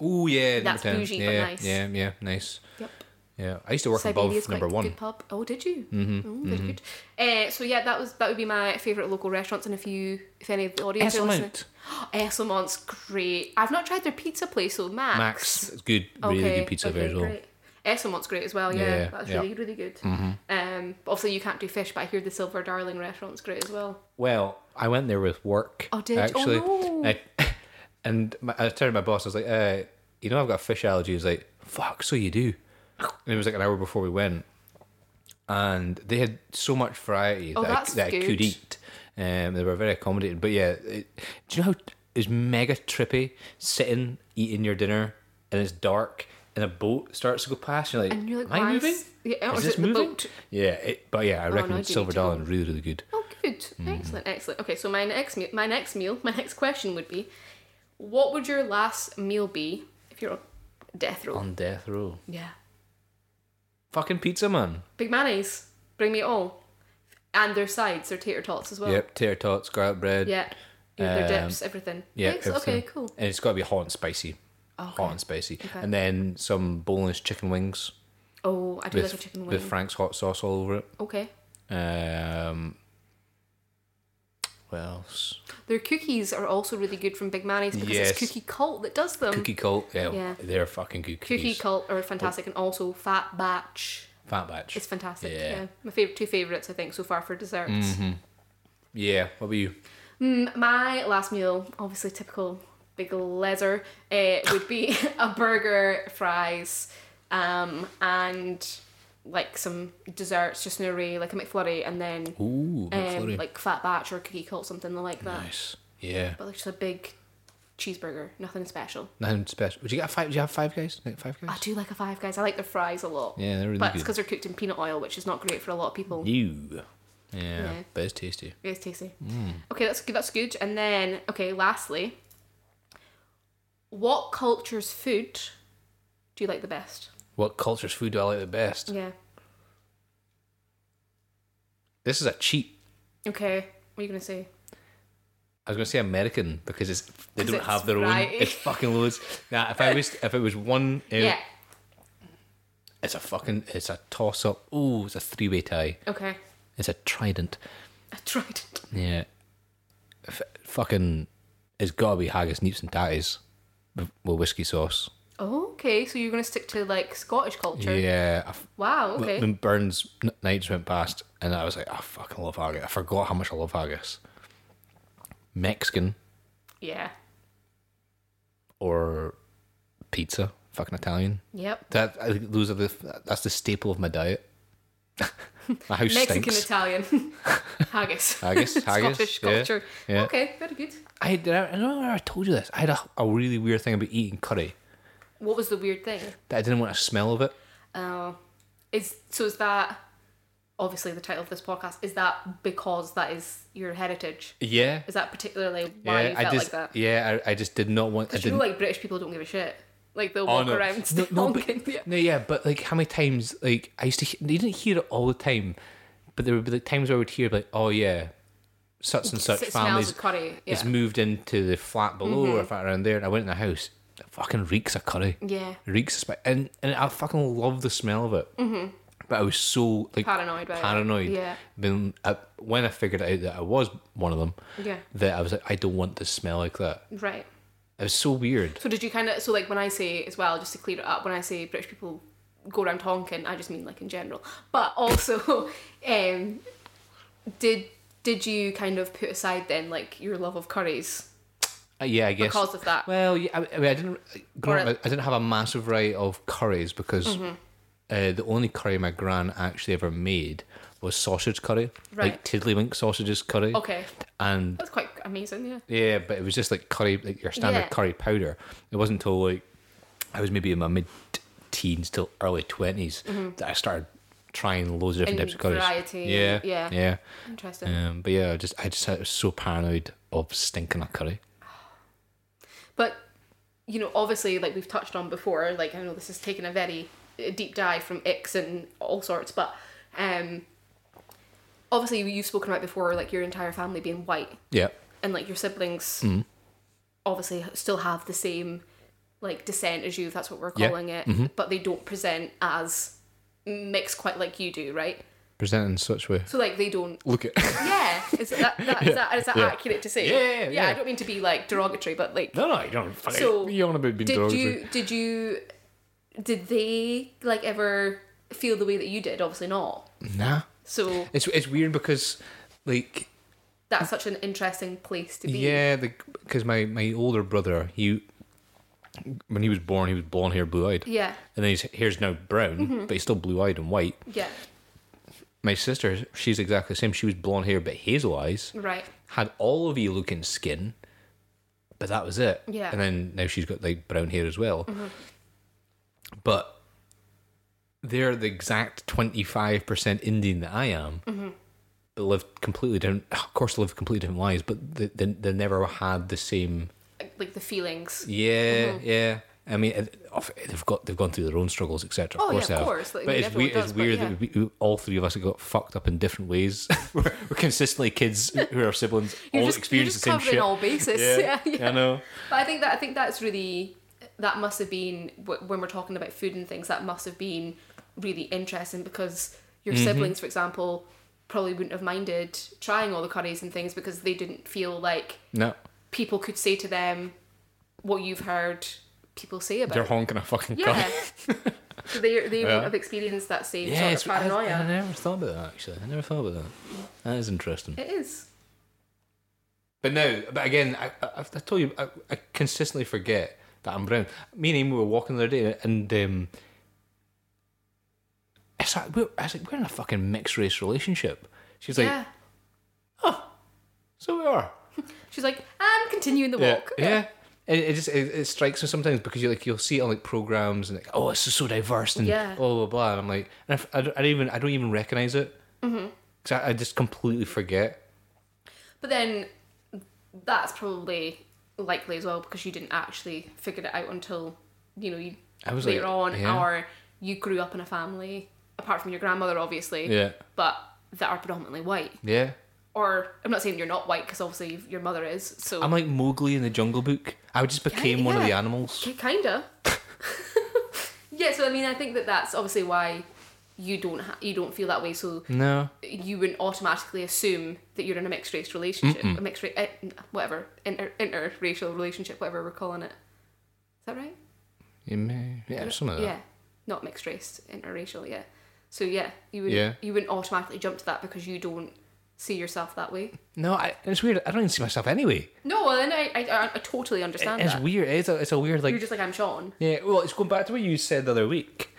[SPEAKER 3] Oh yeah, number
[SPEAKER 2] That's
[SPEAKER 3] 10.
[SPEAKER 2] bougie, but
[SPEAKER 3] yeah,
[SPEAKER 2] nice.
[SPEAKER 3] Yeah, yeah, nice.
[SPEAKER 2] Yep.
[SPEAKER 3] Yeah, I used to work
[SPEAKER 2] Siberia's
[SPEAKER 3] above number
[SPEAKER 2] quite a
[SPEAKER 3] one.
[SPEAKER 2] Good pub. Oh, did you? Mm-hmm. Oh, very good. Uh, so yeah, that was that would be my favourite local restaurants, and if you, if any of the audience are listening,
[SPEAKER 3] Esselmont.
[SPEAKER 2] Esselmont's great. I've not tried their pizza place, so Max.
[SPEAKER 3] Max, it's good, really good pizza
[SPEAKER 2] okay,
[SPEAKER 3] there as well.
[SPEAKER 2] Great. Esselmont's great as well. Yeah,
[SPEAKER 3] Yeah,
[SPEAKER 2] that's
[SPEAKER 3] yeah. Mm-hmm.
[SPEAKER 2] really really good. Um, obviously you can't do fish, but I hear the Silver Darling restaurant's great as well.
[SPEAKER 3] Well, I went there with work.
[SPEAKER 2] Oh, did you? Oh,
[SPEAKER 3] actually,
[SPEAKER 2] no.
[SPEAKER 3] I- and my, I turned to my boss. I was like, uh, "You know, I've got a fish allergy." He was like, "Fuck, so you do." And it was like an hour before we went, and they had so much variety
[SPEAKER 2] Oh,
[SPEAKER 3] that, I,
[SPEAKER 2] that's
[SPEAKER 3] that I
[SPEAKER 2] good.
[SPEAKER 3] could eat. Um, they were very accommodating. But yeah, it, do you know how it's mega trippy sitting eating your dinner and it's dark and a boat starts to go past. You're like,
[SPEAKER 2] And you're like,
[SPEAKER 3] "Am I
[SPEAKER 2] why is-
[SPEAKER 3] moving?
[SPEAKER 2] yeah, or
[SPEAKER 3] is
[SPEAKER 2] is
[SPEAKER 3] this
[SPEAKER 2] it the
[SPEAKER 3] moving?"
[SPEAKER 2] boat? Oh,
[SPEAKER 3] Yeah, it, but yeah, I
[SPEAKER 2] no,
[SPEAKER 3] reckon
[SPEAKER 2] I do
[SPEAKER 3] Silver
[SPEAKER 2] need to go.
[SPEAKER 3] Darling really, really good.
[SPEAKER 2] Oh, good.
[SPEAKER 3] Mm-hmm.
[SPEAKER 2] Excellent, excellent. Okay, so my next meal, my next meal, my next question would be, what would your last meal be if you're on death row?
[SPEAKER 3] On death row.
[SPEAKER 2] yeah.
[SPEAKER 3] Fucking pizza man.
[SPEAKER 2] Big mayonnaise. Bring me it all. And their sides, their tater tots as well.
[SPEAKER 3] yep, tater tots, garlic bread.
[SPEAKER 2] Yeah. Their
[SPEAKER 3] Um,
[SPEAKER 2] dips, everything.
[SPEAKER 3] yeah.
[SPEAKER 2] Thanks.
[SPEAKER 3] everything.
[SPEAKER 2] Okay, cool. Oh,
[SPEAKER 3] And it's got to be hot and spicy. Hot and spicy, and then some boneless chicken wings
[SPEAKER 2] Oh, I do
[SPEAKER 3] with
[SPEAKER 2] like a chicken wing.
[SPEAKER 3] with Frank's hot sauce all over it.
[SPEAKER 2] okay.
[SPEAKER 3] Um, what else?
[SPEAKER 2] Their cookies are also really good from Big Mayonnaise because
[SPEAKER 3] Yes.
[SPEAKER 2] it's Cookie Cult that does them.
[SPEAKER 3] Cookie cult. Yeah,
[SPEAKER 2] Yeah.
[SPEAKER 3] they're fucking good
[SPEAKER 2] Cookie
[SPEAKER 3] cookies.
[SPEAKER 2] Cult are fantastic, and also Fat Batch
[SPEAKER 3] Fat batch.
[SPEAKER 2] is fantastic.
[SPEAKER 3] Yeah. Mm-hmm.
[SPEAKER 2] Yeah, my favorite two favorites I think so far for desserts.
[SPEAKER 3] yeah. What about you?
[SPEAKER 2] Mm, My last meal, obviously typical big leather, uh, would be a burger, fries, um, and like some desserts, just an array, like a McFlurry, and then
[SPEAKER 3] Ooh, McFlurry.
[SPEAKER 2] um, like fat batch or cookie cult, something like that.
[SPEAKER 3] nice. Yeah.
[SPEAKER 2] But like just a big cheeseburger, nothing special.
[SPEAKER 3] Nothing special. Would you get a five? Do you have five guys? Like five guys?
[SPEAKER 2] I do like a Five Guys. I like their fries a lot.
[SPEAKER 3] Yeah, they're really
[SPEAKER 2] but it's
[SPEAKER 3] good.
[SPEAKER 2] because they're cooked in peanut oil, which is not great for a lot of people.
[SPEAKER 3] You. Yeah,
[SPEAKER 2] Yeah.
[SPEAKER 3] but it's tasty.
[SPEAKER 2] It's tasty.
[SPEAKER 3] Mm.
[SPEAKER 2] Okay, that's good. That's good. And then, okay, lastly, what culture's food do you like the best?
[SPEAKER 3] What culture's food do I like the best?
[SPEAKER 2] Yeah.
[SPEAKER 3] This is a cheat.
[SPEAKER 2] Okay. What are you gonna say?
[SPEAKER 3] I was going to say American because it's they
[SPEAKER 2] 'Cause
[SPEAKER 3] don't
[SPEAKER 2] it's
[SPEAKER 3] have their
[SPEAKER 2] variety.
[SPEAKER 3] own. It's fucking loads. Now, if I was if it was one out,
[SPEAKER 2] Yeah.
[SPEAKER 3] it's a fucking it's a toss up. Oh, it's a three way tie.
[SPEAKER 2] Okay.
[SPEAKER 3] It's a trident.
[SPEAKER 2] I tried it.
[SPEAKER 3] Yeah, F- fucking it's gotta be haggis, neeps and tatties with with whiskey sauce.
[SPEAKER 2] Okay, so you're going to stick to like Scottish culture.
[SPEAKER 3] Yeah, I f-
[SPEAKER 2] Wow, okay.
[SPEAKER 3] when Burns n- nights went past, and I was like, I fucking love haggis. I forgot how much I love haggis. Mexican
[SPEAKER 2] yeah.
[SPEAKER 3] or pizza, fucking Italian.
[SPEAKER 2] Yep.
[SPEAKER 3] That I think those are the that's the staple of my diet. my house
[SPEAKER 2] Mexican
[SPEAKER 3] stinks.
[SPEAKER 2] Italian.
[SPEAKER 3] Haggis,
[SPEAKER 2] haggis.
[SPEAKER 3] haggis,
[SPEAKER 2] Scottish
[SPEAKER 3] yeah,
[SPEAKER 2] culture.
[SPEAKER 3] yeah.
[SPEAKER 2] Okay, very good.
[SPEAKER 3] I, did I, I don't know whether I told you this. I had a, a really weird thing about eating curry
[SPEAKER 2] What was the weird thing?
[SPEAKER 3] that I didn't want to smell of it.
[SPEAKER 2] Oh. Is so is that obviously the title of this podcast, is that because that is your heritage?
[SPEAKER 3] Yeah,
[SPEAKER 2] Is that particularly
[SPEAKER 3] yeah.
[SPEAKER 2] why you
[SPEAKER 3] I
[SPEAKER 2] felt
[SPEAKER 3] just
[SPEAKER 2] like that?
[SPEAKER 3] yeah, I, I just did not want. I
[SPEAKER 2] Because you
[SPEAKER 3] didn't. Oh,
[SPEAKER 2] know like British people don't give a shit. Like they'll walk
[SPEAKER 3] no.
[SPEAKER 2] around
[SPEAKER 3] no, no, but-
[SPEAKER 2] honking. Yeah.
[SPEAKER 3] no, yeah, but like how many times? Like I used to, he- you didn't hear it all the time, but there would be like times where I would hear like, oh yeah, such and such
[SPEAKER 2] It smells
[SPEAKER 3] families
[SPEAKER 2] of curry,
[SPEAKER 3] is
[SPEAKER 2] yeah. Mm-hmm.
[SPEAKER 3] moved into the flat below or flat around there, and I went in the house. It fucking reeks of curry.
[SPEAKER 2] Yeah.
[SPEAKER 3] reeks of spi- and and I fucking love the smell of it. Mm-hmm. But I was so like
[SPEAKER 2] Paranoid about it.
[SPEAKER 3] paranoid.
[SPEAKER 2] Yeah.
[SPEAKER 3] Then I, when I figured out that I was one of them,
[SPEAKER 2] Yeah.
[SPEAKER 3] that I was like, I don't want to smell like that.
[SPEAKER 2] Right.
[SPEAKER 3] It was so weird.
[SPEAKER 2] So did you kind of so like when I say as well, just to clear it up, when I say British people go around honking, I just mean like in general. But also, um, did did you kind of put aside then like your love of curries?
[SPEAKER 3] Uh, yeah, I guess
[SPEAKER 2] Because of that.
[SPEAKER 3] Well, yeah, I, I mean, I didn't. Growing up, I didn't have a massive array of curries because
[SPEAKER 2] Mm-hmm.
[SPEAKER 3] uh, the only curry my gran actually ever made was sausage curry, like
[SPEAKER 2] Right.
[SPEAKER 3] tiddlywink sausages curry.
[SPEAKER 2] Okay,
[SPEAKER 3] And
[SPEAKER 2] that's quite amazing. Yeah.
[SPEAKER 3] yeah, but it was just like curry, like your standard
[SPEAKER 2] Yeah.
[SPEAKER 3] curry powder. It wasn't until like I was maybe in my mid teens till early 20s that I started trying loads of different
[SPEAKER 2] Mm-hmm. And
[SPEAKER 3] types of curries.
[SPEAKER 2] variety,
[SPEAKER 3] Yeah,
[SPEAKER 2] yeah.
[SPEAKER 3] yeah.
[SPEAKER 2] Interesting.
[SPEAKER 3] Um, but yeah, I just I just I was so paranoid of stinking a curry.
[SPEAKER 2] But you know, obviously, like we've touched on before, like I know this is taking a very uh, deep dive from X and all sorts, but um, obviously you- you've spoken about before, like your entire family being white.
[SPEAKER 3] Yeah.
[SPEAKER 2] and like your siblings
[SPEAKER 3] Mm.
[SPEAKER 2] obviously still have the same like descent as you if that's what we're
[SPEAKER 3] Yeah. Mm-hmm.
[SPEAKER 2] calling it but they don't present as mixed quite like you do right
[SPEAKER 3] Presented in such way.
[SPEAKER 2] so like they don't
[SPEAKER 3] Look at
[SPEAKER 2] yeah is that, that, is that, is that accurate to say
[SPEAKER 3] Yeah, yeah, yeah.
[SPEAKER 2] i don't mean to be like derogatory but like
[SPEAKER 3] No, no, you don't. Fucking,
[SPEAKER 2] so
[SPEAKER 3] you on about being
[SPEAKER 2] did
[SPEAKER 3] dogs.
[SPEAKER 2] you did you did they like ever feel the way that you did obviously not
[SPEAKER 3] Nah,
[SPEAKER 2] so
[SPEAKER 3] it's it's weird because, like,
[SPEAKER 2] that's such an interesting place to be
[SPEAKER 3] yeah, the because my my older brother, he when he was born, he was blonde hair, blue eyed.
[SPEAKER 2] Yeah.
[SPEAKER 3] and then his hair's now brown, but he's still blue eyed and white.
[SPEAKER 2] yeah
[SPEAKER 3] My sister, she's exactly the same. She was blonde hair but hazel eyes,
[SPEAKER 2] right
[SPEAKER 3] had olive looking skin, but that was it.
[SPEAKER 2] Yeah.
[SPEAKER 3] and then now she's got like brown hair as well. But they're the exact twenty five percent Indian that I am. But live completely different. Of course, live completely different lives, but they, they, they never had the same.
[SPEAKER 2] Like- like the feelings
[SPEAKER 3] Yeah,
[SPEAKER 2] Mm-hmm.
[SPEAKER 3] yeah. I mean, it- of- they've got they've gone through their own struggles, etc. Of
[SPEAKER 2] Oh, yeah,
[SPEAKER 3] course,
[SPEAKER 2] of
[SPEAKER 3] they
[SPEAKER 2] course,
[SPEAKER 3] Have.
[SPEAKER 2] like,
[SPEAKER 3] But it's
[SPEAKER 2] everyone
[SPEAKER 3] weird.
[SPEAKER 2] does,
[SPEAKER 3] it's
[SPEAKER 2] but
[SPEAKER 3] weird
[SPEAKER 2] yeah.
[SPEAKER 3] that we, we- all three of us have got fucked up in different ways. we're, we're consistently kids who are siblings
[SPEAKER 2] You're
[SPEAKER 3] all
[SPEAKER 2] just-
[SPEAKER 3] experience
[SPEAKER 2] you're just
[SPEAKER 3] the same
[SPEAKER 2] covering
[SPEAKER 3] shit.
[SPEAKER 2] all bases.
[SPEAKER 3] Yeah,
[SPEAKER 2] Yeah, yeah.
[SPEAKER 3] I know.
[SPEAKER 2] But I think that I think that's really that must have been wh- when we're talking about food and things that must have been really interesting because your
[SPEAKER 3] Mm-hmm.
[SPEAKER 2] siblings, for example, probably wouldn't have minded trying all the curries and things because they didn't feel like
[SPEAKER 3] No,
[SPEAKER 2] people could say to them what you've heard people say about.
[SPEAKER 3] they're
[SPEAKER 2] it.
[SPEAKER 3] honking a fucking
[SPEAKER 2] yeah.
[SPEAKER 3] car.
[SPEAKER 2] so they they
[SPEAKER 3] Yeah.
[SPEAKER 2] wouldn't have experienced that same
[SPEAKER 3] Yeah,
[SPEAKER 2] sort
[SPEAKER 3] it's,
[SPEAKER 2] of
[SPEAKER 3] I,
[SPEAKER 2] paranoia.
[SPEAKER 3] I never thought about that actually. I never thought about that. That is interesting.
[SPEAKER 2] it is.
[SPEAKER 3] But no, but again, I, I, I told you, I, I consistently forget that I'm brown. Me and Amy were walking the other day, and um, it's like, we're, I was like, we're in a fucking mixed race relationship. She's like,
[SPEAKER 2] yeah.
[SPEAKER 3] so we are.
[SPEAKER 2] She's like, I'm continuing the
[SPEAKER 3] Yeah,
[SPEAKER 2] walk.
[SPEAKER 3] yeah. It, it just it, it strikes me sometimes because you like you'll see it on like programs and like oh it's just so diverse and
[SPEAKER 2] Yeah.
[SPEAKER 3] blah blah blah and I'm like and I f- I, don't, I don't even I don't even recognize it
[SPEAKER 2] Mm-hmm.
[SPEAKER 3] because I, I just completely forget
[SPEAKER 2] But then that's probably likely as well because you didn't actually figure it out until you know you
[SPEAKER 3] I was
[SPEAKER 2] later
[SPEAKER 3] like,
[SPEAKER 2] on,
[SPEAKER 3] yeah.
[SPEAKER 2] or you grew up in a family apart from your grandmother, obviously.
[SPEAKER 3] Yeah.
[SPEAKER 2] But that are predominantly white.
[SPEAKER 3] yeah
[SPEAKER 2] or I'm not saying you're not white because obviously your mother is. So
[SPEAKER 3] I'm like Mowgli in the Jungle Book. I just became one of
[SPEAKER 2] yeah.
[SPEAKER 3] the animals.
[SPEAKER 2] K- kinda. yeah, so I mean, I think that that's obviously why you don't ha- you don't feel that way. So
[SPEAKER 3] No.
[SPEAKER 2] you wouldn't automatically assume that you're in a mixed race relationship, a mixed race, whatever, inter interracial relationship, whatever we're calling it. Is that right?
[SPEAKER 3] You may- Yeah, something like
[SPEAKER 2] Yeah, not mixed race, interracial. Yeah. So yeah, you would
[SPEAKER 3] Yeah.
[SPEAKER 2] not you wouldn't automatically jump to that because you don't see yourself that way.
[SPEAKER 3] that. No, I, it's weird. I don't even see myself anyway.
[SPEAKER 2] No, well, then I, I, I, I totally understand
[SPEAKER 3] It's
[SPEAKER 2] that.
[SPEAKER 3] weird. It's a, it's a weird, like,
[SPEAKER 2] You're just like I'm Sean.
[SPEAKER 3] Yeah, well, it's going back to what you said the other week.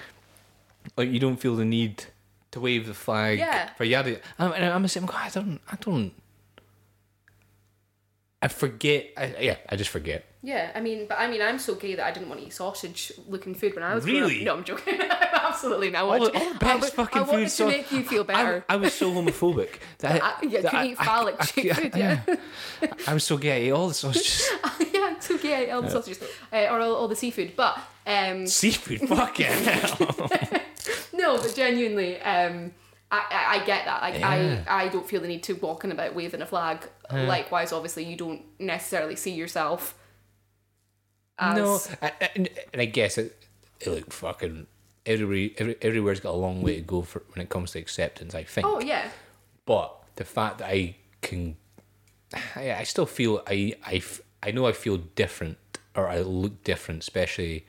[SPEAKER 3] Like you don't feel the need to wave the flag
[SPEAKER 2] Yeah.
[SPEAKER 3] for yada. I'm, and I'm saying, God, I don't, I don't. I forget. I, yeah, I just forget.
[SPEAKER 2] Yeah, I mean, but I mean, I'm so gay that I didn't want to eat sausage-looking food when I was growing up.
[SPEAKER 3] Really?
[SPEAKER 2] No, I'm joking. Absolutely not. I
[SPEAKER 3] All
[SPEAKER 2] wanted-
[SPEAKER 3] the- all the
[SPEAKER 2] I
[SPEAKER 3] best
[SPEAKER 2] wa-
[SPEAKER 3] fucking
[SPEAKER 2] I wanted
[SPEAKER 3] food
[SPEAKER 2] to
[SPEAKER 3] sau-
[SPEAKER 2] make you feel better.
[SPEAKER 3] I, I was so homophobic that
[SPEAKER 2] I- yeah,
[SPEAKER 3] that
[SPEAKER 2] couldn't eat phallic shaped food, yeah.
[SPEAKER 3] I'm so gay. I ate all the sausages,
[SPEAKER 2] yeah, it's okay. All the sausages uh, or all, all the seafood, but um,
[SPEAKER 3] seafood. Fucking hell.
[SPEAKER 2] no, but genuinely, um, I, I, I get that. Like,
[SPEAKER 3] Yeah.
[SPEAKER 2] I, I don't feel the need to walk in about waving a flag. Likewise, obviously, you don't necessarily see yourself. As,
[SPEAKER 3] No, I, I- and, and I guess it, it like fucking every, every everywhere's got a long way to go for when it comes to acceptance. I think.
[SPEAKER 2] Oh yeah,
[SPEAKER 3] but the fact that I can, I, I still feel I, I f- I know I feel different or I look different, especially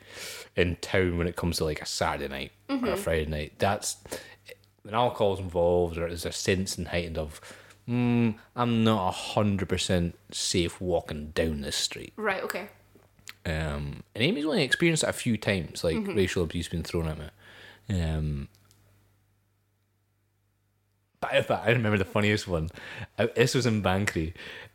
[SPEAKER 3] in town when it comes to like a Saturday night or
[SPEAKER 2] Mm-hmm.
[SPEAKER 3] a Friday night. That's when alcohol's involved, or is a sense and heightened of. Mm, I'm not hundred percent safe walking down this street.
[SPEAKER 2] right. Okay.
[SPEAKER 3] Um, and Amy's only experienced it a few times, like racial abuse being thrown at me. Um, but I, but I remember the funniest one. I, this was in Bankery,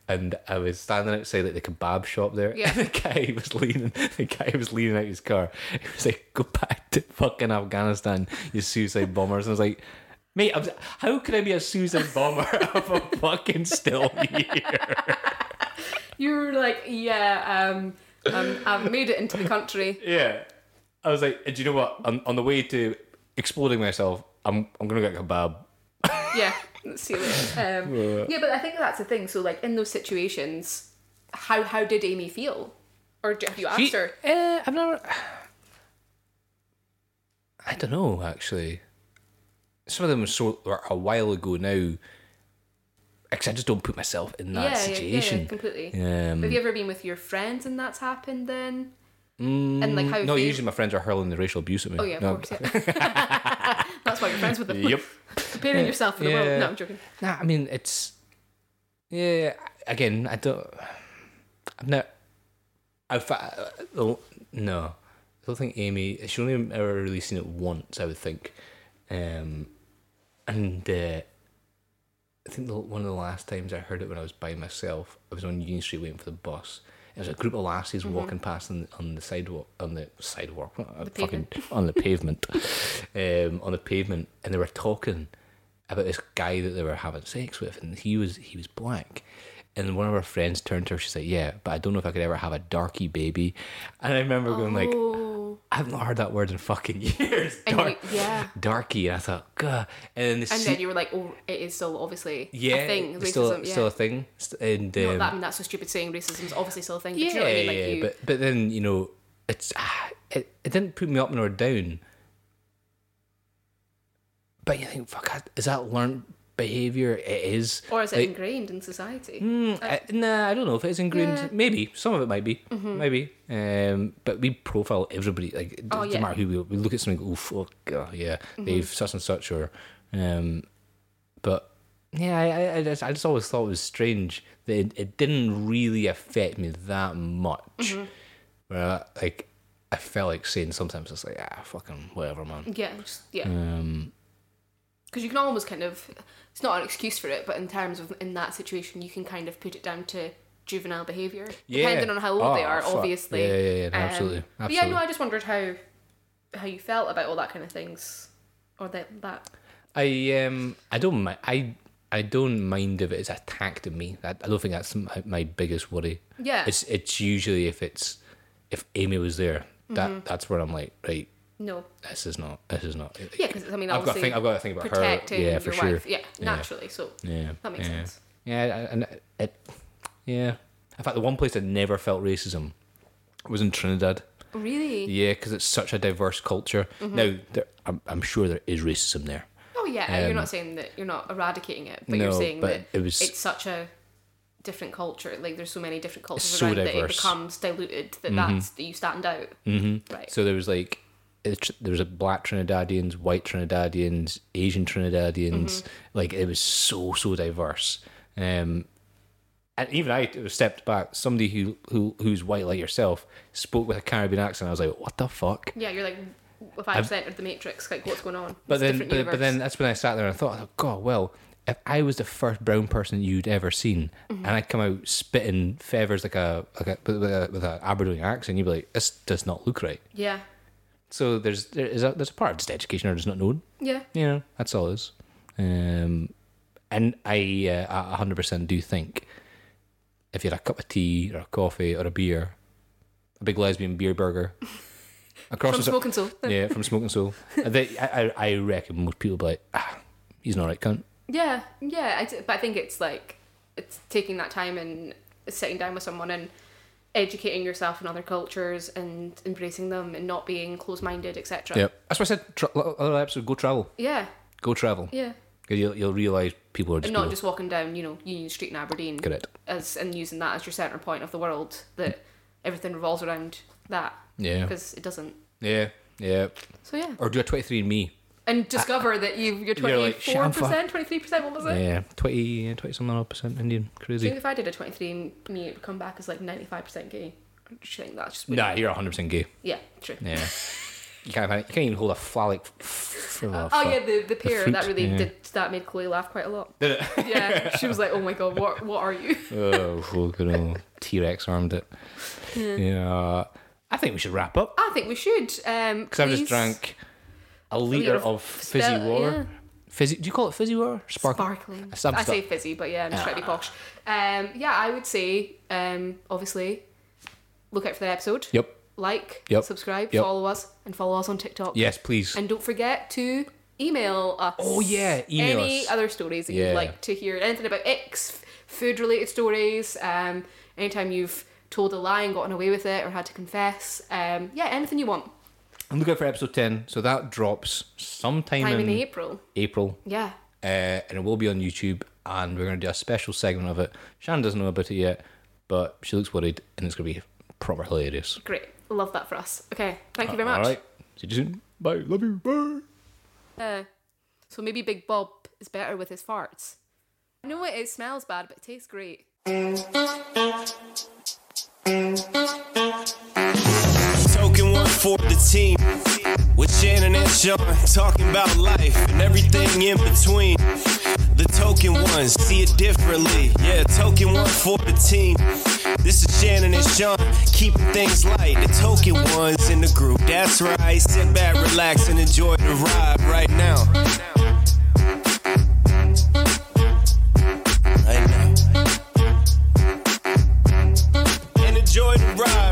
[SPEAKER 3] and I was standing outside like the kebab shop there.
[SPEAKER 2] Yeah.
[SPEAKER 3] And the guy was leaning. The guy was leaning out his car. He was like, "Go back to fucking Afghanistan, you suicide bombers." And I was like. Mate, I'm, how can I be a suicide bomber if I'm fucking still here?
[SPEAKER 2] You were like, yeah, um, um, I've made it into the country.
[SPEAKER 3] Yeah. I was like, do you know what? On, on the way to exploding myself, I'm I'm gonna get kebab.
[SPEAKER 2] Yeah, let's see. later. Um, yeah, but I think that's the thing. So, like in those situations, how how did Amy feel, or d- have you asked her?
[SPEAKER 3] Uh, I've never. I don't know actually. Some of them were so were a while ago now. Because I just don't put myself in that
[SPEAKER 2] yeah, Yeah, yeah,
[SPEAKER 3] situation.
[SPEAKER 2] completely.
[SPEAKER 3] Um,
[SPEAKER 2] Have you ever been with your friends and that's happened then? and like how?
[SPEAKER 3] no,
[SPEAKER 2] they-
[SPEAKER 3] mm, usually my friends are hurling the racial abuse at me.
[SPEAKER 2] Oh yeah, of
[SPEAKER 3] No,
[SPEAKER 2] course. Yeah. that's why you're friends with them.
[SPEAKER 3] Yep.
[SPEAKER 2] Preparing yourself for the
[SPEAKER 3] Yeah.
[SPEAKER 2] world. No, I'm joking.
[SPEAKER 3] Nah, I mean it's yeah. Again, I don't. I've not. I've I- I- no. I don't think Amy. She only ever really seen it once. I would think, um, and uh, I think the, one of the last times I heard it when I was by myself, I was on Union Street waiting for the bus. It was a group of lassies walking past on, on the sidewalk, on the sidewalk, uh, fucking on the pavement, um, on the pavement, and they were talking about this guy that they were having sex with, and he was he was black. And one of her friends turned to her. She's like, "Yeah, but I don't know if I could ever have a darky baby." And I remember going like, "I've not heard that word in fucking years."
[SPEAKER 2] And
[SPEAKER 3] Dark,
[SPEAKER 2] you- yeah.
[SPEAKER 3] darky. And I thought, "God." And then, the
[SPEAKER 2] And
[SPEAKER 3] se-
[SPEAKER 2] then you were like, oh, it is still obviously
[SPEAKER 3] yeah,
[SPEAKER 2] a thing. Racism.
[SPEAKER 3] it's still,
[SPEAKER 2] yeah.
[SPEAKER 3] still a thing. St- And um,
[SPEAKER 2] Not that, I mean, that's so stupid saying racism is obviously still a thing. But
[SPEAKER 3] yeah,
[SPEAKER 2] you know what I mean? Like
[SPEAKER 3] yeah,
[SPEAKER 2] you,
[SPEAKER 3] but but then you know, it's ah, it, it didn't put me up nor down. But you think, fuck, I- is that learned behavior? It is.
[SPEAKER 2] or is it
[SPEAKER 3] Like,
[SPEAKER 2] ingrained in society?
[SPEAKER 3] mm, I, nah, I don't know if it's ingrained.
[SPEAKER 2] Yeah. Mm-hmm.
[SPEAKER 3] Maybe some of it might be. Maybe. Um, but we profile everybody. Like it
[SPEAKER 2] Oh,
[SPEAKER 3] doesn't
[SPEAKER 2] yeah. Mm-hmm.
[SPEAKER 3] matter who we, we look at something. Oh fuck, oh, yeah, they've such and such or. Um, but yeah, I, I, I just I just always thought it was strange that it, it didn't really affect me that much.
[SPEAKER 2] Mm-hmm.
[SPEAKER 3] Where I, like I felt like saying sometimes it's like ah fucking whatever man.
[SPEAKER 2] Yeah, just, yeah.
[SPEAKER 3] Um,
[SPEAKER 2] because you can almost kind of it's not an excuse for it but in terms of in that situation you can kind of put it down to juvenile behavior
[SPEAKER 3] Yeah.
[SPEAKER 2] depending on how old they
[SPEAKER 3] Oh,
[SPEAKER 2] are
[SPEAKER 3] fuck.
[SPEAKER 2] obviously Um,
[SPEAKER 3] Yeah, yeah, yeah, no, absolutely,
[SPEAKER 2] but yeah no
[SPEAKER 3] absolutely.
[SPEAKER 2] i just wondered how how you felt about all that kind of things or that that
[SPEAKER 3] I um I don't mi- I I don't mind if it's attacked at me. I, I don't think that's my, my biggest worry.
[SPEAKER 2] Yeah.
[SPEAKER 3] It's it's usually if it's if Amy was there that
[SPEAKER 2] Mm-hmm.
[SPEAKER 3] that's where I'm like right
[SPEAKER 2] no
[SPEAKER 3] this is not this is not.
[SPEAKER 2] yeah because i mean
[SPEAKER 3] I've got to
[SPEAKER 2] obviously
[SPEAKER 3] think I've got to think about her.
[SPEAKER 2] protecting
[SPEAKER 3] Yeah,
[SPEAKER 2] your
[SPEAKER 3] for
[SPEAKER 2] wife
[SPEAKER 3] sure.
[SPEAKER 2] yeah naturally so
[SPEAKER 3] Yeah.
[SPEAKER 2] that makes
[SPEAKER 3] yeah.
[SPEAKER 2] sense
[SPEAKER 3] Yeah, and it, it, yeah. In fact, the one place I never felt racism was in Trinidad.
[SPEAKER 2] Really?
[SPEAKER 3] Yeah, because it's such a diverse culture.
[SPEAKER 2] Mm-hmm.
[SPEAKER 3] Now, there, I'm, I'm sure there is racism there.
[SPEAKER 2] Oh yeah, and you're not saying that you're not eradicating it, but you're
[SPEAKER 3] Um, no,
[SPEAKER 2] saying
[SPEAKER 3] but
[SPEAKER 2] that
[SPEAKER 3] it was-
[SPEAKER 2] it's such a different culture. Like there's so many different cultures
[SPEAKER 3] so
[SPEAKER 2] around that it
[SPEAKER 3] diverse.
[SPEAKER 2] becomes diluted that that's that you stand out. Mm-hmm. Right.
[SPEAKER 3] So there was like, it, there was a black Trinidadians, white Trinidadians, Asian Trinidadians.
[SPEAKER 2] Mm-hmm.
[SPEAKER 3] Like it was so so diverse. Um, and even I stepped back. Somebody who who who's white like yourself spoke with a Caribbean accent. I was like, what the fuck?
[SPEAKER 2] yeah, you're like if I just entered the matrix, like what's going on?
[SPEAKER 3] But
[SPEAKER 2] It's a
[SPEAKER 3] then,
[SPEAKER 2] different
[SPEAKER 3] but, but
[SPEAKER 2] universe.
[SPEAKER 3] then that's when I sat there and I thought, oh, God, well, if I was the first brown person you'd ever seen,
[SPEAKER 2] Mm-hmm.
[SPEAKER 3] and I come out spitting fevers like a like a with a, with a Aberdeen accent, you'd be like, this does not look right.
[SPEAKER 2] Yeah.
[SPEAKER 3] So there's there is a, there's a part of just education or just not known.
[SPEAKER 2] Yeah.
[SPEAKER 3] You know, that's all it is. Um, and I uh, 100% do think if you had a cup of tea or a coffee or a beer, a big lesbian beer burger across
[SPEAKER 2] From
[SPEAKER 3] the-
[SPEAKER 2] Smoking Soul.
[SPEAKER 3] yeah, from Smoking Soul. They, I, I- I reckon most people be like, ah, he's an alright cunt.
[SPEAKER 2] Yeah, yeah, I d but I think it's like it's taking that time and sitting down with someone and educating yourself in other cultures and embracing them and not being closed-minded, etc.
[SPEAKER 3] That's why I said tra- other episode. Go travel.
[SPEAKER 2] Yeah,
[SPEAKER 3] Go travel.
[SPEAKER 2] yeah,
[SPEAKER 3] 'Cause You'll, you'll realize people are just
[SPEAKER 2] and not
[SPEAKER 3] people.
[SPEAKER 2] just walking down, you know, Union Street in Aberdeen,
[SPEAKER 3] Correct.
[SPEAKER 2] as and using that as your center point of the world that everything revolves around that.
[SPEAKER 3] Yeah.
[SPEAKER 2] because it doesn't.
[SPEAKER 3] yeah, yeah.
[SPEAKER 2] So yeah,
[SPEAKER 3] Or do a twenty three and me.
[SPEAKER 2] and discover that you you're
[SPEAKER 3] You're
[SPEAKER 2] twenty
[SPEAKER 3] like, "Shit,
[SPEAKER 2] four
[SPEAKER 3] I'm fucked."
[SPEAKER 2] percent, twenty three percent. What was it?
[SPEAKER 3] Yeah, 20, 20 something odd percent Indian.
[SPEAKER 2] I think
[SPEAKER 3] Crazy.
[SPEAKER 2] if I did a twenty three, and me it would come back as like ninety five percent gay. I just think that's just weird.
[SPEAKER 3] Nah, you're hundred percent gay.
[SPEAKER 2] Yeah, true.
[SPEAKER 3] Yeah. you can't you can't even hold a phallic. F- f- oh,
[SPEAKER 2] Oh
[SPEAKER 3] fuck.
[SPEAKER 2] yeah, the the pear
[SPEAKER 3] fruit,
[SPEAKER 2] that really
[SPEAKER 3] yeah.
[SPEAKER 2] did that made Chloe laugh quite a lot. Did it? Yeah, she was like, "Oh my god, what what are you?"
[SPEAKER 3] oh, fucking hell. T Rex armed it. Yeah. I think we should wrap up.
[SPEAKER 2] I think we should. Um,
[SPEAKER 3] Because I've just
[SPEAKER 2] please-
[SPEAKER 3] drank a liter
[SPEAKER 2] of
[SPEAKER 3] of fizzy
[SPEAKER 2] spell-
[SPEAKER 3] water.
[SPEAKER 2] yeah.
[SPEAKER 3] Fizzy? Do you call it fizzy water? Spark-
[SPEAKER 2] sparkling.
[SPEAKER 3] Some
[SPEAKER 2] I say
[SPEAKER 3] stuff.
[SPEAKER 2] fizzy, but yeah, I'm just trying to be posh. Um, yeah, I would say, um, obviously, look out for that episode.
[SPEAKER 3] Yep.
[SPEAKER 2] Like,
[SPEAKER 3] Yep.
[SPEAKER 2] subscribe,
[SPEAKER 3] Yep.
[SPEAKER 2] follow us, and follow us on TikTok.
[SPEAKER 3] Yes, please.
[SPEAKER 2] And don't forget to email us.
[SPEAKER 3] Oh, yeah, email
[SPEAKER 2] any
[SPEAKER 3] us.
[SPEAKER 2] other stories that
[SPEAKER 3] Yeah.
[SPEAKER 2] you'd like to hear. Anything about X, food related stories, um, anytime you've told a lie and gotten away with it or had to confess. Um, yeah, anything you want.
[SPEAKER 3] I'm looking for episode 10. So that drops sometime
[SPEAKER 2] Time
[SPEAKER 3] in,
[SPEAKER 2] in April.
[SPEAKER 3] April.
[SPEAKER 2] Yeah.
[SPEAKER 3] Uh, and it will be on YouTube. And we're going to do a special segment of it. Shan doesn't know about it yet, but she looks worried. And it's going to be proper hilarious.
[SPEAKER 2] Great. Love that for us. Okay. Thank you very much.
[SPEAKER 3] Uh, All right. See you soon. Bye. Love you. Bye.
[SPEAKER 2] Uh, so maybe Big Bob is better with his farts. I know it, it smells bad, but it tastes great.
[SPEAKER 1] Token one for the team. With Shannon and Sean talking about life and everything in between. The token ones see it differently. Yeah, token one for the team. This is Shannon and Sean keeping things light. The token ones in the group. That's right. Sit back, relax, and enjoy the ride right now. Right now. And enjoy the ride.